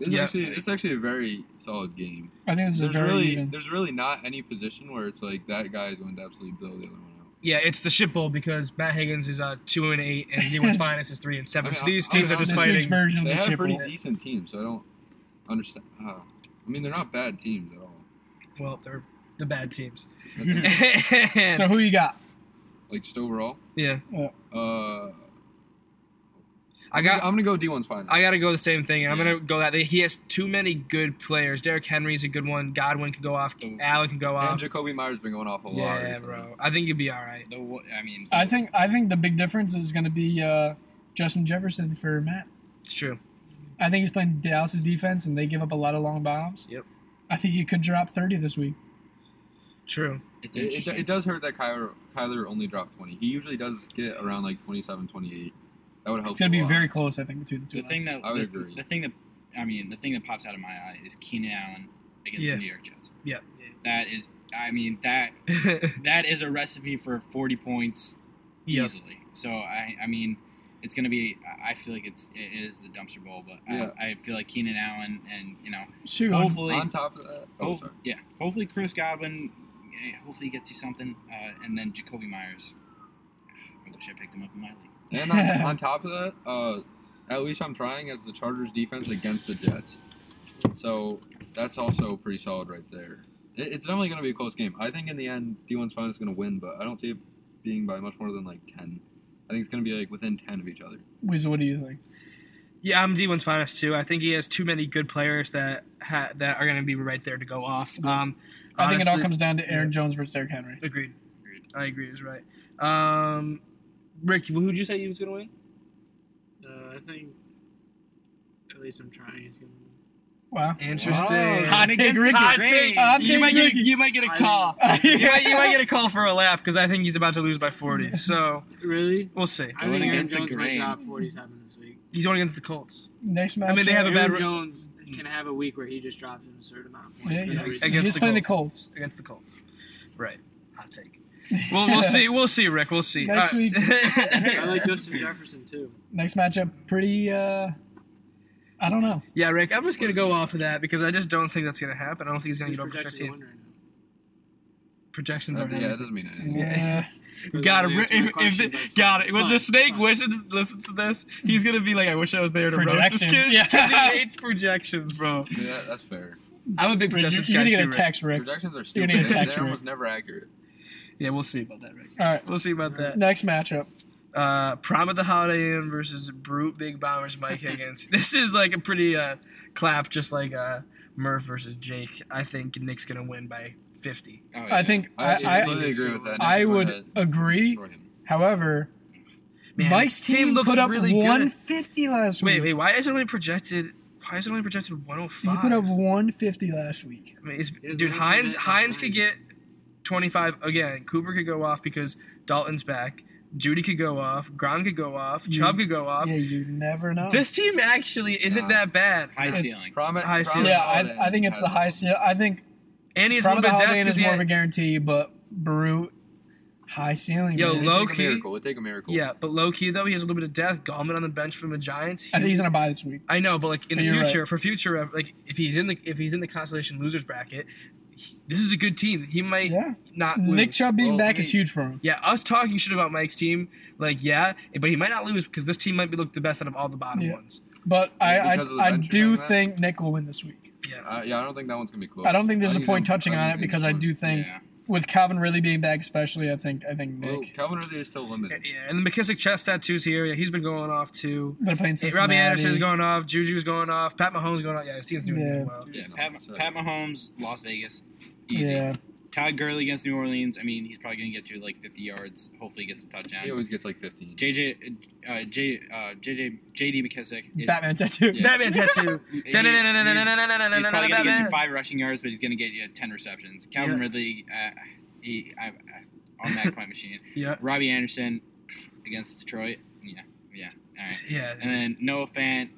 [SPEAKER 4] This is
[SPEAKER 1] Yeah.
[SPEAKER 4] actually this is actually a very solid game.
[SPEAKER 3] I think this is
[SPEAKER 4] there's
[SPEAKER 3] very
[SPEAKER 4] really
[SPEAKER 3] even.
[SPEAKER 4] there's really not any position where it's like that guy is going to absolutely blow the other one out.
[SPEAKER 1] Yeah, it's the shit bowl because Matt Higgins is uh, two and eight, and D1's finest is three and seven.
[SPEAKER 4] I mean,
[SPEAKER 1] so these
[SPEAKER 4] I-
[SPEAKER 1] teams
[SPEAKER 3] this,
[SPEAKER 1] are just
[SPEAKER 3] this week's
[SPEAKER 1] fighting.
[SPEAKER 3] version of
[SPEAKER 4] They
[SPEAKER 3] the
[SPEAKER 4] have a
[SPEAKER 3] Super
[SPEAKER 4] pretty
[SPEAKER 3] Bowl.
[SPEAKER 4] decent team, so I don't understand. Uh, I mean, they're not bad teams at all.
[SPEAKER 1] Well, they're the bad teams.
[SPEAKER 4] Nothing-
[SPEAKER 3] So who you got?
[SPEAKER 4] like just overall,
[SPEAKER 1] yeah,
[SPEAKER 4] uh,
[SPEAKER 1] I got.
[SPEAKER 4] I'm gonna go D1's final.
[SPEAKER 1] I got to go the same thing. I'm gonna go that he has too many good players. Derrick Henry's a good one. Godwin can go off.
[SPEAKER 3] Oh.
[SPEAKER 1] Allen can go
[SPEAKER 4] and
[SPEAKER 1] off.
[SPEAKER 4] Jacoby Myers been going off a lot.
[SPEAKER 1] uh, Yeah,
[SPEAKER 4] recently.
[SPEAKER 1] bro. I think you'd be all right.
[SPEAKER 5] The, wa- I mean,
[SPEAKER 3] I think I think the big difference is going to be uh, Justin Jefferson for Matt.
[SPEAKER 1] It's true.
[SPEAKER 3] I think he's playing Dallas's defense, and they give up a lot of long bombs.
[SPEAKER 1] Yep.
[SPEAKER 3] I think he could drop 30 this week.
[SPEAKER 1] True.
[SPEAKER 5] It's
[SPEAKER 4] It, it,
[SPEAKER 5] interesting.
[SPEAKER 4] it does hurt that Kyler, Kyler only dropped 20. He usually does get around like 27, 28. That would help.
[SPEAKER 3] It's going to
[SPEAKER 4] a
[SPEAKER 3] be
[SPEAKER 4] lot.
[SPEAKER 3] very close, I think, between the two.
[SPEAKER 5] the
[SPEAKER 3] of them.
[SPEAKER 5] thing that
[SPEAKER 4] I would
[SPEAKER 5] the,
[SPEAKER 4] agree.
[SPEAKER 5] the thing that I mean the thing that pops out of my eye is Keenan Allen against
[SPEAKER 1] Yeah.
[SPEAKER 5] the New York Jets.
[SPEAKER 1] Yeah.
[SPEAKER 5] That is I mean that that is a recipe for 40 points
[SPEAKER 1] Yeah.
[SPEAKER 5] easily. So I I mean it's gonna be I- I feel like it's it is the dumpster bowl, but
[SPEAKER 4] Yeah.
[SPEAKER 5] I, I feel like Keenan Allen and you know
[SPEAKER 3] Shoot.
[SPEAKER 5] hopefully
[SPEAKER 4] On top of that, oh,
[SPEAKER 5] Hope-
[SPEAKER 4] sorry.
[SPEAKER 5] yeah, hopefully Chris Godwin, eh, hopefully he gets you something, uh, and then Jacoby Myers. I wish I picked him up in my league.
[SPEAKER 4] and on, on top of that, uh, at least I'm trying as the Chargers defense against the Jets. So that's also pretty solid right there. It, it's definitely going to be a close game. I think in the end, D1's finest is going to win, but I don't see it being by much more than like 10. I think it's going to be like within 10 of each other.
[SPEAKER 3] Weasel, what do you think?
[SPEAKER 1] Yeah, I'm D1's finest too. I think he has too many good players that ha- that are going to be right there to go off. Um,
[SPEAKER 3] I think it all
[SPEAKER 1] honestly-
[SPEAKER 3] comes down to Aaron Jones versus Derrick Henry.
[SPEAKER 1] Agreed. Agreed. I agree. Is right. Um, Rick, who would you say he was going to win?
[SPEAKER 6] Uh, I think at least I'm trying. He's gonna.
[SPEAKER 3] Wow.
[SPEAKER 1] Oh, Interesting.
[SPEAKER 3] Hot take, Ricky.
[SPEAKER 1] Hot take.
[SPEAKER 3] Hot
[SPEAKER 1] You
[SPEAKER 3] take,
[SPEAKER 1] might get a,
[SPEAKER 3] Ricky.
[SPEAKER 1] you might get a
[SPEAKER 6] I-
[SPEAKER 1] call. you, might, you might get a call for a lap because I think he's about to lose by 40. So
[SPEAKER 6] Really?
[SPEAKER 1] we'll see.
[SPEAKER 6] I
[SPEAKER 5] Going
[SPEAKER 6] think Aaron
[SPEAKER 5] against the
[SPEAKER 6] Jones might
[SPEAKER 5] grain.
[SPEAKER 6] drop 47 this week.
[SPEAKER 1] He's going against the Colts.
[SPEAKER 3] Next match.
[SPEAKER 1] I mean, they have a
[SPEAKER 6] Aaron
[SPEAKER 1] bad. re-
[SPEAKER 6] Jones can have a week where he just drops in a certain amount of points.
[SPEAKER 3] Yeah,
[SPEAKER 6] for
[SPEAKER 3] yeah.
[SPEAKER 6] no reason.
[SPEAKER 1] Against
[SPEAKER 3] He's
[SPEAKER 1] the
[SPEAKER 3] playing the Colts.
[SPEAKER 1] against the Colts. Right. Hot take. We'll, we'll see. We'll see, Rick. We'll see. Uh,
[SPEAKER 3] Next
[SPEAKER 6] I like Justin Jefferson too.
[SPEAKER 3] Next matchup, pretty. uh I don't know.
[SPEAKER 1] yeah, Rick. I'm just gonna go off of that because I just don't think that's gonna happen. I don't think he's gonna
[SPEAKER 6] He's
[SPEAKER 1] get over
[SPEAKER 6] projected to
[SPEAKER 1] 15.
[SPEAKER 6] win right now.
[SPEAKER 1] Projections
[SPEAKER 4] That-
[SPEAKER 1] are.
[SPEAKER 4] yeah, that doesn't mean anything.
[SPEAKER 3] Yeah.
[SPEAKER 6] Those
[SPEAKER 1] Got
[SPEAKER 6] are
[SPEAKER 1] it. If,
[SPEAKER 6] the answer to my
[SPEAKER 1] if
[SPEAKER 6] question,
[SPEAKER 1] the-
[SPEAKER 6] but it's
[SPEAKER 1] got
[SPEAKER 6] fine.
[SPEAKER 1] it.
[SPEAKER 6] It's
[SPEAKER 1] When
[SPEAKER 6] fine.
[SPEAKER 1] the
[SPEAKER 6] It's
[SPEAKER 1] snake
[SPEAKER 6] fine.
[SPEAKER 1] listens listens to this, he's gonna be like, "I wish I was there to roast this
[SPEAKER 3] Projections,
[SPEAKER 1] kid."
[SPEAKER 3] yeah.
[SPEAKER 1] 'cause he hates projections, bro.
[SPEAKER 4] Yeah, that- that's fair.
[SPEAKER 1] I'm a big
[SPEAKER 3] You're,
[SPEAKER 1] projections
[SPEAKER 3] you're
[SPEAKER 1] guy
[SPEAKER 3] gonna get
[SPEAKER 1] too.
[SPEAKER 3] a
[SPEAKER 1] Rick.
[SPEAKER 3] text, Rick.
[SPEAKER 4] Projections are
[SPEAKER 3] You're
[SPEAKER 4] stupid.
[SPEAKER 3] gonna get
[SPEAKER 4] They're
[SPEAKER 3] tax
[SPEAKER 4] they're
[SPEAKER 3] rate.
[SPEAKER 4] almost never accurate.
[SPEAKER 1] Yeah, we'll see about that, Rick.
[SPEAKER 3] All right.
[SPEAKER 1] We'll see about that.
[SPEAKER 3] Next matchup.
[SPEAKER 1] Uh, Prom at the Holiday Inn versus Brute Big Bombers Mike Higgins. this is like a pretty uh, clap, just like uh, Murph versus Jake. I think Nick's gonna win by 50.
[SPEAKER 5] Oh,
[SPEAKER 3] I think
[SPEAKER 4] I, actually
[SPEAKER 3] I
[SPEAKER 4] completely agree with that.
[SPEAKER 3] I, I
[SPEAKER 4] Nick went
[SPEAKER 3] would
[SPEAKER 4] ahead and
[SPEAKER 3] agree.
[SPEAKER 4] destroyed him.
[SPEAKER 3] However,
[SPEAKER 1] Man,
[SPEAKER 3] Mike's
[SPEAKER 1] his
[SPEAKER 3] team, put up
[SPEAKER 1] good.
[SPEAKER 3] 150 last week.
[SPEAKER 1] Wait, wait. Why is it only projected? Why is it only projected 105?
[SPEAKER 3] He put up 150 last week.
[SPEAKER 1] I mean, it's,
[SPEAKER 6] Here's
[SPEAKER 1] dude,
[SPEAKER 6] what
[SPEAKER 1] Hines
[SPEAKER 6] happened at
[SPEAKER 1] Hines could
[SPEAKER 6] Hines.
[SPEAKER 1] get 25 again. Cooper could go off because Dalton's back. Judy could go off. Grom could go off.
[SPEAKER 3] You-
[SPEAKER 1] Chubb could go off.
[SPEAKER 3] Yeah, you never know.
[SPEAKER 1] This team actually isn't
[SPEAKER 4] Nah.
[SPEAKER 1] that bad.
[SPEAKER 5] high
[SPEAKER 3] it's-
[SPEAKER 5] ceiling.
[SPEAKER 4] Promi-
[SPEAKER 1] High
[SPEAKER 4] Promi-
[SPEAKER 1] ceiling.
[SPEAKER 3] yeah,
[SPEAKER 4] Holiday
[SPEAKER 3] I, I think it's
[SPEAKER 4] has
[SPEAKER 3] the
[SPEAKER 4] it.
[SPEAKER 3] high ceiling. I think
[SPEAKER 1] And he's a little bit
[SPEAKER 3] probably the
[SPEAKER 1] deaf
[SPEAKER 3] Holiday Inn
[SPEAKER 1] 'cause
[SPEAKER 3] is
[SPEAKER 1] he
[SPEAKER 3] more of
[SPEAKER 1] had-
[SPEAKER 3] a guarantee, but Baru, high ceiling.
[SPEAKER 1] Yo,
[SPEAKER 3] man.
[SPEAKER 1] low
[SPEAKER 4] It'd take
[SPEAKER 1] key-
[SPEAKER 4] a miracle. It'd take a miracle.
[SPEAKER 1] Yeah, but low key though, he has a little bit of death. Gallman on the bench from the Giants.
[SPEAKER 3] I think
[SPEAKER 1] He-
[SPEAKER 3] he's gonna buy this week.
[SPEAKER 1] I know, but like in the
[SPEAKER 3] You're right.
[SPEAKER 1] future, for future, ref- like if he's in the if he's in the constellation losers bracket, he- this is a good team. He might
[SPEAKER 3] Yeah,
[SPEAKER 1] not lose.
[SPEAKER 3] Nick Chubb being
[SPEAKER 4] Well,
[SPEAKER 3] back
[SPEAKER 4] we-
[SPEAKER 3] is huge for him.
[SPEAKER 1] Yeah, us talking shit about Mike's team, like yeah, but he might not lose because this team might be looked the best out of all the bottom
[SPEAKER 3] Yeah.
[SPEAKER 1] ones.
[SPEAKER 3] But I, I,
[SPEAKER 4] Because of the
[SPEAKER 3] I
[SPEAKER 4] bench
[SPEAKER 3] do
[SPEAKER 4] you're talking about?
[SPEAKER 3] think Nick will win this week.
[SPEAKER 4] Uh, yeah, I don't think that one's gonna be close.
[SPEAKER 3] I don't think there's a point
[SPEAKER 4] gonna-
[SPEAKER 3] touching on
[SPEAKER 4] I think
[SPEAKER 3] it
[SPEAKER 4] he's
[SPEAKER 3] because I
[SPEAKER 4] gonna
[SPEAKER 3] do think
[SPEAKER 5] Yeah.
[SPEAKER 3] with Calvin really being back, especially, I think I think
[SPEAKER 4] win. Well,
[SPEAKER 3] Nick.
[SPEAKER 4] Calvin Ridley is still
[SPEAKER 1] Yeah,
[SPEAKER 4] limited.
[SPEAKER 1] and the McKissick chest tattoos here. Yeah, he's been going off too.
[SPEAKER 3] They're playing
[SPEAKER 1] Hey,
[SPEAKER 3] Cincinnati.
[SPEAKER 1] Robbie Anderson's going off. Juju's going off. Pat Mahomes going off. Yeah, his team's doing
[SPEAKER 3] Yeah.
[SPEAKER 1] really well.
[SPEAKER 5] Yeah,
[SPEAKER 4] No,
[SPEAKER 5] Pat,
[SPEAKER 4] so-
[SPEAKER 5] Pat Mahomes, Las Vegas, easy.
[SPEAKER 3] Yeah,
[SPEAKER 5] Todd Gurley against New Orleans. I mean, he's probably gonna get you like 50 yards. Hopefully, he gets a touchdown.
[SPEAKER 4] He always gets like 15.
[SPEAKER 5] JJ, uh, J, uh, JJ, JD McKissick. Is,
[SPEAKER 3] Batman tattoo.
[SPEAKER 5] Yeah.
[SPEAKER 1] Batman tattoo.
[SPEAKER 5] he- he's, he's probably gonna get you
[SPEAKER 1] Batman.
[SPEAKER 5] five rushing yards, but he's gonna get you 10 receptions. Calvin
[SPEAKER 1] Yeah.
[SPEAKER 5] Ridley, uh, he I, I, on that point machine.
[SPEAKER 1] Yeah,
[SPEAKER 5] Robbie Anderson against Detroit. Yeah, yeah. All right.
[SPEAKER 1] yeah.
[SPEAKER 5] And then Noah Fant,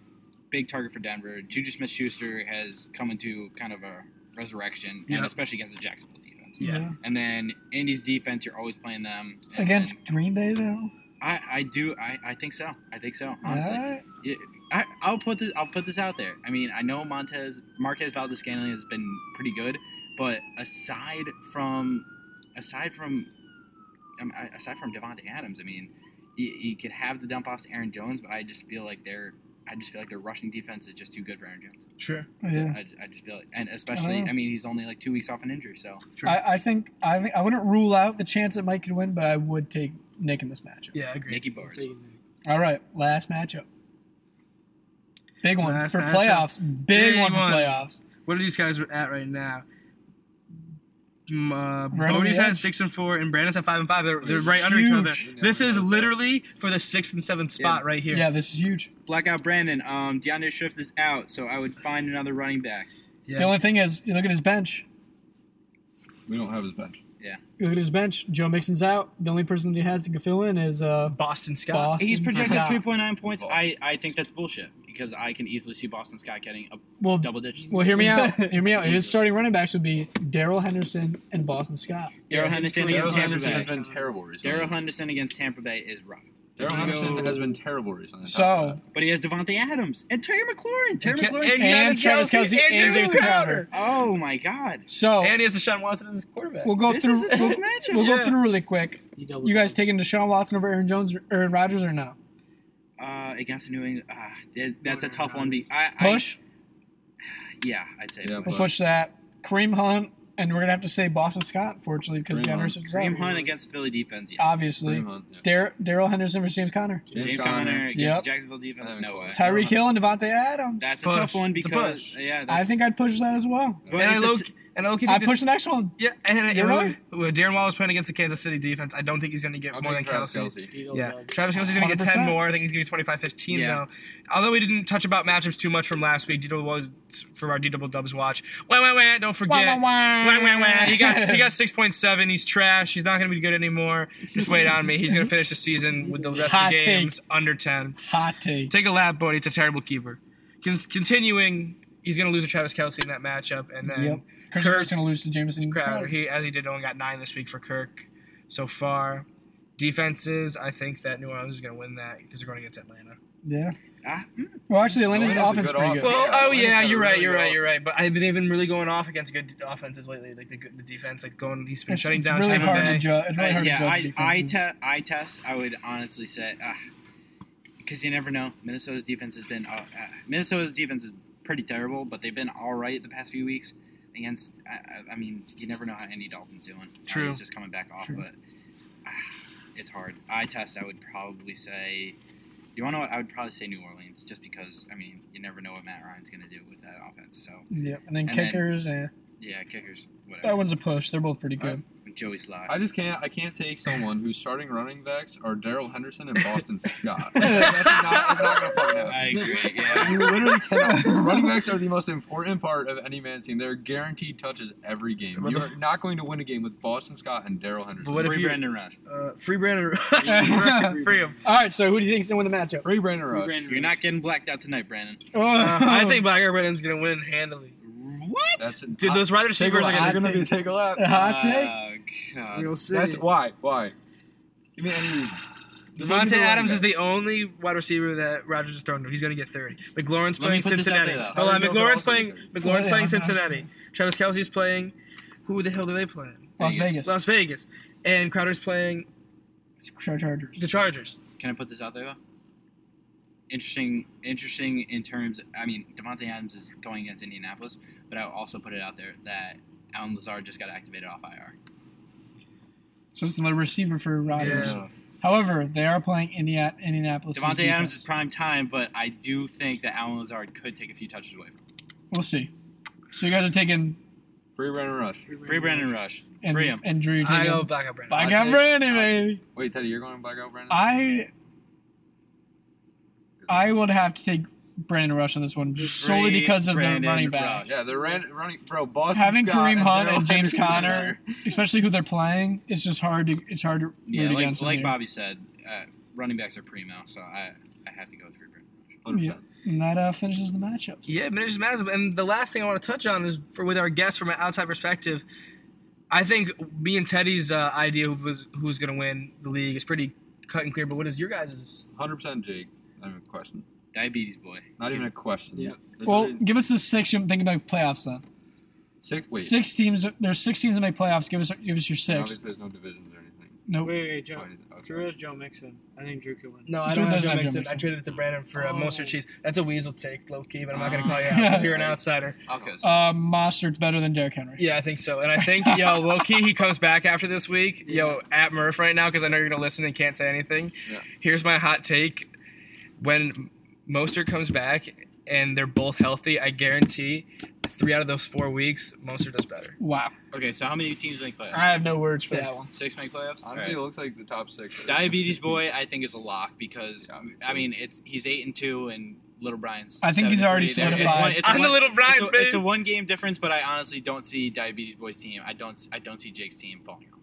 [SPEAKER 5] big target for Denver. Juju Smith Schuster has come into kind of a resurrection,
[SPEAKER 1] Yeah.
[SPEAKER 5] and especially against the Jacksonville defense.
[SPEAKER 1] Yeah.
[SPEAKER 5] And then Indy's defense, you're always playing them. And
[SPEAKER 3] Against
[SPEAKER 5] then
[SPEAKER 3] Green Bay though,
[SPEAKER 5] I, I do I, I think so. I think so. Honestly.
[SPEAKER 3] Alright.
[SPEAKER 5] Yeah, I, I'll put this I'll put this out there. I mean, I know Montez Marquez Valdez Scantling has been pretty good, but aside from aside from um, I- aside from Devonte Adams, I mean, you, you could have the dump offs to Aaron Jones, but I just feel like they're I just feel like their rushing defense is just too good for Aaron Jones.
[SPEAKER 1] Sure.
[SPEAKER 3] yeah.
[SPEAKER 5] I, I just feel like, and especially
[SPEAKER 3] Oh.
[SPEAKER 5] I mean, he's only like two weeks off an injury, so
[SPEAKER 1] True.
[SPEAKER 3] I, I think I think- I wouldn't rule out the chance that Mike could win, but I would take Nick in this matchup.
[SPEAKER 1] Yeah, I agree.
[SPEAKER 5] Nicky
[SPEAKER 6] I'm
[SPEAKER 5] Barnes.
[SPEAKER 6] taking Nick.
[SPEAKER 3] All right, last matchup. Big one
[SPEAKER 1] Last
[SPEAKER 3] for
[SPEAKER 1] matchup.
[SPEAKER 3] playoffs. Big,
[SPEAKER 1] Big
[SPEAKER 3] one for
[SPEAKER 1] one.
[SPEAKER 3] playoffs.
[SPEAKER 1] What are these guys at right now? Mm, Uh,
[SPEAKER 3] Right on
[SPEAKER 1] Bodie's
[SPEAKER 3] the
[SPEAKER 1] at
[SPEAKER 3] edge.
[SPEAKER 1] six and four, and Brandon's at five and five. They're, they're
[SPEAKER 4] It's
[SPEAKER 1] right under each other.
[SPEAKER 4] huge.
[SPEAKER 1] This is literally for the sixth and seventh spot
[SPEAKER 5] Yeah.
[SPEAKER 1] right here.
[SPEAKER 3] Yeah, this is huge.
[SPEAKER 5] Blackout Brandon. Um, DeAndre Swift is out, so I would find another running back.
[SPEAKER 1] Yeah.
[SPEAKER 3] The only thing is, you look at his bench.
[SPEAKER 4] We don't have his bench.
[SPEAKER 3] You look at his bench. Joe Mixon's out. The only person that he has to fill in is uh,
[SPEAKER 1] Boston Scott.
[SPEAKER 3] Boston
[SPEAKER 5] He's projected
[SPEAKER 3] Scott.
[SPEAKER 5] 3.9 points. I, I think that's bullshit because I can easily see Boston Scott getting a
[SPEAKER 3] Well,
[SPEAKER 5] double digits.
[SPEAKER 3] well, hear me out. Hear me out. His starting running backs would be Daryl Henderson and Boston Scott.
[SPEAKER 5] Daryl Henderson
[SPEAKER 1] Daryl
[SPEAKER 4] Daryl
[SPEAKER 5] against Tampa
[SPEAKER 4] Henderson has
[SPEAKER 5] Bay.
[SPEAKER 4] been terrible recently.
[SPEAKER 5] Daryl Henderson against Tampa Bay is rough,
[SPEAKER 4] Daryl Henderson
[SPEAKER 3] Go-
[SPEAKER 4] has been terrible recently. on top of
[SPEAKER 3] So
[SPEAKER 5] but he has Devontae Adams and Terry McLaurin. Terry
[SPEAKER 1] Ke-
[SPEAKER 5] McLaurin.
[SPEAKER 1] and
[SPEAKER 3] and Travis
[SPEAKER 1] Travis
[SPEAKER 3] Kelsey
[SPEAKER 1] Kelce
[SPEAKER 3] and Jason Crowder.
[SPEAKER 5] oh my God.
[SPEAKER 3] So
[SPEAKER 1] Oh. And he has Deshaun Watson as his quarterback.
[SPEAKER 3] we'll go
[SPEAKER 5] this
[SPEAKER 3] through.
[SPEAKER 5] is a tough matchup.
[SPEAKER 3] We'll go
[SPEAKER 1] Yeah.
[SPEAKER 3] through really quick. You guys taking Deshaun Watson over Aaron Jones or Aaron Rodgers or no?
[SPEAKER 5] Uh, against New England, uh, that's a tough one. Be I, I-
[SPEAKER 3] Push.
[SPEAKER 5] yeah, I'd say
[SPEAKER 4] Yeah,
[SPEAKER 5] push.
[SPEAKER 3] We'll push that. Kareem Hunt, and we're gonna have to say Boston Scott, fortunately, because
[SPEAKER 4] Kareem
[SPEAKER 3] Denver's
[SPEAKER 4] Hunt.
[SPEAKER 3] is
[SPEAKER 5] Kareem
[SPEAKER 3] out.
[SPEAKER 5] Hunt against Philly defense. Yeah.
[SPEAKER 4] that.
[SPEAKER 3] Obviously,
[SPEAKER 4] Fremont, yeah.
[SPEAKER 3] Dar- Daryl Henderson versus Uh, James Conner,
[SPEAKER 5] James,
[SPEAKER 4] James
[SPEAKER 5] Conner,
[SPEAKER 4] Conner.
[SPEAKER 5] against
[SPEAKER 3] Yep.
[SPEAKER 5] Jacksonville defense.
[SPEAKER 4] That'd be
[SPEAKER 5] No
[SPEAKER 4] cool.
[SPEAKER 5] way.
[SPEAKER 3] Tyreek Hill, and Devontae Adams.
[SPEAKER 5] That's a
[SPEAKER 1] Push.
[SPEAKER 5] tough one
[SPEAKER 1] It's a
[SPEAKER 5] because
[SPEAKER 1] push.
[SPEAKER 5] yeah,
[SPEAKER 3] I
[SPEAKER 5] that's,
[SPEAKER 3] think I'd push that as well.
[SPEAKER 5] but
[SPEAKER 1] and I
[SPEAKER 5] it's a
[SPEAKER 1] low,
[SPEAKER 5] t-
[SPEAKER 1] and I low
[SPEAKER 3] I push the next one.
[SPEAKER 1] Yeah, and, and
[SPEAKER 3] You're
[SPEAKER 1] really-
[SPEAKER 3] right.
[SPEAKER 1] well, Darren Waller was playing against the Kansas City defense. I don't think he's going to get
[SPEAKER 4] I'll
[SPEAKER 1] more than
[SPEAKER 4] take Travis
[SPEAKER 1] Kelsey.
[SPEAKER 4] Kelce.
[SPEAKER 1] Yeah, Travis Kelsey's going to get 10
[SPEAKER 3] 100%.
[SPEAKER 1] more. I think he's going to be 25 15
[SPEAKER 5] Yeah.
[SPEAKER 1] now. Although we didn't touch about matchups too much from last week, D double was from our D double dubs watch. Wah, wah, wah, don't forget. Wah, wah, wah. He got he got 6.7. He's trash. He's not going to be good anymore. Just wait on me. He's going to finish the season with the rest
[SPEAKER 3] Hot
[SPEAKER 1] of the
[SPEAKER 3] take.
[SPEAKER 1] games under 10.
[SPEAKER 3] hot take.
[SPEAKER 1] Take a lap, buddy. It's a terrible keeper. Con- continuing, he's going to lose to Travis Kelsey in that matchup, and then.
[SPEAKER 3] Yep. Chris
[SPEAKER 1] Kirk-
[SPEAKER 3] Kirk's gonna lose to Jameson
[SPEAKER 1] Crowder. He, as he did, only got nine this week for Kirk so far. Defenses, I think that New Orleans is going to win that because they're going against Atlanta.
[SPEAKER 3] Yeah.
[SPEAKER 5] Ah, mm.
[SPEAKER 3] Well, actually, Atlanta's
[SPEAKER 4] Atlanta's a
[SPEAKER 3] offense
[SPEAKER 4] good
[SPEAKER 3] pretty good.
[SPEAKER 4] offense.
[SPEAKER 1] Well,
[SPEAKER 4] Yeah,
[SPEAKER 1] oh
[SPEAKER 4] Atlanta's
[SPEAKER 1] yeah,
[SPEAKER 4] got a
[SPEAKER 1] you're right,
[SPEAKER 4] really
[SPEAKER 1] you're
[SPEAKER 4] good
[SPEAKER 1] right, you're right. But I, they've been really going off against good offenses lately. Like the, good- the defense, like going, he's been
[SPEAKER 3] It's,
[SPEAKER 1] shutting
[SPEAKER 3] it's
[SPEAKER 1] down
[SPEAKER 3] really
[SPEAKER 1] Tampa
[SPEAKER 3] hard
[SPEAKER 1] Bay.
[SPEAKER 3] to judge. It's really
[SPEAKER 5] I-
[SPEAKER 3] hard
[SPEAKER 5] Uh, yeah,
[SPEAKER 3] to judge
[SPEAKER 5] I, I,
[SPEAKER 3] defenses.
[SPEAKER 5] te- I test. I would honestly say because you never know. Minnesota's defense has been uh, uh, Minnesota's defense is pretty terrible, but they've been all right the past few weeks against. I, I- I mean, you never know how Andy Dalton's doing. Now
[SPEAKER 1] True.
[SPEAKER 5] he's just coming back off,
[SPEAKER 3] True.
[SPEAKER 5] but uh, it's hard. I test. I would probably say. You want to know what? I would probably say New Orleans, just because I mean, you never know what Matt Ryan's going to do with that offense. So
[SPEAKER 3] yeah, and then
[SPEAKER 5] and then-
[SPEAKER 3] kickers. And
[SPEAKER 5] yeah, kickers, whatever.
[SPEAKER 3] that one's a push. They're both pretty good.
[SPEAKER 5] Joey Sly.
[SPEAKER 4] I just can't. I can't take someone whose starting running backs are Daryl Henderson and Boston Scott. That's not, it's not gonna fucking happen.
[SPEAKER 5] I agree. Yeah.
[SPEAKER 4] You literally cannot. Running backs are the most important part of any man's team. They're guaranteed touches every game.
[SPEAKER 1] What the
[SPEAKER 4] You're not going to win a game with Boston Scott and Daryl Henderson.
[SPEAKER 1] But what if
[SPEAKER 5] Free
[SPEAKER 1] you-
[SPEAKER 5] Brandon Rush.
[SPEAKER 1] Uh, free Brandon Rush, free him.
[SPEAKER 3] All right, so who do you think's gonna win the matchup?
[SPEAKER 4] Free Brandon Rush.
[SPEAKER 5] You're not getting blacked out tonight, Brandon.
[SPEAKER 3] Oh,
[SPEAKER 1] Uh, I think Black Brandon's going to win handily.
[SPEAKER 5] What?
[SPEAKER 4] That's
[SPEAKER 1] Dude, those wide
[SPEAKER 4] take a
[SPEAKER 1] receivers
[SPEAKER 4] lap.
[SPEAKER 1] are going
[SPEAKER 4] You're gonna be take a lap.
[SPEAKER 3] a hot take.
[SPEAKER 5] Uh, God.
[SPEAKER 1] to. see.
[SPEAKER 4] That's why. Why? Give me any reason. Just look at
[SPEAKER 1] Devontae
[SPEAKER 4] the running
[SPEAKER 1] Adams is
[SPEAKER 4] back.
[SPEAKER 1] the only wide receiver that Rodgers is throwing to. He's going to get 30. McLaurin's
[SPEAKER 5] Let
[SPEAKER 1] playing
[SPEAKER 5] me put this out
[SPEAKER 1] Cincinnati.
[SPEAKER 5] there, though.
[SPEAKER 1] Hold on,
[SPEAKER 4] Tyreek Hill could
[SPEAKER 1] McLaurin's
[SPEAKER 4] also
[SPEAKER 1] playing.
[SPEAKER 4] be
[SPEAKER 3] Oh, yeah,
[SPEAKER 1] McLaurin's playing
[SPEAKER 3] I'm not-
[SPEAKER 1] Cincinnati. Travis Kelsey's playing. Who the hell do they play?
[SPEAKER 3] Las
[SPEAKER 5] Vegas.
[SPEAKER 3] Vegas.
[SPEAKER 1] Las Vegas. And Crowder's playing
[SPEAKER 3] Char- Chargers.
[SPEAKER 1] the Chargers.
[SPEAKER 5] Can I put this out there though? Interesting, interesting in terms. I mean, Devontae Adams is going against Indianapolis, but I'll also put it out there that Alan Lazard just got activated off IR.
[SPEAKER 3] So it's another receiver for Rodgers.
[SPEAKER 1] Yeah.
[SPEAKER 3] However, they are playing Indiana- Indianapolis.
[SPEAKER 5] Devontae Adams is prime time, but I do think that Alan Lazard could take a few touches away from
[SPEAKER 3] We'll see. So you guys are taking
[SPEAKER 4] Free Brandon Rush.
[SPEAKER 5] him. Free Brandon Rush.
[SPEAKER 3] and,
[SPEAKER 5] Free him.
[SPEAKER 3] and Drew. You're
[SPEAKER 1] I
[SPEAKER 3] taking-
[SPEAKER 1] go Blackout Brandon.
[SPEAKER 3] I
[SPEAKER 4] Hot
[SPEAKER 3] got
[SPEAKER 4] take.
[SPEAKER 3] Brandy,
[SPEAKER 4] Hot take.
[SPEAKER 3] baby.
[SPEAKER 4] Wait, Teddy, you're going blackout, Brandon.
[SPEAKER 3] Uh, I I would have to take Brandon Rush on this one just solely
[SPEAKER 5] Free
[SPEAKER 3] because of
[SPEAKER 5] Brandon
[SPEAKER 3] the running back,
[SPEAKER 5] Rush.
[SPEAKER 4] yeah, they're ran, running, bro. Boston
[SPEAKER 3] Having
[SPEAKER 4] Scott
[SPEAKER 3] Kareem Hunt
[SPEAKER 4] Daryl
[SPEAKER 3] and James
[SPEAKER 4] Henderson
[SPEAKER 3] Conner. especially who they're playing. It's just hard to it's hard to root
[SPEAKER 5] Yeah, like,
[SPEAKER 3] against. them
[SPEAKER 5] like
[SPEAKER 3] here.
[SPEAKER 5] Bobby said, uh, running backs are primo, so I I have to go with Free Brandon Rush.
[SPEAKER 4] are 100%.
[SPEAKER 3] Yeah. and that uh, finishes the matchups.
[SPEAKER 1] Yeah, manages matters. And the last thing I want to touch on is for with our guests from an outside perspective. I think me and Teddy's uh, idea of who's, who's going to win the league is pretty cut and clear. But what is your guys'?
[SPEAKER 4] 100% Jake. Not even a question.
[SPEAKER 5] Diabetes boy.
[SPEAKER 4] Not even a question.
[SPEAKER 3] Yeah.
[SPEAKER 4] There's
[SPEAKER 3] Well,
[SPEAKER 4] only
[SPEAKER 3] give us the six. You're thinking about playoffs then.
[SPEAKER 4] six. Wait.
[SPEAKER 3] Six teams. There's six teams that make playoffs. Give us give us your six.
[SPEAKER 4] Obviously, there's no divisions or anything.
[SPEAKER 3] No.
[SPEAKER 6] Wait, wait, wait, Joe.
[SPEAKER 4] Why did- okay.
[SPEAKER 6] Drew is Joe Mixon. I think Drew could win.
[SPEAKER 1] No, I
[SPEAKER 3] Drew
[SPEAKER 1] don't have
[SPEAKER 3] does
[SPEAKER 1] Joe
[SPEAKER 3] have Joe
[SPEAKER 1] Mixon. I
[SPEAKER 3] Mixon.
[SPEAKER 1] traded it to Brandon for uh,
[SPEAKER 6] Oh.
[SPEAKER 1] Mostert Cheese. That's a weasel take, low key, but I'm not going to
[SPEAKER 5] Oh.
[SPEAKER 1] call you out because you're an outsider.
[SPEAKER 5] I'll go.
[SPEAKER 3] Uh, Mostert's better than Derrick Henry.
[SPEAKER 1] Yeah, I think so. And I think, yo, low key, he comes back after this week. Yo, at Murph right now, because I know you're going to listen and can't say anything.
[SPEAKER 4] Yeah.
[SPEAKER 1] Here's my hot take. When Mostert comes back and they're both healthy, I guarantee three out of those four weeks, Mostert does better.
[SPEAKER 3] Wow.
[SPEAKER 5] Okay, so how many teams make playoffs?
[SPEAKER 3] I have no words for that
[SPEAKER 6] Six.
[SPEAKER 3] one.
[SPEAKER 5] Six make playoffs. All
[SPEAKER 4] Honestly,
[SPEAKER 5] right.
[SPEAKER 4] it looks like the top six. are-
[SPEAKER 5] Diabetes boy, I think is a lock because
[SPEAKER 4] Yeah, me
[SPEAKER 5] I
[SPEAKER 4] too.
[SPEAKER 5] mean it's he's eight and two and Little Brian's.
[SPEAKER 3] I think
[SPEAKER 5] seven
[SPEAKER 3] he's
[SPEAKER 5] and
[SPEAKER 3] already
[SPEAKER 5] three. That's-
[SPEAKER 3] solidified.
[SPEAKER 5] one- it's
[SPEAKER 1] I'm the
[SPEAKER 5] one-
[SPEAKER 1] Little Brian's,
[SPEAKER 5] it's a, it's a
[SPEAKER 1] baby.
[SPEAKER 5] one game difference, but I honestly don't see Diabetes Boy's team. I don't I don't see Jake's team falling off.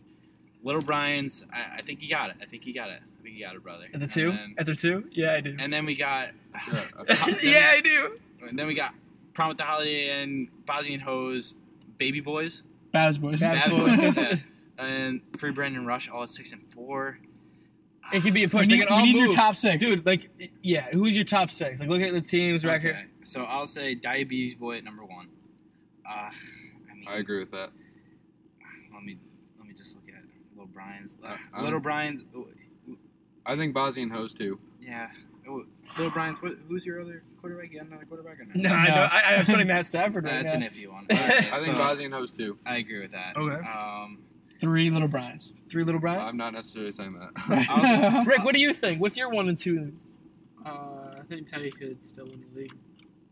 [SPEAKER 5] Little Brian's, I, I think he got it. I think he got it. I think he got it, brother.
[SPEAKER 1] At the two?
[SPEAKER 5] And then,
[SPEAKER 1] At the two? Yeah, I do.
[SPEAKER 5] and then we got
[SPEAKER 4] Yeah, okay.
[SPEAKER 1] yeah, I do.
[SPEAKER 5] and then we got Prom with the Holiday and Bozzy and Hose, Baby Boys,
[SPEAKER 3] Baz Boys.
[SPEAKER 5] Bad
[SPEAKER 3] Baz
[SPEAKER 5] Boys, yeah. and Free Brandon Rush all at six and four.
[SPEAKER 1] It could be a
[SPEAKER 3] We
[SPEAKER 1] push.
[SPEAKER 3] need,
[SPEAKER 1] they can all
[SPEAKER 3] we need your
[SPEAKER 1] move.
[SPEAKER 3] top six.
[SPEAKER 1] Dude, like, yeah, who's your top six? Like, look at the team's record.
[SPEAKER 5] Okay, So I'll say Diabetes Boy at number one. Uh, I mean,
[SPEAKER 4] I agree with that.
[SPEAKER 5] Let me let me just look at Little Brian's.
[SPEAKER 4] I-
[SPEAKER 5] Uh,
[SPEAKER 4] I'm-
[SPEAKER 5] Little Brian's.
[SPEAKER 4] I think Bozzy and Hose too.
[SPEAKER 5] Yeah. Oh, Little Brian's. What, who's your other quarterback? You got another quarterback or
[SPEAKER 1] No,
[SPEAKER 5] no?
[SPEAKER 1] I
[SPEAKER 3] No.
[SPEAKER 1] know. I, I'm starting Matt Stafford right
[SPEAKER 5] That's
[SPEAKER 1] now.
[SPEAKER 5] an iffy one.
[SPEAKER 4] I think
[SPEAKER 5] so,
[SPEAKER 4] Bozzy and Hose too.
[SPEAKER 5] I agree with that.
[SPEAKER 1] Okay.
[SPEAKER 5] Um,
[SPEAKER 3] Three Little Brian's.
[SPEAKER 1] Three little Brian's.
[SPEAKER 4] I'm not necessarily saying that.
[SPEAKER 5] I'll-
[SPEAKER 1] Rick, what do you think? What's your one and two?
[SPEAKER 6] Uh, I think Teddy could still win the league.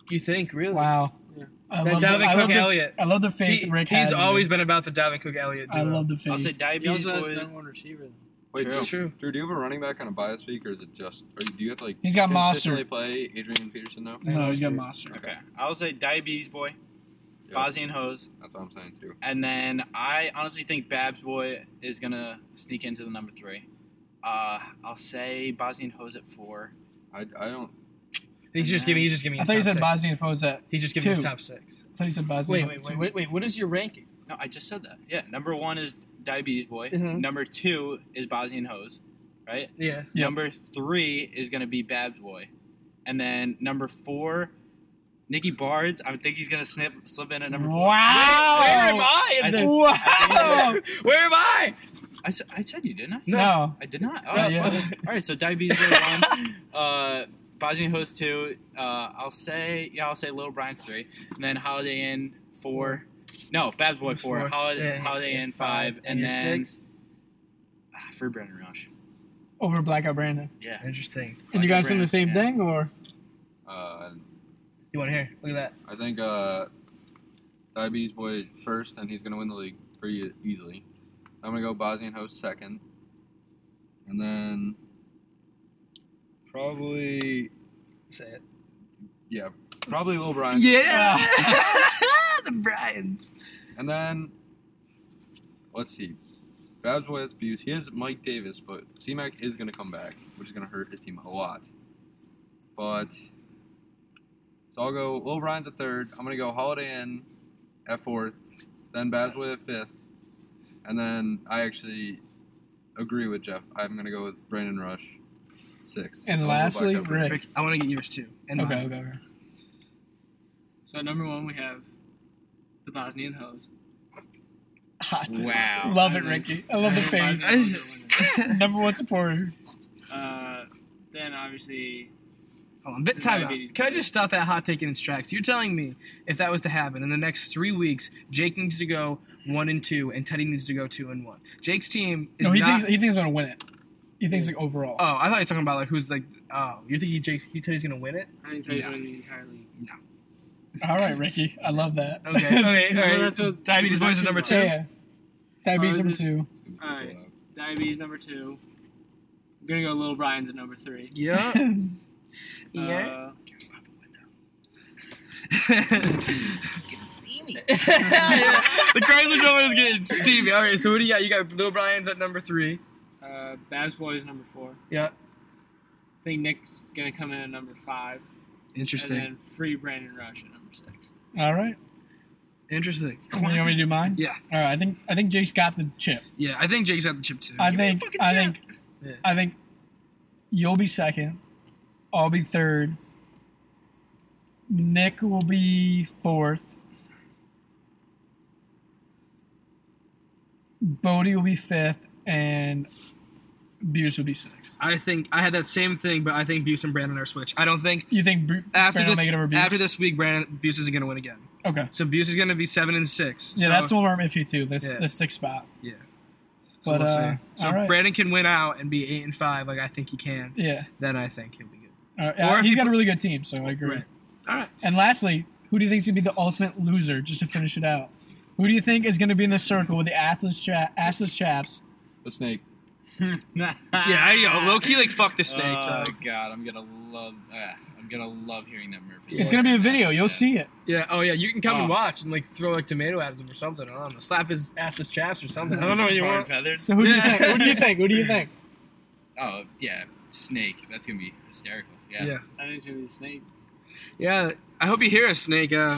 [SPEAKER 1] You think really?
[SPEAKER 3] wow.
[SPEAKER 6] Yeah.
[SPEAKER 3] I
[SPEAKER 1] That
[SPEAKER 3] love the-
[SPEAKER 1] Dalvin
[SPEAKER 3] I love
[SPEAKER 1] Cook
[SPEAKER 3] the-
[SPEAKER 1] Elliott.
[SPEAKER 3] I love the faith
[SPEAKER 1] He-
[SPEAKER 3] Rick has.
[SPEAKER 1] he's
[SPEAKER 3] in
[SPEAKER 1] always
[SPEAKER 3] it.
[SPEAKER 1] been about the Dalvin Cook Elliott.
[SPEAKER 3] I love the faith.
[SPEAKER 5] I'll say
[SPEAKER 6] He
[SPEAKER 5] Diabetes
[SPEAKER 6] also has
[SPEAKER 5] Boy.
[SPEAKER 6] number one receiver. though.
[SPEAKER 4] Wait,
[SPEAKER 1] It's
[SPEAKER 4] Drew,
[SPEAKER 1] true.
[SPEAKER 4] Drew, do you have a running back on a bias week, or is it just? Or do you have to like
[SPEAKER 3] he's got
[SPEAKER 4] consistently
[SPEAKER 3] Monster.
[SPEAKER 4] play Adrian Peterson now?
[SPEAKER 3] No, he's got Monster.
[SPEAKER 5] Okay. I'll say Diabetes Boy.
[SPEAKER 4] Yeah.
[SPEAKER 5] Bozzy and Hose.
[SPEAKER 4] That's what I'm saying too.
[SPEAKER 5] And then I honestly think Babs Boy is gonna sneak into the number three. Uh, I'll say Bozzy and Hose at four.
[SPEAKER 4] I, I don't.
[SPEAKER 1] He's just giving. He's just giving.
[SPEAKER 3] I
[SPEAKER 1] His
[SPEAKER 3] thought you
[SPEAKER 1] top
[SPEAKER 3] said
[SPEAKER 1] six.
[SPEAKER 3] Bosnia and Foes at.
[SPEAKER 1] He's just giving his
[SPEAKER 3] two.
[SPEAKER 1] top six.
[SPEAKER 3] I thought you said Bosnia.
[SPEAKER 1] Wait, wait, wait, wait, wait. What is your ranking?
[SPEAKER 5] No, I just said that. Yeah, number one is Diabetes Boy.
[SPEAKER 1] Mhm.
[SPEAKER 5] Number two is Bosnian Hose, right?
[SPEAKER 1] Yeah.
[SPEAKER 3] Yep.
[SPEAKER 5] Number three is gonna be Babs Boy, and then number four, Nikki Bards. I think he's gonna snip slip in at number four.
[SPEAKER 3] Wow.
[SPEAKER 1] Where am I
[SPEAKER 5] I
[SPEAKER 1] in
[SPEAKER 5] think-
[SPEAKER 1] this?
[SPEAKER 5] I think-
[SPEAKER 1] Oh, Where am I?
[SPEAKER 5] I, s- I said you didn't I?
[SPEAKER 3] No.
[SPEAKER 5] I did not. Oh,
[SPEAKER 3] Yeah, yeah.
[SPEAKER 5] well, All right, so Diabetes Boy one, uh, Bosnian Hose two. Uh, I'll say yeah, I'll say Little Brian's three, and then Holiday Inn four. No, Babs Boy four. Holiday
[SPEAKER 1] Yeah,
[SPEAKER 5] Holiday
[SPEAKER 1] yeah,
[SPEAKER 5] Inn five, and
[SPEAKER 1] your
[SPEAKER 5] then
[SPEAKER 1] six.
[SPEAKER 5] ah, Free Brendan Rush.
[SPEAKER 3] Over Blackout Brandon.
[SPEAKER 5] Yeah.
[SPEAKER 1] Interesting.
[SPEAKER 3] And you
[SPEAKER 5] Blackout
[SPEAKER 3] guys doing the same
[SPEAKER 5] Brandon, yeah.
[SPEAKER 3] thing, or
[SPEAKER 4] Uh,
[SPEAKER 1] You want to hear? Look at that.
[SPEAKER 4] I think uh, Diabetes Boy first, and he's gonna win the league pretty e- easily. I'm gonna go Bosnian host second, and then probably
[SPEAKER 1] Say it.
[SPEAKER 4] yeah, probably Lil Brian.
[SPEAKER 1] Yeah.
[SPEAKER 3] Ah.
[SPEAKER 1] the Bryans.
[SPEAKER 4] And then let's see, Babs Boy that's Buse. He has Mike Davis, but C Mac is gonna come back, which is gonna hurt his team a lot. But so I'll go Lil Brian's at third. I'm gonna go Holiday Inn at fourth, then Babs Boy at fifth, and then I actually agree with Jeff. I'm gonna go with Brandon Rush sixth.
[SPEAKER 3] and
[SPEAKER 4] I'll go
[SPEAKER 3] lastly
[SPEAKER 4] back up.
[SPEAKER 3] Rick.
[SPEAKER 1] Rick, I want to get yours too. And
[SPEAKER 3] Okay,
[SPEAKER 1] mine.
[SPEAKER 3] okay, okay.
[SPEAKER 6] So number one we have the Bosnian Hose.
[SPEAKER 3] Hot. take.
[SPEAKER 5] Wow.
[SPEAKER 3] Love it, Ricky. I love the
[SPEAKER 6] I think
[SPEAKER 3] faith.
[SPEAKER 6] Bosnian Hose will win
[SPEAKER 3] Number one supporter.
[SPEAKER 6] it. Uh, then obviously
[SPEAKER 1] Hold on, bit time out. Can I just stop that hot take in its tracks? You're telling me if that was to happen in the next three weeks, Jake needs to go one and two, and Teddy needs to go two and one. Jake's team is
[SPEAKER 3] No, he
[SPEAKER 1] not.
[SPEAKER 3] thinks he thinks he's gonna win it. He thinks like overall.
[SPEAKER 1] oh, I thought you were talking about like who's like. Oh, you think he Jake's he Teddy's gonna win it?
[SPEAKER 6] I think Teddy's
[SPEAKER 1] No.
[SPEAKER 6] winning the entire league.
[SPEAKER 3] All right, Ricky. I love that.
[SPEAKER 1] Okay, okay, all right.
[SPEAKER 6] Well, that's what-
[SPEAKER 1] Diabetes boys is number
[SPEAKER 3] Yeah,
[SPEAKER 1] two.
[SPEAKER 3] yeah. Diabetes number
[SPEAKER 6] Farthest-
[SPEAKER 3] two.
[SPEAKER 4] It's gonna be
[SPEAKER 6] All right.
[SPEAKER 4] cool.
[SPEAKER 6] Diabetes number two. I'm gonna go Little Brian's at number three.
[SPEAKER 1] Yeah.
[SPEAKER 6] Yeah.
[SPEAKER 1] The Chrysler drummer is getting steamy. All right, so what do you got? You got Little Brian's at number three.
[SPEAKER 6] Uh, uh, Babs Boy is number four.
[SPEAKER 1] Yeah.
[SPEAKER 6] I think Nick's gonna come in at number five,
[SPEAKER 1] Interesting.
[SPEAKER 6] and then free Brandon Rush at number six.
[SPEAKER 3] All right.
[SPEAKER 1] Interesting.
[SPEAKER 3] You want me to do mine?
[SPEAKER 1] Yeah.
[SPEAKER 3] All right. I think I think Jake's got the chip.
[SPEAKER 1] Yeah, I think Jake's at the chip too.
[SPEAKER 3] I think I think
[SPEAKER 1] Yeah.
[SPEAKER 3] I think you'll be second. I'll be third. Nick will be fourth. Bodie will be fifth, and Buse will be sixth.
[SPEAKER 1] I think I had that same thing, but I think Buse and Brandon are switch. I don't think
[SPEAKER 3] You think Bru-
[SPEAKER 1] after
[SPEAKER 3] Fran will
[SPEAKER 1] this
[SPEAKER 3] make it over Buse?
[SPEAKER 1] after this week, Brandon Buse isn't going to win again.
[SPEAKER 3] okay.
[SPEAKER 1] So Buse is going to be seven and six.
[SPEAKER 3] Yeah,
[SPEAKER 1] so,
[SPEAKER 3] that's the one where I'm iffy too. This
[SPEAKER 1] Yeah.
[SPEAKER 3] this sixth spot.
[SPEAKER 1] yeah. So
[SPEAKER 3] But
[SPEAKER 1] we'll
[SPEAKER 3] uh,
[SPEAKER 1] see. so
[SPEAKER 3] all
[SPEAKER 1] if
[SPEAKER 3] right.
[SPEAKER 1] Brandon can win out and be eight and five, like I think he can.
[SPEAKER 3] yeah.
[SPEAKER 1] Then I think he'll be good.
[SPEAKER 3] All right.
[SPEAKER 1] Or if
[SPEAKER 3] Uh, he's
[SPEAKER 1] he
[SPEAKER 3] got a
[SPEAKER 1] put-
[SPEAKER 3] really good team, so I agree.
[SPEAKER 1] Right. All right.
[SPEAKER 3] And lastly, Who do you think is going to be the ultimate loser just to finish it out? Who do you think is going to be in the circle with the assless, cha- assless chaps?
[SPEAKER 4] The snake.
[SPEAKER 5] yeah,
[SPEAKER 7] Yeah, I, yo, low key like fuck the snake.
[SPEAKER 1] Uh,
[SPEAKER 5] Oh
[SPEAKER 7] dog.
[SPEAKER 5] God, I'm gonna love. Uh, I'm gonna love hearing that Murphy.
[SPEAKER 3] It's going to be a video. You'll see it.
[SPEAKER 1] Yeah. Oh yeah. You can come and
[SPEAKER 5] Oh.
[SPEAKER 1] watch and like throw like tomato at him or something. I don't know. Slap his assless chaps or something. I don't know what
[SPEAKER 5] Torn
[SPEAKER 1] you want.
[SPEAKER 5] feathers.
[SPEAKER 3] So who do you
[SPEAKER 1] Yeah.
[SPEAKER 3] think? Who do you think? Who do you think?
[SPEAKER 5] Oh yeah, snake. That's gonna be hysterical. Yeah.
[SPEAKER 1] Yeah.
[SPEAKER 6] I think it's gonna be the snake.
[SPEAKER 1] Yeah. I hope you hear us, Snake. Uh,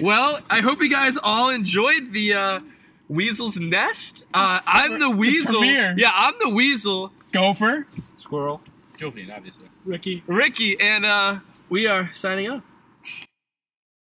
[SPEAKER 1] well, I hope you guys all enjoyed the uh, Weasel's Nest. Uh, I'm the Weasel.
[SPEAKER 3] Oh, premiere.
[SPEAKER 1] yeah, I'm the Weasel,
[SPEAKER 3] Gopher?
[SPEAKER 4] Squirrel.
[SPEAKER 5] Jovian, obviously.
[SPEAKER 6] Ricky.
[SPEAKER 1] Ricky, and uh, we are signing up.